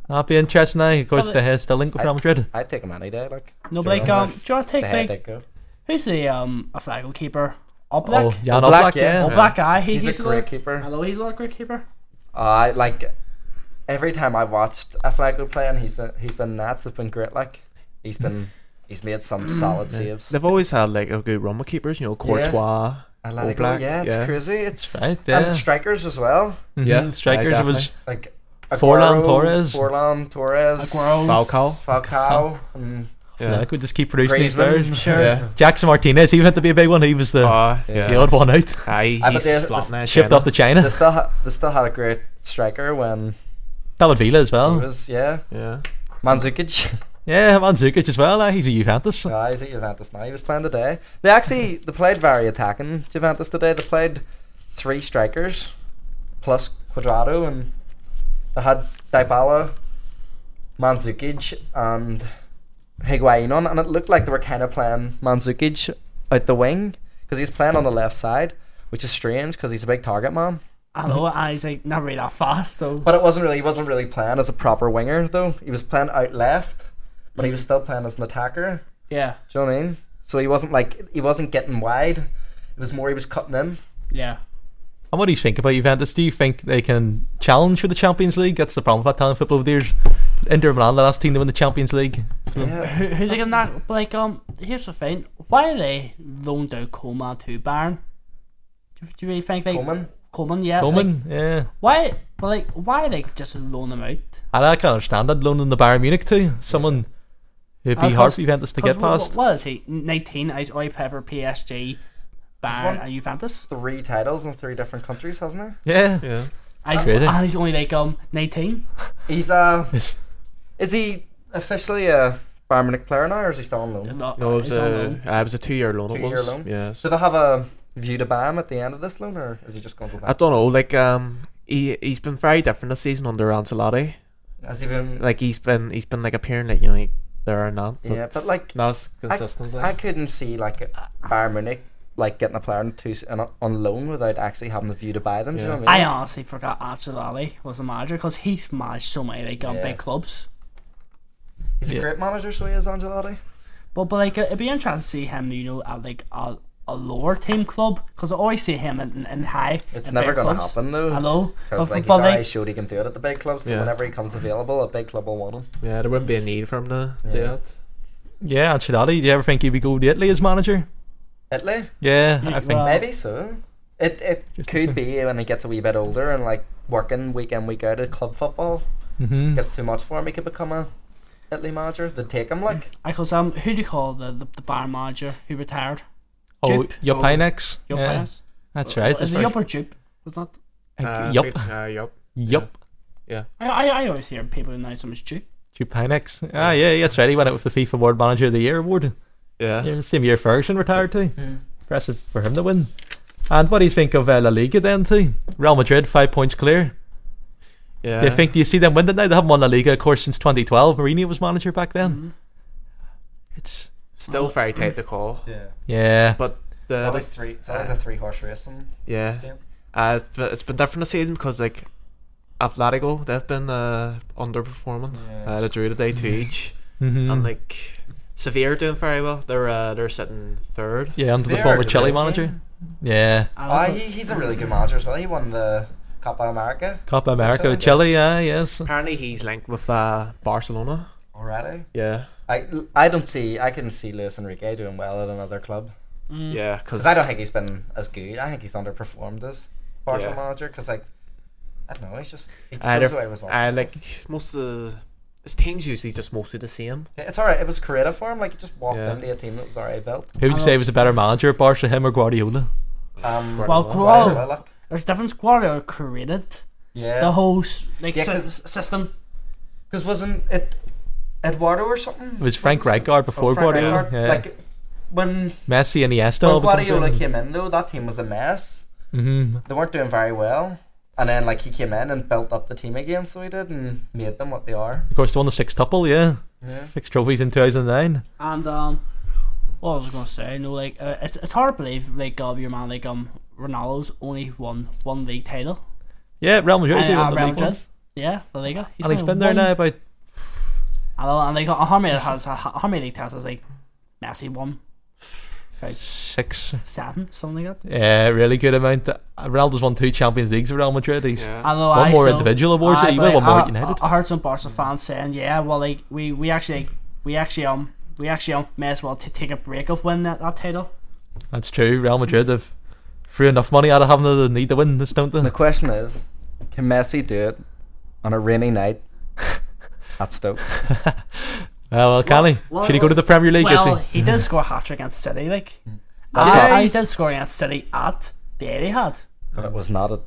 that'd be interesting. Now, of course,
Well,
the head's still linked with
I-
Real Madrid.
I'd take him any day. Like
No,
Do
but like
you know
um,
if
do you want to
De
take
Gea
like
did go.
who's the um a flag keeper?
Oh,
Oblak.
Jan
Oblak,
Oblak,
yeah.
yeah.
Oh, black eye. He,
He's, a great keeper.
keeper. Hello, he's not a great keeper.
I like every time I've watched Aflago play, and he's been he's been nuts. Have been great. Like he's been he's made some solid saves.
They've always had like a good run with keepers, you know, Courtois.
I let it go.
Oblak,
Yeah, it's
yeah.
crazy. It's
Right, yeah.
and strikers as well.
Mhm,
Yeah, aye,
strikers. it was
Like
Forlan
Aguero,
Torres.
Forlan Torres,
Aguero.
Falcao.
Falcao, and
yeah.
Yeah.
we just keep producing these
Griezmann.
players.
Sure.
Yeah.
Jackson Martinez, he had to be a big one. He was the,
Ah,
Yeah.
the
yeah.
odd one out.
Aye,
Ah, but
he's
they're-
flattening that
Shipped
shit
off to China.
they still ha- they still had a great striker when
David Villa as
he
well.
was yeah
Yeah.
Mandzukic. [laughs]
Yeah, Mandzukic as well. eh, he's a Juventus.
Uh, he's at Juventus now. He was playing today. They actually they played very attacking Juventus today. They played three strikers plus Quadrado, and they had Dybala, Mandzukic, and Higuain on. And it looked like they were kind of playing Mandzukic out the wing because he's playing on the left side, which is strange because he's a big target man.
Mm-hmm.
Hello, and he's like not really that fast. So
But it wasn't really he wasn't really playing as a proper winger though. He was playing out left, but he was still playing as an attacker.
yeah,
Do you know what I mean? So he wasn't like he wasn't getting wide. It was more he was cutting in.
yeah.
And what do you think about Juventus? Do you think they can challenge for the Champions League? That's the problem with Italian football over the years. Inter Milan, the last team to win the Champions League.
Yeah.
Who, who's like that? Like um, here's the thing. Why are they loaned out Coleman to Bayern? Do, do you really think they
Coleman.
Coleman, yeah. Like,
Coleman, yeah.
why? But like, why like just loan him out?
And I can understand that loaning the Bayern Munich too. Someone who'd be
Uh,
hard
'cause-
for Juventus to
'cause
get
wh- wh-
past.
what is he? Nineteen. He's already played for PSG,
won
Bayern, and Juventus.
Three titles in three different countries, hasn't
Yeah.
Yeah.
He's,
crazy.
and he's only like um nineteen.
he? He's uh
Yes.
is he officially a Bayern Munich player now or is he still on loan?
No,
No, it was
he's on
a,
loan.
uh, it was a two year loan. it
Two-year
was.
loan?
Yes.
Do they have a view to buy him at the end of this loan or is he just going to go
I
back?
don't know. Like um, he he's been very different this season under Ancelotti.
Has he been
Like he's been he's been like appearing like you know like, there or not.
Yeah, but, like,
not as
I,
consistent.
I couldn't see like a Bayern Munich like getting a player on, two, on, on loan without actually having the view to buy them. Do you know what I
I
mean?
honestly forgot Ancelotti was the manager because he's managed so many like um,
Yeah.
big clubs.
He's a
Yeah.
great manager, so he is Angelotti.
But but like it'd be interesting to see him, you know, at like a, a lower team club because I always see him in, in high.
It's
in
never
big
going to
clubs.
happen though.
I know, but,
Because like he's
but
already
like
showed he can do it at the big club, so
Yeah.
whenever he comes available, a big club will want him.
yeah, there wouldn't be a need for him to do
Yeah.
it.
Yeah, Ancelotti. Do you ever think he'd be going to Italy as manager?
Italy?
Yeah, I think.
well-
Maybe so. It it
Uh-huh. Just
could
to
be when he gets a wee bit older and like working week in week out at club football
hmm
gets too much for him. He could become a Italy manager. They take him like
because um, who do you call the the, the bar manager who retired?
Oh,
Jupp.
Jupp
Oh,
Heynckes.
Yup,
yeah,
yes.
That's right.
Is
that's
it
right.
Yup or Jupe? Was that?
I
Uh,
think- Yup.
Uh, yup.
Yup.
I, I I always hear people announce him as Jupe.
Jupp Heynckes. Ah, yeah, yeah, that's right. He went out with the FIFA World Manager of the Year award.
Yeah.
Yeah, same year Ferguson retired too. Impressive for him to win. And what do you think of uh, La Liga then too? Real Madrid five points clear.
Yeah.
Do you think do you see them win now? They haven't won La Liga, of course, since 2012. Mourinho was manager back then.
Mm-hmm.
It's
still very tight to call?
yeah.
yeah,
But the
It's always
the-
three. It's always a three horse race. In
Yeah.
this game.
Uh, it's been, it's been different this season because like Atletico they've been uh, underperforming.
Yeah.
Uh, they drew today to each,
Mhm.
and like Sevilla are doing very well. They're uh, they're sitting third.
yeah, under the
Severe
former Chile
defeat.
manager. Yeah,
Oh, he, he's a really good manager as well. He won the Copa America
Copa America with Chile.
Chile,
Yeah, yes.
Apparently he's linked with uh, Barcelona.
already.
Yeah,
I, I don't see I couldn't see Luis Enrique doing well at another club.
Mm. Mm-hmm.
yeah, uh, because
Because I don't think he's been as good. I think he's underperformed as Barca
Yeah.
manager. Because like, I don't know. He's just he just
I,
throws away results.
I
and
uh, like
stuff.
most of the his team's usually just mostly the same.
Yeah, it's all right. It was creative for him. Like he just walked
Yeah.
into a team that was already built.
Who would you
I
say
don't-
was a better manager, Barca, him or Guardiola?
Um,
Well,
Guardiola,
Guardiola.
Guardiola,
like,
there's a difference. Guardiola created the
yeah.
whole s- like
Yeah,
sys-
'cause-
system.
Because wasn't it Eduardo or something?
It was Frank Rijkaard before Guardiola.
Rijkaard?
Yeah.
Like when,
Messi and Iniesta.
when
all become
Guardiola
famous.
came in though, that team was a mess.
Mhm.
They weren't doing very well. And then like he came in and built up the team again, so he did, and made them what they are.
Of course, they won the sextuple, yeah.
Yeah.
Six trophies in 2009.
And um, what was I gonna say? No, like uh, it's it's hard to believe like uh, your man like um Ronaldo's only won one league title.
Yeah, Real Madrid. they
And,
won
uh,
the
Real
league
Madrid.
once.
Yeah, La Liga.
and he's
only
been there
won-
now about.
I know, and they got how many has how many league titles? Like Messi won, about
six,
seven, something like that.
Yeah, really good amount. Uh, Ronaldo's won two Champions Leagues with Real Madrid. He's
I know.
one
I
more
still-
individual awards.
Aye,
he
but,
will
like,
one more
I,
at United.
I, I heard some Barca fans saying, "Yeah, well, like we we actually we actually um we actually um, may as well t- take a break of winning that, that title."
That's true. Real Madrid have threw enough money out of having the need to win this, don't they?
The question is, can Messi do it on a
[laughs]
rainy night at Stoke?
Oh well, can he? Should he go to the Premier League?
Well, [laughs]
is [laughs]
he did score a hat trick against City. Like,
That's
I,
not-
I did score against City at Barry had.
Oh.
But it was not at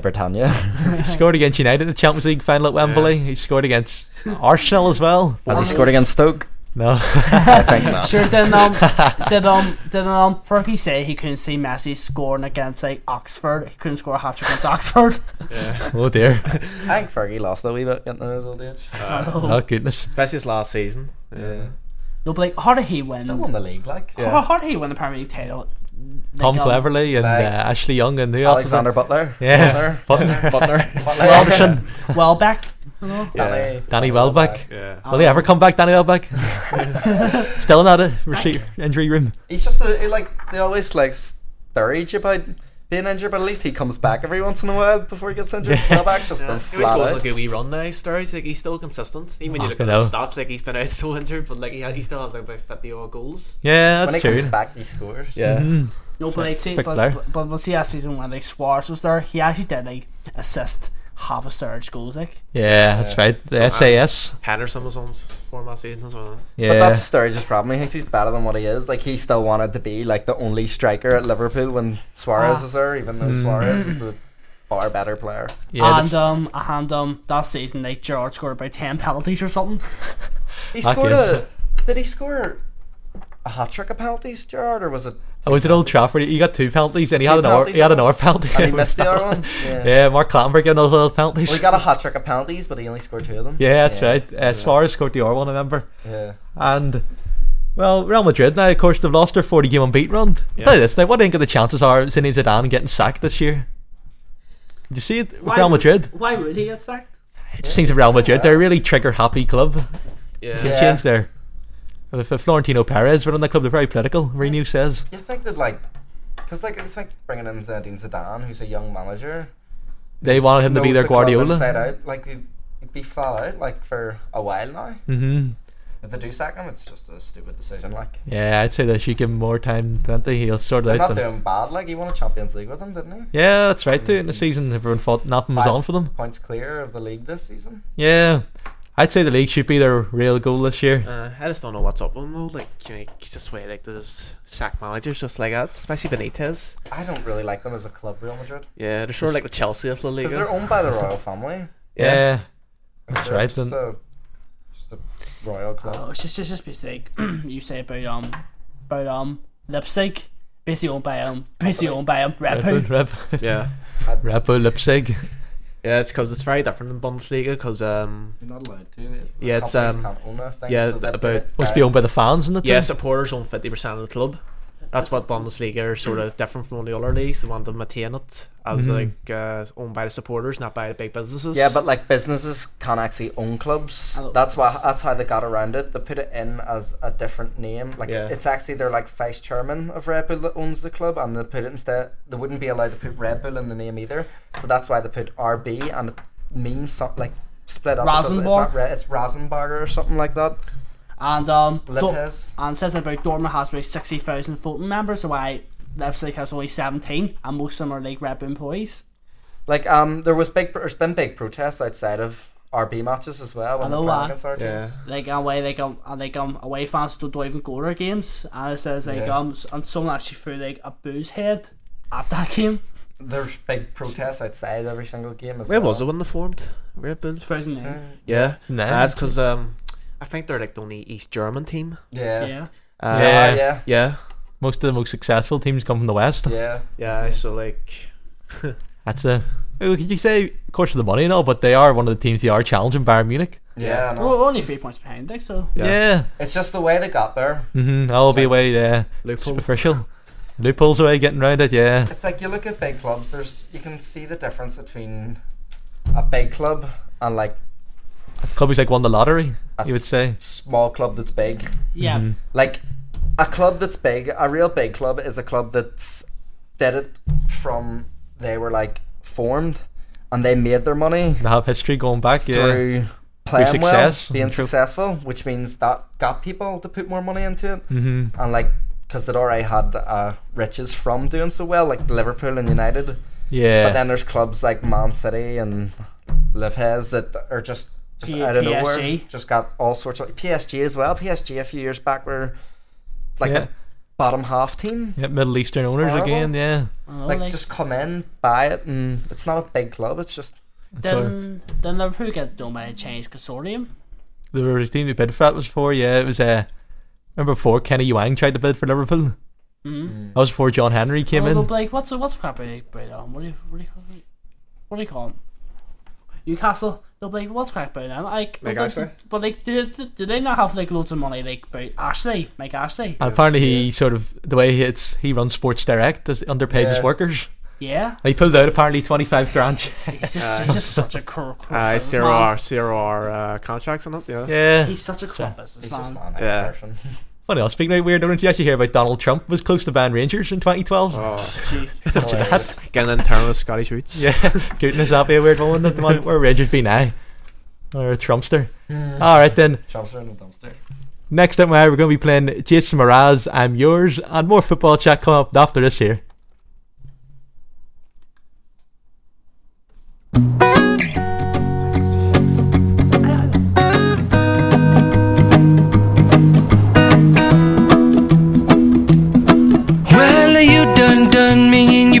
[laughs]
Britannia.
he? he scored against United in the Champions League final at Wembley. He scored against Arsenal as well.
Has he scored
[laughs]
against Stoke?
No.
I think not.
Sure,
[laughs]
did um, did um, did um, Fergie say he couldn't see Messi scoring against like Oxford? He couldn't score a hat trick against Oxford.
oh dear.
I think Fergie lost a wee bit getting in his old age.
[laughs]
Oh goodness.
Especially his last season. Yeah.
No, but like, how did he win?
Still won the league, like.
How, how did he win the Premier League title? Like,
Tom
um,
Cleverly and uh,
like-
Ashley Young and who else? was
Alexander Butler.
it? Yeah.
Butler.
Butler. [laughs]
Butler.
Butler.
Robertson. [laughs]
Welbeck.
Danny,
Danny Welbeck.
yeah.
Will he ever come back, Danny Welbeck? Still not a receipt injury room.
He's just a, he, like they always like sturge about being injured, but at least he comes back every once in a while before he gets injured.
Yeah.
Welbeck's just been
He
flat
always goes
out.
like a wee run now, Sturridge. Like he's still consistent. Even when you look at
Fucking
his stats, like he's been out [laughs] so injured, but like he, ha- he still has like about fifty odd goals.
Yeah,
when he
that's true.
comes back, he scores.
Yeah.
No, but like, see,
Pick
but,
there.
but, but we'll see that season when like Suarez was there, he actually did like assist half a Sturridge goals. Like,
Yeah, that's right. The SAS.
Henderson was on s- for my season as well.
Yeah.
But that's Sturge's problem. He thinks he's better than what he is. Like he still wanted to be like the only striker at Liverpool when Suarez
Ah.
is there, even
Mm.
though Suarez is the far better player.
yeah,
and
that's-
um, and um, that season like Gerard scored about ten penalties or something.
He
Fuck
scored
yeah.
a. Did he score a hat trick of penalties, Gerard, or was it?
oh, was it Old Trafford? He got two penalties and he
Two
had an hour. He
penalties
had an
it
hour
was.
penalty.
And he missed
[laughs]
the other one. Yeah.
Yeah, Mark Clattenburg got another little penalties.
Well, he got a hat trick of penalties, but he only scored two of them.
[laughs] yeah, that's right. Uh, Suarez scored the R one, I remember.
Yeah.
And well, Real Madrid now, of course, they've lost their forty game unbeat run. I'll Tell you this now, what do you think of the chances are of Zinedine Zidane getting sacked this year? Did you see it with Real Madrid?
Why would he get sacked?
It just seems that Real Madrid, they're a really trigger happy club.
Yeah.
Can change there. If, if Florentino Perez were on the club, they're very political. Renew says.
You think that like, because like you think bringing in Zinedine Zidane, who's a young manager,
They wanted him to be
knows
their
the club inside
Guardiola.
out, like he'd, he'd be flat out like for a while now.
hmm
If they do sack him, it's just a stupid decision. Like
Yeah, I'd say they should give him more time. Don't they? He'll sort
they're
it
not
out. Then.
doing bad. Like he won a Champions League with him, didn't he?
Yeah, that's right. Too in the season, everyone thought nothing was
Five
on for them.
Points clear of the league this season.
Yeah, I'd say the league should be their real goal this year.
Uh, I just don't know what's up with him though. Like, you know, it's just way like there's sack managers just like that, especially Benitez.
I don't really like them as a club, Real Madrid,
Yeah, they're sort of like the Chelsea of La
because they're
Liga.
owned by the royal family.
[laughs] yeah.
That's
right,
Just
then.
a, just a royal club.
Oh, it's just it's just basically like, [clears throat] you say about um about um Leipzig, basically owned by um basically owned by um Red
Red Bull,
Bull.
Red,
Yeah,
[laughs] Red Bull Leipzig.
yeah, it's because it's very different than Bundesliga because um,
You're not allowed to. The
Yeah, it's,
companies
um,
can't own a thing,
yeah,
so they
about-
do it
Must
by-
be owned by the fans in the team.
yeah, supporters own fifty percent of the club. That's what Bundesliga are sort of different from all the other leagues. They want to maintain it as like uh, owned by the supporters, not by the big businesses.
Yeah, but like businesses can't actually own clubs.
Oh.
That's why that's how they got around it. They put it in as a different name. Like
Yeah.
it's actually they're like vice chairman of Red Bull that owns the club, and they put it instead. They wouldn't be allowed to put Red Bull in the name either. So that's why they put RB, and it means something like split up. It doesn't- It's, not
Rosenborg?
Re- it's Rosenberger or something like that.
And um Dor-
Lopez.
and it says about Dortmund has about sixty thousand Fulton members, so why Leipzig has only seventeen, and most of them are like Red Bull employees.
Like um, there was big. There's been big protests outside of RB matches as well. When
I know
they're playing
that.
against our teams.
Like away, like um, and like um, away fans don't even go to their games, and it says like
Yeah.
um, s- and someone actually threw like a booze head at that [laughs] game.
There's big protests outside every single game as
where
well.
was it when they formed Red Bull?
Frozen eh? name.
Yeah,
No.
that's because um, I think they're like the only East German team.
Yeah.
Yeah.
Uh,
Yeah.
Ah, yeah.
yeah,
Most of the most successful teams come from the west.
Yeah.
yeah. So like,
That's a Well, Could you say, of course, for the money and all, but they are one of the teams. They are challenging Bayern Munich.
Yeah, I know.
We're only three points behind, like, so.
Yeah,
It's just the way they got there.
hmm that will be way yeah,
Loophole.
[laughs] superficial. Loopholes away, getting around it. Yeah,
It's like you look at big clubs. There's you can see the difference between a big club and like
the club who's like won the lottery.
a
You would
s-
say.
small club that's big.
Yeah.
Like a club that's big, a real big club is a club that's did it from they were like formed and they made their money
They have history going back. Yeah,
through playing
success,
well, being
true.
successful, which means that got people to put more money into it.
hmm
and like because they'd already had uh, riches from doing so well, like Liverpool and United. But
yeah.
then there's clubs like Man City and Lopez that are just just
P-
out of nowhere,
PSG.
just got all sorts of PSG as well. PSG a few years back were like
Yeah.
a bottom half team.
yeah, Middle Eastern owners
Horrible.
again. Yeah,
I don't know,
Like,
like,
just come in, buy it, and it's not a big club. It's just
then, then Liverpool get done by a change consortium.
the were team we bid for that was for. Yeah, it was. Uh, remember before Kenny Yuang tried to bid for Liverpool.
Mm-hmm.
Mm.
That was before John Henry came
Although,
in.
Blake, what's what's crap about Brown? What do you what do you call it? What do you call him? Newcastle. No, Blake, what's crap about them? Like,
Mike
don't they-
Ashley?
but like, do, do, do they not have like loads of money? Like, about Ashley, Mike Ashley.
And apparently, he sort of the way he it's he runs Sports Direct is underpaid his
Yeah.
workers.
yeah,
And he pulled out apparently twenty five grand. [laughs]
he's just he's just such a cor- corrupt
Uh,
businessman.
zero R, zero R uh, contracts and it, yeah.
yeah.
He's such a corrupt
it's just
businessman.
not an
Yeah.
[laughs]
expression. [laughs]
Funny else, speaking of weird, did you actually hear about Donald Trump was close to Van Rangers in 2012?
Oh,
Jeez.
Hilarious.
getting internal Scottish roots.
Yeah, goodness, that'd be a weird one. wouldn't it? Where Rangers be now? Or a Trumpster. Alright then,
Chumps are in the dumpster.
next time we're going to be playing Jason Mraz, I'm Yours, and more football chat coming up after this here.
Well, you done done me and you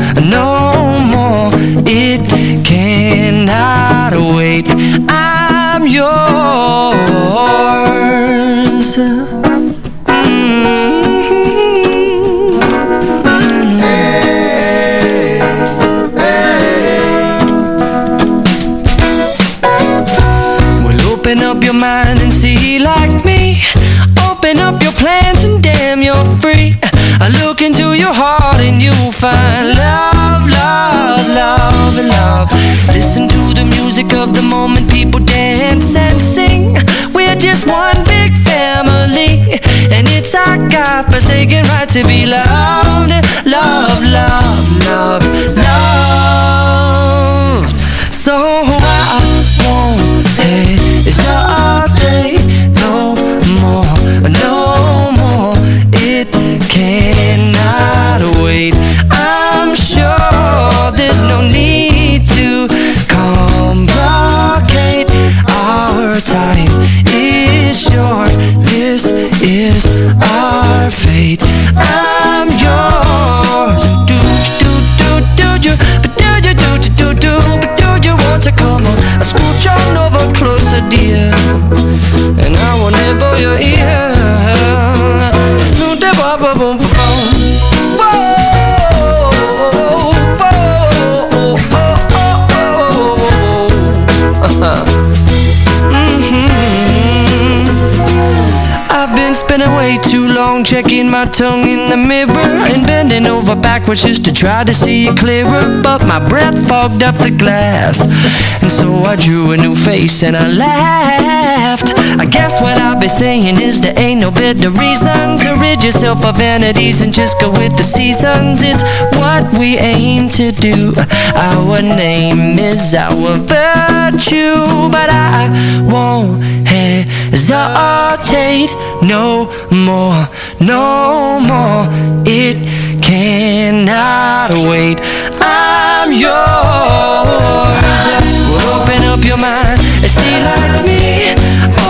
no more. It cannot wait. I'm yours. Mhm. Well, open up your mind and see like me. Open up your plans and damn, you're free. I look into your heart and you'll find love, love, love, and love. Listen to the music of the moment, people dance and sing. We're just one big family, and it's our God-forsaken right to be loved, love, love, love, loved. So I won't hesitate no more, no more. It cannot wait. I'm sure there's no need to complicate. Our time is short. This is our fate. I'm yours. Do do do do do. But do do do do do. But do you want to come on? I scooch on over closer, dear, and I will nibble your ear. Snoop da ba ba boom ba boom. Whoa, whoa, oh, oh, oh. I've been spending way too long checking my tongue in the mirror and bending over backwards just to try to see it clearer. But my breath fogged up the glass, and so I drew a new face and I laughed. I guess what I'll be saying is there ain't no better reason to rid yourself of vanities and just go with the seasons. It's what we aim to do. Our name is our virtue, but I won't hesitate no more, no more. It cannot wait. I'm yours.
Open up your mind and see like me.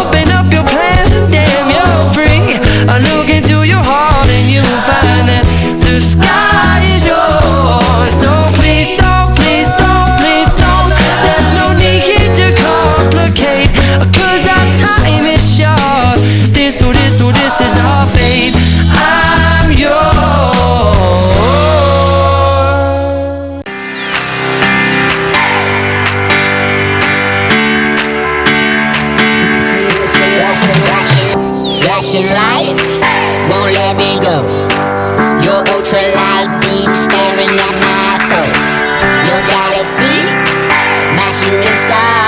Open up your plans and damn, you're free. I look into your heart and you'll find that the sky is yours. So please don't, please don't, please don't. There's no need here to complicate. Cause our time is short. This, oh, this, oh, this is all, babe. I'm yours.
Flashing light won't let me go. Your ultralight beam staring at my soul. Your galaxy, my shooting star.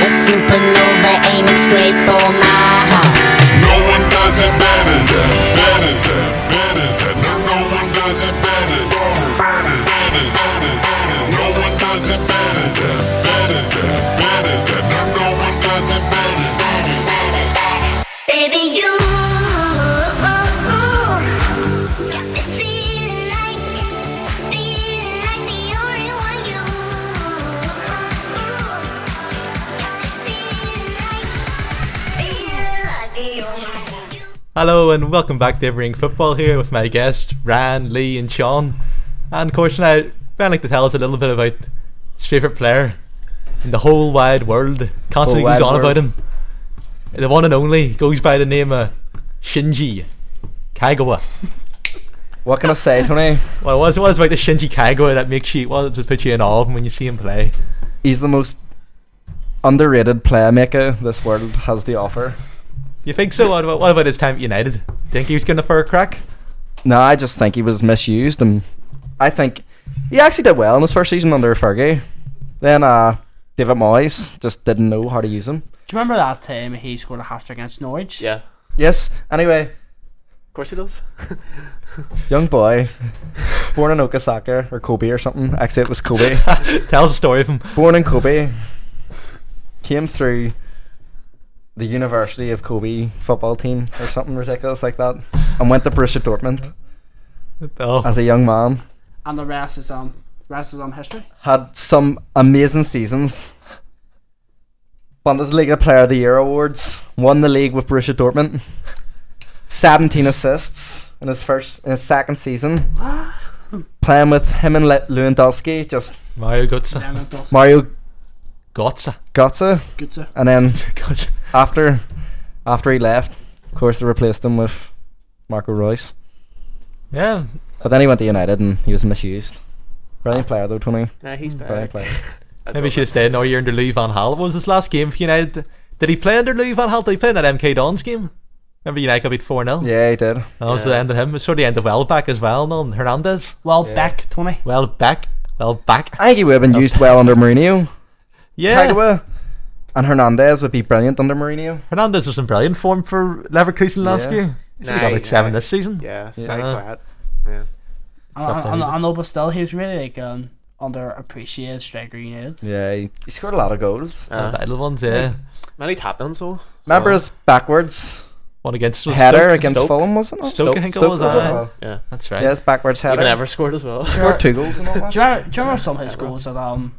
A supernova aiming straight for my heart. No one does it better than, better than, better than. No, no one does it better than, better than, better than. No one does it better than, better than, better than. No, no one does it better better, better, better. Baby, you got me feeling like, feeling like the only one you got me feeling like, feeling like the only one.
Hello and welcome back to Everything Football here with my guests Ran, Lee, and Sean. And of course, now Ben like to tell us a little bit about his favourite player in the whole wide world. Constantly
Whole
goes
wide
on about
world.
him. The one and only goes by the name of Shinji Kagawa. [laughs]
What can I say, Tony?
Well, what's what's about the Shinji Kagawa that makes you what to put you in awe of him when you see him play?
He's the most underrated playmaker this world has to offer.
You think so? What about what about his time at United? Think he was going to fur crack?
No, I just think he was misused, and I think he actually did well in his first season under Fergie. Then uh, David Moyes just didn't know how to use him.
Do you remember that time he scored a hat trick against Norwich?
Yeah.
Yes. Anyway,
Of course he does.
young boy, [laughs] born in Okasaka or Kobe or something. Actually, it was Kobe.
Tell us a story of him.
Born in Kobe, came through the University of Kobe football team or something ridiculous like that, and went to Borussia Dortmund
Oh.
as a young man.
And the rest is um rest is um history.
had some amazing seasons. Bundesliga Player of the Year awards. Won the league with Borussia Dortmund. 17 assists in his first, in his second season. Playing with him and Le- Lewandowski, just
Mario Götze.
Mario
Götze.
Götze,
Götze.
and then
Götze.
after after he left, of course they replaced him with Marco Royce.
Yeah.
But then he went to United and he was misused. Brilliant player though, Tony.
Nah, he's back.
Brilliant player.
Maybe he should have stayed another year under Louis Van Gaal. What was his last game for United? Did he play under Louis Van Gaal? Did he play in that MK Dons game? Remember United got beat 4 0?
Yeah, he did.
That was the end of him. It was sort of the end of Welbeck as well, no? And Hernandez.
Well, back Tony.
Well, back. Well, back.
I think he would have been used well under Mourinho.
Yeah.
Kagawa and Hernandez would be brilliant under Mourinho.
Hernandez was in brilliant form for Leverkusen last
Yeah.
year. He got like seven this season.
Yeah, it's
Yeah.
very
Uh,
quiet. Yeah.
I, I, I, know- I know, but still, he was really like an underappreciated striker. United.
Yeah, he, he scored a lot of goals.
The
Uh,
Vital ones, yeah.
many tap downs though.
Remember his backwards
One against was
header
Stoke.
against
Stoke.
Fulham, wasn't it?
Stoke, I think it was, aye.
Yeah.
That's right.
Yeah, his backwards header.
Even ever scored as well.
Scored two
[laughs]
goals and all that.
Do you, remember, do you remember some of his goals at um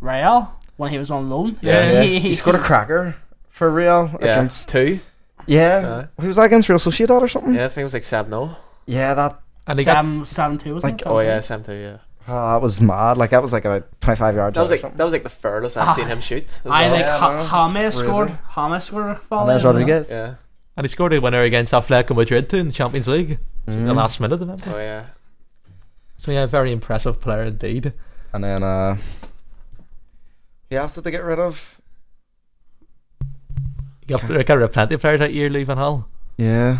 Real when he was on loan?
Yeah.
Yeah, he scored a cracker for Real
[laughs] Yeah.
against.
two.
Yeah, who was that against Real Sociedad or something?
Yeah, I think it was like seven 0
Yeah, that
And he got
Sam, Sam too, wasn't
Like,
it?
Oh yeah, seven two. Yeah.
ah, that was mad. Like that was like about twenty-five yards.
That
out
was
or
like
something.
that was like the furthest I've seen him shoot. as
I
well.
like
Yeah,
ha-
I know.
James
oh, It's
scored.
crazy.
James scored a volley.
James
as well.
Rodriguez.
Yeah.
and he scored a winner against Atletico Madrid too in the Champions League. In
Mm.
the last minute of it.
Oh yeah.
So yeah, very impressive player indeed.
And then uh, he asked it to get rid of.
He got, got rid of plenty of players that year, Lee Van Gaal.
Yeah.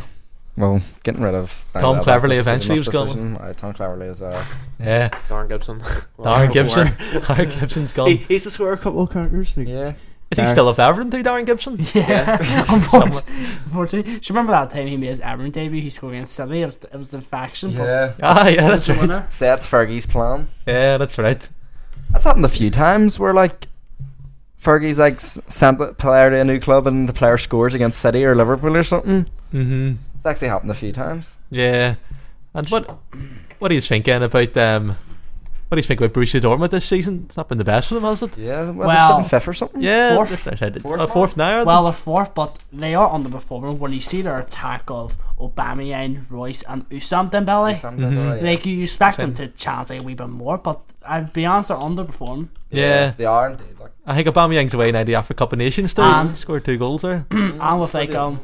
Well, getting rid of
Tom
Welbeck
Cleverley
was a good
eventually
enough
was gone.
decision. Aye, Uh, Tom Cleverley as well.
Yeah.
Darren Gibson.
Darren Gibson. [laughs] Darren Gibson's
[laughs] He,
gone.
he's the score a couple of crackers. Like,
Yeah.
Is he
Darren-
still a favourite too, Darren Gibson?
[laughs]
Yeah, [laughs] unfortunately. unfortunately. Do you remember that time he made his Everton debut? He scored against City. It was, it was the faction. but
Yeah.
[laughs] Ah, yeah, that's
[laughs]
the
right.
winner.
So that's Fergie's plan.
Yeah, that's right.
That's happened a few times where like Fergie's like s- sent a player to a new club and the player scores against City or Liverpool or something.
Mm-hmm.
It's actually happened a few times.
Yeah. And what what are you thinking about um What do you think about Borussia Dortmund this season? It's not been the best for them, has it?
Yeah,
well, they're sitting fifth
or something.
Yeah,
Fourth?
they're headed- uh, fourth now. aren't
Well,
they?
they're fourth, but they are underperforming. When you see their attack of Aubameyang, Royce, and Usam Dembele,
Usam Dembele, Mhm. yeah.
Mm-hmm. like you expect them to chance a wee bit more. But I'll be honest, they're underperforming. uh,
yeah,
they are indeed. Like,
I think Aubameyang's away now. The Africa Cup of Nations too.
And-
scored two goals there.
Mm,
and with like um,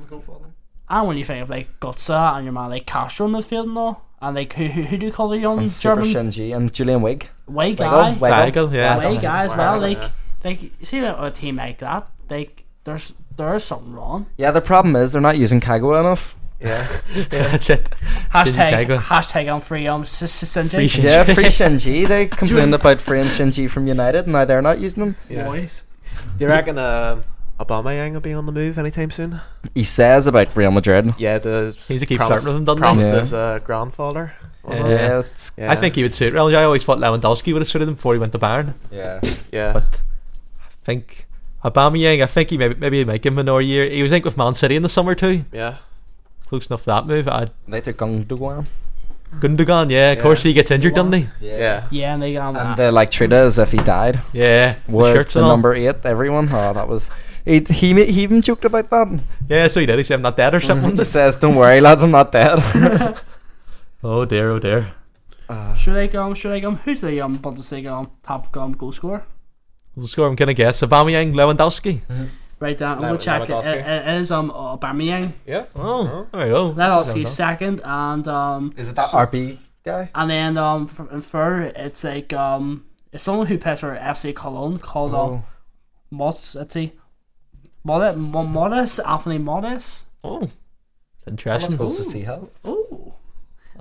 and when you think of like Gutsa and your man like Castro in the field and all, and like who who, who do you call the young
and Super
German
Shinji and Julian Wig.
Way guy,
Weigel, yeah.
way
Weigel.
guy as
Weigel,
well. Like,
yeah.
like you see with a team like that, like there's there's something wrong.
Yeah, the problem is they're not using Kagawa enough.
Yeah.
[laughs] That's it.
Hashtag hashtag on free um s- s- Sinjin.
[laughs]
Yeah, free Shinji. They complained about free and Shinji from United, now they're not using them.
Yeah.
Boys.
[laughs] Do you reckon uh, Obama will be on the move anytime soon?
He says about Real Madrid.
Yeah, the
He's a keep
promise-
flirting with him, doesn't he?
promised
Yeah.
his uh, grandfather.
Yeah.
it's-
I think he would suit. Well, I always thought Lewandowski would have suited him before he went to Bayern.
Yeah.
Yeah.
But I think Aubameyang. I think he maybe maybe he might give him another year. He was linked with Man City in the summer too.
Yeah.
Close enough to that move. I
They took Gundogan.
Gundogan. Yeah, of
Yeah.
course he gets injured, doesn't he?
Yeah.
Yeah, and they got
And they like treated as if he died.
Yeah, Ah. the
Word,
shirts
the
and all.
number eight. Everyone, oh, that was. He he, ma- he even joked about that.
Yeah, so he did. He said, "I'm not dead" or something.
he says, "Don't worry, lads, I'm
[laughs]
not dead." Mm-hmm.
oh dear, oh dear.
Should I go? Should I go? Who's the um Bundesliga um, top um, goal scorer?
We'll score. I'm gonna guess Aubameyang, Lewandowski.
Right down. I'm gonna
Lew-
check. It, it,
Lewandowski.
it is um Aubameyang.
Yeah.
Oh, there we go.
Lewandowski's
Lewandowski.
second, and um.
Is it that RP guy?
And then um f- and third, it's like um it's someone who plays for FC Cologne called um
Oh.
Mots. Let's see, Modes, Modes, Anthony Modes.
Oh, interesting.
Goes to see how.
Oh,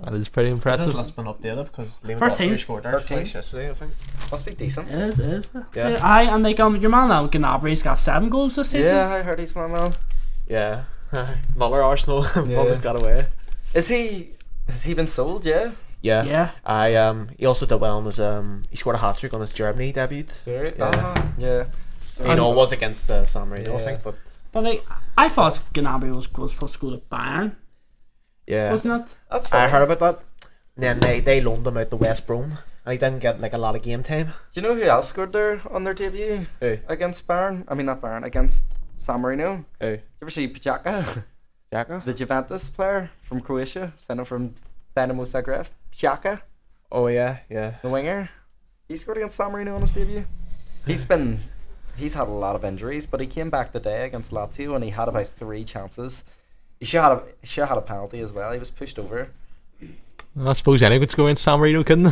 that is pretty impressive.
been updated because
Thirteen.
scored
theirs Thirteen. twice
yesterday, I think.
Must be decent.
It is, it is.
Yeah.
Yeah. I and like um your man now Gnabry's got seven goals this season.
Yeah, I heard he's my man.
Yeah. [laughs] Muller Arsenal. [laughs] Muller
Yeah.
got away.
Is he? Has he been sold? Yeah.
Yeah.
Yeah.
I um he also did well on his um he scored a hat trick on his Germany debut.
Yeah.
Yeah.
Ah, yeah.
You know, it was against uh, San Marino, I
Yeah.
think, but
But like I thought Gnabry was was supposed to go to Bayern,
yeah.
wasn't it?
That's
I
fine.
heard about that. And then they, they loaned him out to West Brom and he didn't get like a lot of game time.
Do you know who else scored there on their debut
Who?
against Bayern? I mean, not Bayern, against San Marino. You
Who?
ever see
[laughs]
Pjaka,
Jacka?
the Juventus player from Croatia, sent him from Dynamo Zagreb? Pjaka.
Oh yeah, yeah.
the winger. He scored against San Marino on his debut. He's been, he's had a lot of injuries, but he came back today against Lazio and he had about three chances. He should have had a, should have had a penalty as well. He was pushed over.
I suppose anyone could score in San Marino, couldn't they?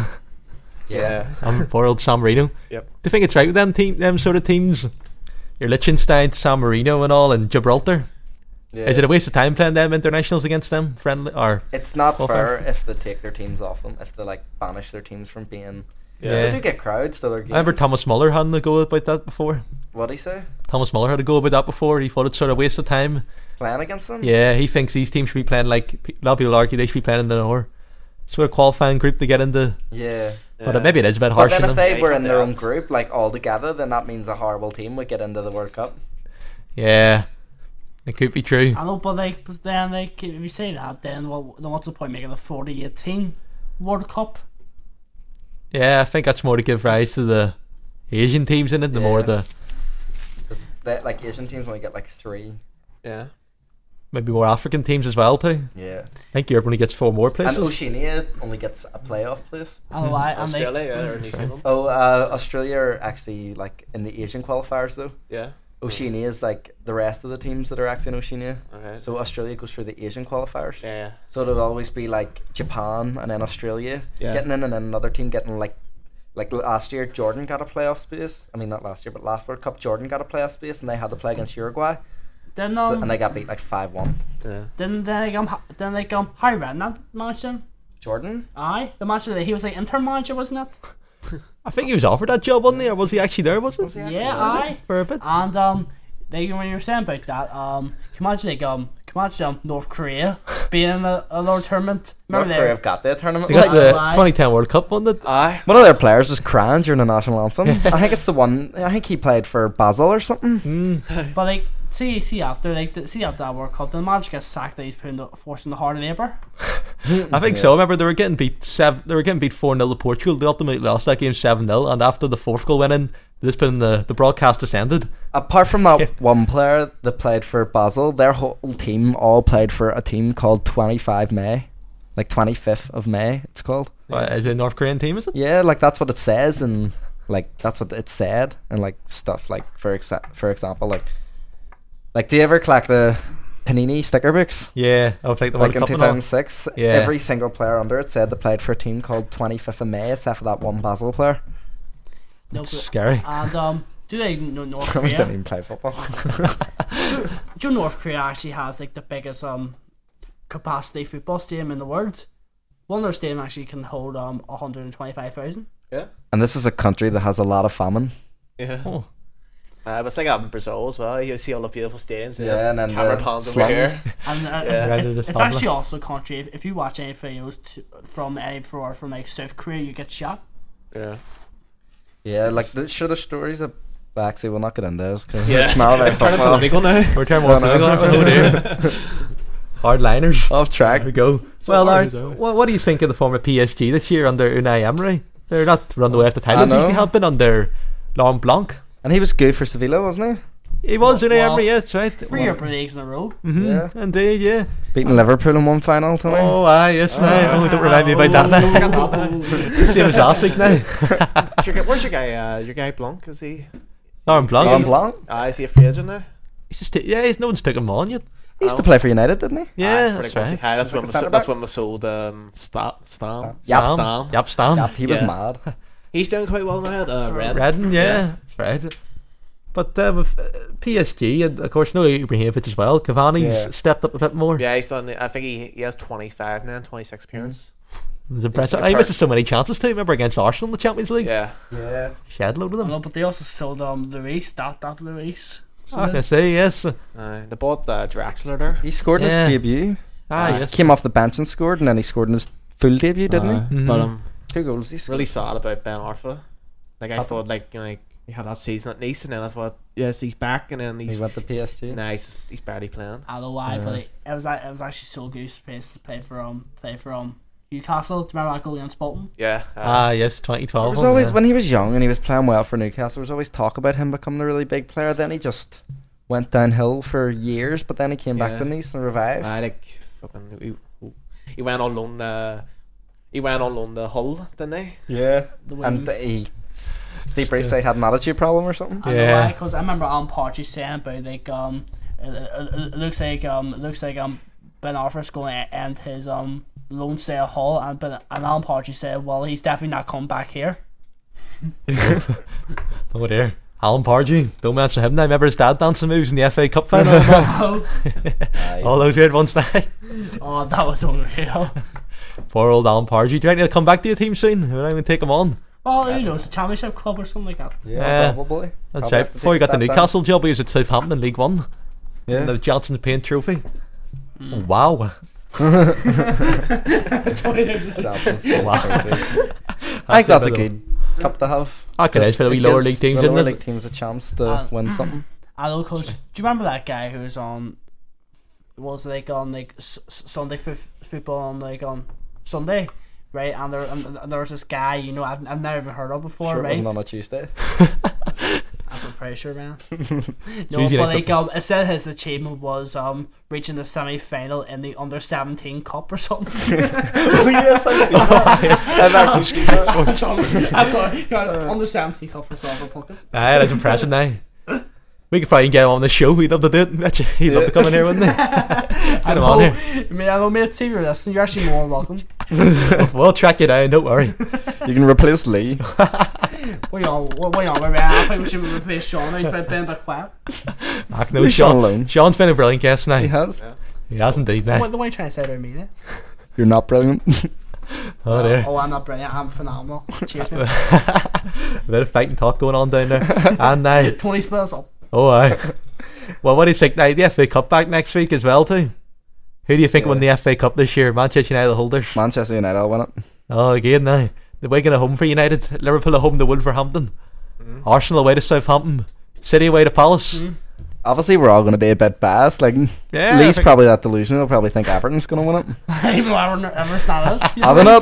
Yeah.
I'm poor old San Marino.
Yep.
Do you think it's right with them team, them sort of teams? Your Liechtenstein, San Marino, and all, and Gibraltar.
Yeah.
Is it a waste of time playing them internationals against them? Friendly or
It's not
Well,
fair if they take their teams off them. If they like banish their teams from being. 'cause
Yeah.
They do get crowds to their games.
I remember Thomas Muller had a go about that before.
What do you say?
Thomas Muller had a go about that before. He thought it's sort of waste of time.
Playing against them?
Yeah, he thinks these teams should be playing like pe- a lot of people argue they should be playing in an hour sort of qualifying group to get into.
Yeah.
But uh, maybe it is a bit
But
harsh
then
on
if
them.
they were
Yeah,
in their
they
own
are.
group, like all together, then that means a horrible team would get into the World Cup.
yeah, it could be true.
I know, but like, but then like, if you say that, then what? Then what's the point making a 48 team World Cup?
Yeah, I think that's more to give rise to the Asian teams in it. The more
Yeah.
the
'Cause they- like Asian teams only get like three.
Yeah.
maybe more African teams as well too.
Yeah.
I think Europe only gets four more
And oh,
places.
Oceania only gets a playoff place.
I know why. And like,
Australia yeah, or New Zealand.
Oh, uh, Australia are actually like in the Asian qualifiers though.
Yeah.
Oceania is like the rest of the teams that are actually in Oceania.
Okay.
So Australia goes through the Asian qualifiers.
yeah.
So it'll always be like Japan and then Australia
Yeah.
getting in, and then another team getting like. Like last year, Jordan got a playoff space. I mean, not last year, but last World Cup, Jordan got a playoff space, and they had to play against Uruguay,
then
so,
um,
and they got beat like five one.
Yeah.
then then like um, Ha- then like um, Harry Redknapp managed him.
Jordan,
Aye, the manager that he was like interim manager, wasn't it?
I think he was offered that job, wasn't he? Or was he actually there? Wasn't he?
Yeah, aye.
for a bit?
And um, they when you were saying about that, um, can you imagine like um, can you imagine um, North Korea being in a, a lower tournament.
North
Remember
Korea
there?
have got their tournament.
They got
like-
the
Aye.
2010 World Cup, wasn't it?
Aye.
One of their players
[laughs]
was crying during the national anthem. I think it's the one. I think he played for Basel or something.
But like see, see after like the, see after that World Cup, the manager gets sacked that he's putting the forcing the hard labour.
I think so. I remember they were getting beat seven. They were getting beat four 0 to Portugal. They ultimately lost that game seven 0 And after the fourth goal went in, this been the the broadcast descended.
Apart from
[laughs]
that one player that played for Basel, their whole team all played for a team called 25 May. Like 25th of May, it's called.
What, Uh, is it a North Korean team, is it?
Yeah, like that's what it says, and like that's what it said, and like stuff like, for, exa- for example, like, like do you ever collect the Panini sticker books?
Yeah, I would like the
Like
World
in
Cup and all.
2006,
Yeah.
every single player under it said they played for a team called 25th of May, except for that one Basel player. [laughs]
No,
It's
but-
[laughs] scary.
And um, do they know
[laughs]
North
I
Korea?
don't even play football.
do, do you know North Korea actually has like the biggest um capacity football stadium in the world? One of their stadium actually can hold um 125,000.
Yeah.
And this is a country that has a lot of famine.
Yeah. Uh, but it's like having Brazil as well. You see all the beautiful stains.
Yeah,
the
and then
camera
the
pans over here.
slums.
And uh,
Yeah.
it's- it's, it's actually also a country. If, if you watch any videos to, from any for from like South Korea, you get shot.
Yeah.
Yeah, like the, sure the stories of but actually we'll not get into those because
Yeah.
it's not about
It's turning
football.
political now. We're turning more
No, no.
political, aren't we? Oh, dear. [laughs] Hardliners.
Off track. There
we go. well,
hard,
Aaron, what, what do you think of the form of PSG this year under Unai Emery? They're not run away with the title.
I know.
They have been under Laurent Blanc.
And he was good for Sevilla, wasn't
he? He was Unai
Well,
Emery, yeah, that's right.
Three Europa Leagues in a row.
hmm Indeed, yeah.
Beating Liverpool in one final, Tony.
Oh, aye, yes, now. Oh, don't remind me about that [laughs] now. Same as last week now.
Is your guy- where's your guy? Uh, your guy Blanc? Is he?
Laurent Blanc.
Is
Laurent
he-
Blanc.
Ah, is he a Fraser now?
He's just, yeah, he's, no one's taken him on yet.
He used to play for United, didn't he?
Yeah,
Aye,
that's
pretty classy.
right.
Aye, that's
He's like
when
a
we
centre
sold, that's when we sold um, Stam. Stam.
Yap
Stam.
Stam. Yap Stam. Yap, he was
mad.
He's doing quite well now at uh, Red.
Redden, yeah, that's right. But um, with, uh, PSG, and of course, no Ibrahimovic as well. Cavani's
Yeah.
stepped up a bit more.
Yeah, he's done. I think he, he has 25 now, 26 appearances.
It's impressive.
a
And he
part-
misses so many chances too. Remember against Arsenal in the Champions League?
Yeah.
Yeah.
She had a [laughs] load of
Oh, I
them.
know, but they also sold um Lloris, that that Lloris. So
I Ah, can
then-
say, yes.
Uh, they bought uh, Draxler there.
He scored in
Yeah.
his debut.
Ah, yes.
Came off the bench and scored, and then he scored in his full debut, didn't he?
But um,
two goals. He's
really sad about Ben Arfa. Like I
Happened.
thought, like you know, like he had that season at Nice, and then I thought, yes, he's back, and then he's
went to PSG.
Nah, he's, just, he's barely playing.
I don't know why, but it, it was like- it was actually so good space to play for um play for um Newcastle. Do you remember that goal against Bolton?
Yeah. uh,
Ah, yes, Oh, 2012.
There was always when he was young and he was playing well for Newcastle. There was always talk about him becoming a really big player. Then he just went downhill for years, but then he came back
Yeah.
to Nice and revived.
I like fucking. He, he went on loan. Uh, he went on loan to Hull, didn't he?
Yeah,
The
and
wind.
he, Steve Bruce said he had an attitude problem or something.
I know why, because I remember Alan Partridge saying about like um it, it, it looks like um it looks like um Ben Arthur's going to end his um loan stay at Hull, and ben, and Alan Partridge said, well, he's definitely not coming back here. [laughs]
Oh dear. Alan Pardew, don't mention him now. Remember his dad dancing moves in the FA Cup
[laughs]
final? [laughs] remember? All those weird ones now. [laughs]
Oh, that was unreal.
Poor old Alan Pardew. Do you reckon he'll come back to your team soon? We're not even take him on.
Well, who knows, a championship club or something like that.
Yeah,
probably.
That's
Probably have
right.
to
Before he
take a
got the
step down.
Newcastle job, he was at Southampton in League One.
Yeah. Hmm.
And the Johnson Paint Trophy. Wow.
[laughs] I think that's a good cup to have.
I can
Just-
for the
it
wee lower
gives
league teams,
the
isn't
lower
it?
league teams a chance to
Uh,
win something.
I know, cause do you remember that guy who was on, was like on like S- S- Sunday f- football on like on Sunday, right? And there and, and there was this guy you know I've, I've never even heard of before,
Sure, it
right?
wasn't on
[laughs]
a Tuesday. [laughs]
I'm pretty sure, man. no,
usually
but
like
like um, it said his achievement was um reaching the semi final in the under seventeen cup or something.
[laughs]
yes, I've seen that. I've actually seen that.
Oh.
[laughs] I'm sorry,
[laughs]
I'm sorry. Yeah, under seventeen cup for Southampton.
Aye, that's impressive now. We could probably get him on the show. We'd love to do it. Mitch. He'd love to come in here, wouldn't he? get
I
him on
know,
here.
[laughs] I mean, I know, mate. See, you're listening. You're actually more welcome.
We'll track you down, don't worry.
You can replace Lee.
What are you on? What are you on? We're right. I think we should replace Sean. now. He's been been a bit quiet.
Fuck no,
Leave Sean
Sean.
alone.
Sean's been a brilliant guest now. He
has.
He has indeed now.
What, what are you trying to say about me? There?
You're not brilliant. [laughs]
Oh dear.
Oh, I'm not brilliant. I'm phenomenal. Cheers, mate.
a [laughs] bit of fighting talk going on down there. and now,
Tony Spurs up. [laughs]
oh aye. Well, what do you think now? The FA Cup back next week as well too. Who do you think won the FA Cup this year? Manchester United holders.
Manchester United will win it.
Oh, again now. The Wigan at home for United. Liverpool at home to Wolverhampton. Arsenal away to Southampton. City away to Palace.
obviously we're all going to be a bit biased. Like,
Yeah, I
Lee's
think-
probably that delusional. Probably think Everton's
[laughs]
going to win it.
Even though Everton, Everton's not it. you
I don't
know?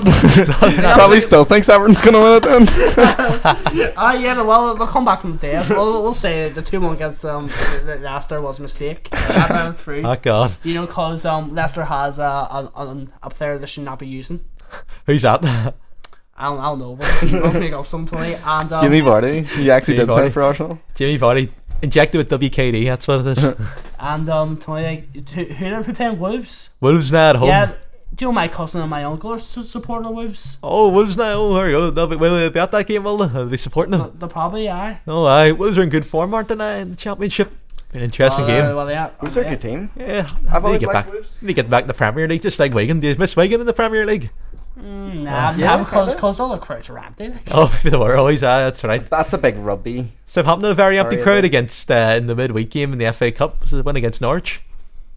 know. [laughs] probably still thinks Everton's going to win
[laughs]
it. Then. [laughs]
Ah, yeah, but well, they'll come back from the dead. We'll, we'll say the 2 1 against um, Leicester was a mistake.
[laughs]
That round three.
Oh, God.
You know, because um, Leicester has a, a, an up there they should not be using.
Who's that?
I don't, I don't know, but let's make up some Tony.
[laughs]
And, um,
Jimmy Vardy. He actually
Jimmy
did sign
Vardy.
for Arsenal.
[laughs] Jimmy Vardy injected with WKD. That's what it
[laughs]
is.
And um, Tony, like, who, who are we playing? Wolves?
Wolves now at home.
Yeah, do you know my cousin and my uncle are su- supporting the Wolves?
Oh, Wolves now. Oh, there we go. They'll be, will they be at that game, will they? Are they supporting them?
They probably are.
Oh, aye. Wolves are in good form, aren't they, now in the Championship? An interesting
Uh,
game.
Well, they are.
Who's
aren't
their good
they?
team?
Yeah,
I've
They
always
get
liked
back.
Wolves.
They get back in the Premier League, just like Wigan. They miss Wigan in the Premier League. [laughs]
Mm, Nah,
Yeah,
yeah,
kinda.
because cause all the crowds are
[laughs]
empty. like.
Oh, maybe they were always. Ah, that's right.
That's a big rugby.
So happened to a very empty
Sorry,
crowd
Eddie.
against uh, in the midweek game in the FA Cup. So they went against Norwich.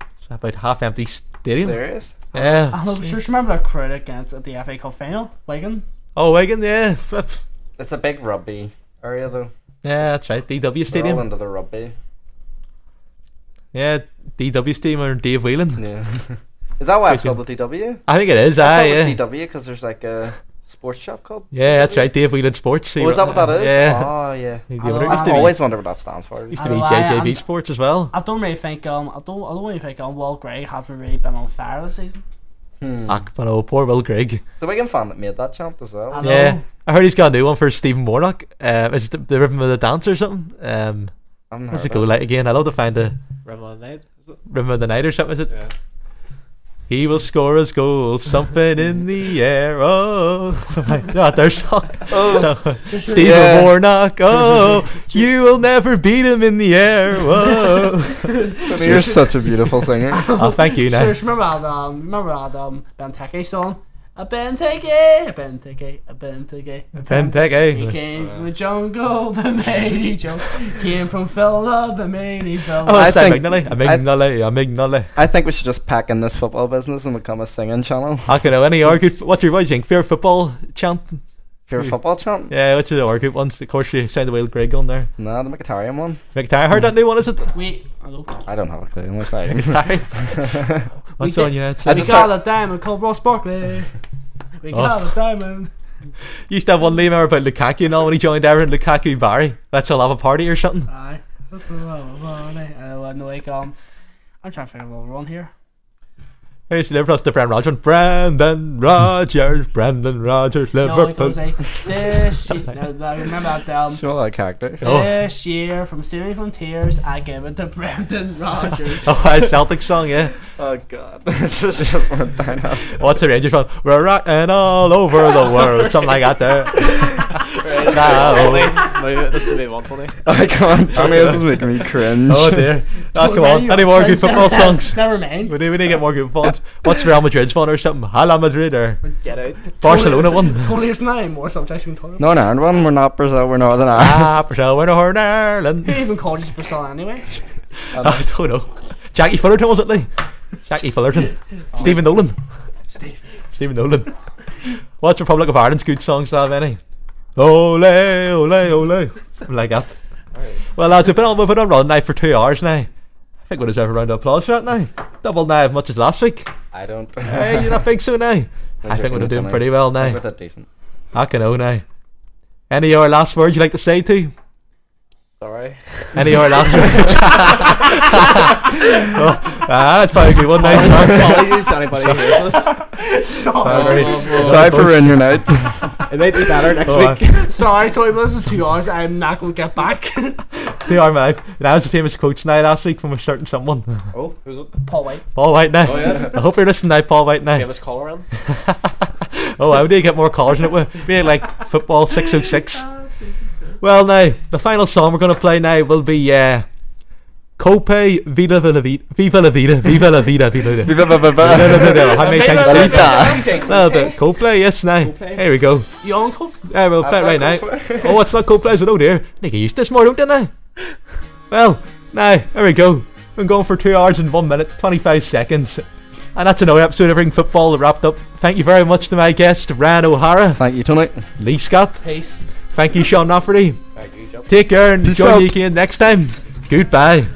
So about half empty stadium.
Serious?
Yeah.
I don't know, sure, remember that crowd against at the FA Cup final, Wigan.
Oh, Wigan. Yeah. Flip.
It's a big rugby area, though.
Yeah, that's right. DW
They're all
Stadium.
into the rugby.
Yeah, DW Stadium or Dave Whelan. Ah,
Yeah. [laughs] Is that why it's
Wigan.
called the DW?
I think it is.
I thought
Aye,
it was
yeah.
DW because there's like a sports shop called.
Yeah, that's right. Dave Whelan Sports. so
Oh,
you're
is that
right.
what that is?
Yeah. [laughs]
Oh, yeah.
The
I
owner
don't-
used
I
to be,
always wonder what that stands for.
used to be
I don't- I-
JJB
I'm-
Sports as well.
I don't really think um I don't I don't really think um Will Gray hasn't really been on fire this season.
Hmm.
Fuck, but oh, poor Will Grigg.
It's a Wigan fan that made that chant as well.
I
wasn't
know.
it?
Yeah. I heard he's got a new one for Stephen Warnock. Uh, is it the, the Rhythm of the Dance or something? Um,
I haven't
what's
heard
it go
it.
like again? I love to find a
Real [laughs] Madrid, is it?
Rhythm of the Night or something, is it?
Yeah.
He will score his goal, something in the air. Oh, [laughs] not their song.
Oh.
So,
sure-
Stephen
Yeah. [laughs]
Warnock. Oh, you will never beat him in the air.
[laughs]
Whoa.
You're such a beautiful singer.
oh, thank you, now.
Sure, sure, remember that um remember that um Benteke song. A Benteke, a Benteke, a Benteke, a
Benteke.
He came from the jungle, [laughs] but made he jump. Came from fell up, but made he fell.
Oh,
up.
I
it's
think-
Magnoli.
I-
Magnoli. Magnoli.
[laughs] I think we should just pack in this football business and become a singing channel.
I can know any Orchid. What's your what do you think? Fair football chant?
If you're a football chant,
Yeah, what's the Orchid ones? Of course, you signed the Will Greg on there.
no, the Mkhitaryan one.
McTire, I heard that new one,
[laughs]
is it?
We hello.
I don't have a clue. What's
[laughs]
that? [laughs] even?
Sorry. What's
We
on
did-
you? That's
I
we
just
got
heard-
a diamond called
[laughs]
Ross Barkley. We
Oh.
got a diamond.
You used to have one name there about Lukaku, you know, when he joined Aaron Lukaku Barry. Let's all have a party or something.
Aye, that's a lot of money. Oh, and like um, I'm trying to figure out what we're on here.
Here's Liverpool's the Brendan Rodgers. Brendan Rodgers, Brendan Rodgers,
No, like I
Liverpool.
was like, this year, no, no, remember that um,
Smell like character.
[laughs] Oh.
this year from Searing Frontiers, I give it to Brendan Rodgers.
[laughs] Oh, that's Celtic song, yeah.
Oh god, [laughs] this is just went down.
[laughs] What's the Rangers one? We're rocking all over the world, something like that. There. Nah,
Move it, this to be one twenty.
I can't. Tommy, this is making
[laughs]
me cringe.
oh dear. Oh,
Don't
come
mind
on.
your
Any more good
friends,
football
never mind,
songs?
[laughs] Never
We
mind.
need, we need to get more good ones. What's Real Madrid's one or something? Hala Madrid or
[laughs] Get out.
Barcelona one?
[laughs] Totally, there's not any more subjects we can talk about.
Northern Ireland one. We're not Brazil. We're Northern Ireland.
ah, Brazil, we're Northern Ireland.
Who even called you Brazil anyway?
Uh, I don't know. Jackie Fullerton was it, Lee? Jackie Fullerton. Stephen Nolan.
Steve.
Stephen Nolan. What's Republic of Ireland's good songs to have any? Ole, ole, ole. Something like that. Well, lads, we've been on, we've been on run now for two hours now. I think we deserve a round of applause for that now. Double now as much as last week.
I don't.
Hey, you
[laughs]
not think so now? I think we're doing pretty well now.
We're that decent.
I can know now. Any of our last words you'd like to say to?
[laughs] Sorry.
Any of our last
[laughs]
words? oh, ah, that's probably a good one. Nice one.
Apologies to anybody [laughs] who hears this.
[laughs] Ah, very-
Sorry for ruining your night.
It might be better next
Oh,
week.
Sorry, Tony, but this is two hours. I'm not going to get back. [laughs]
They are my life. That was a famous quote now last week from a certain someone.
Oh, who's it?
Paul White.
Paul White now.
Oh, yeah.
I hope you're listening now, Paul White now.
Famous caller in.
Oh, I would need to get more callers in it. We're being like
[laughs]
football 606.
Oh,
Well, now, the final song we're going to play now will be uh, Cope Viva La Vida. Viva La Vida. Viva La Vida. Viva La Vida. [laughs] No, no, no, no. How many times you say that? No, but Coldplay, yes, now. Here we go.
You on cook?
Yeah, we'll play it right now. Oh, it's not Coldplay, is it? Oh dear. They can use this more, don't they now? Well, now, here we go. We've been going for two hours and one minute, 25 seconds. And that's another episode of Ring Football wrapped up. Thank you very much to my guest, Ryan O'Hara,
Thank you, Tony.
Lee Scott.
Peace.
Thank you, Sean Rafferty.
Thank you, Joe.
Take care and
Peace
join
out.
you again next time. Goodbye.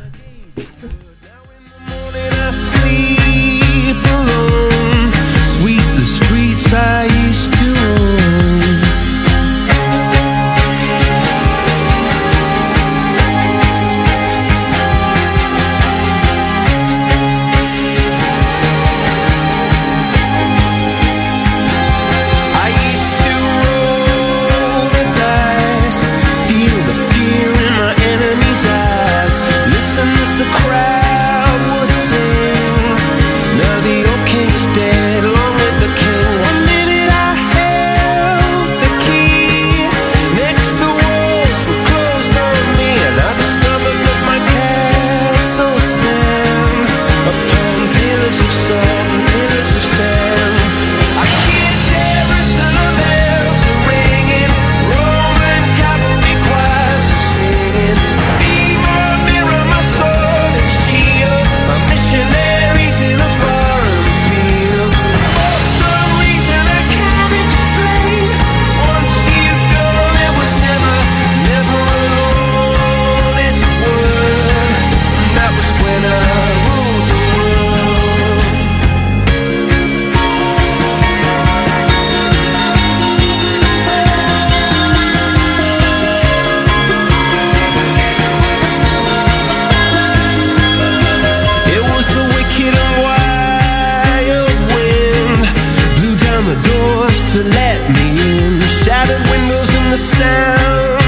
the doors to let me in. Shattered windows and the sound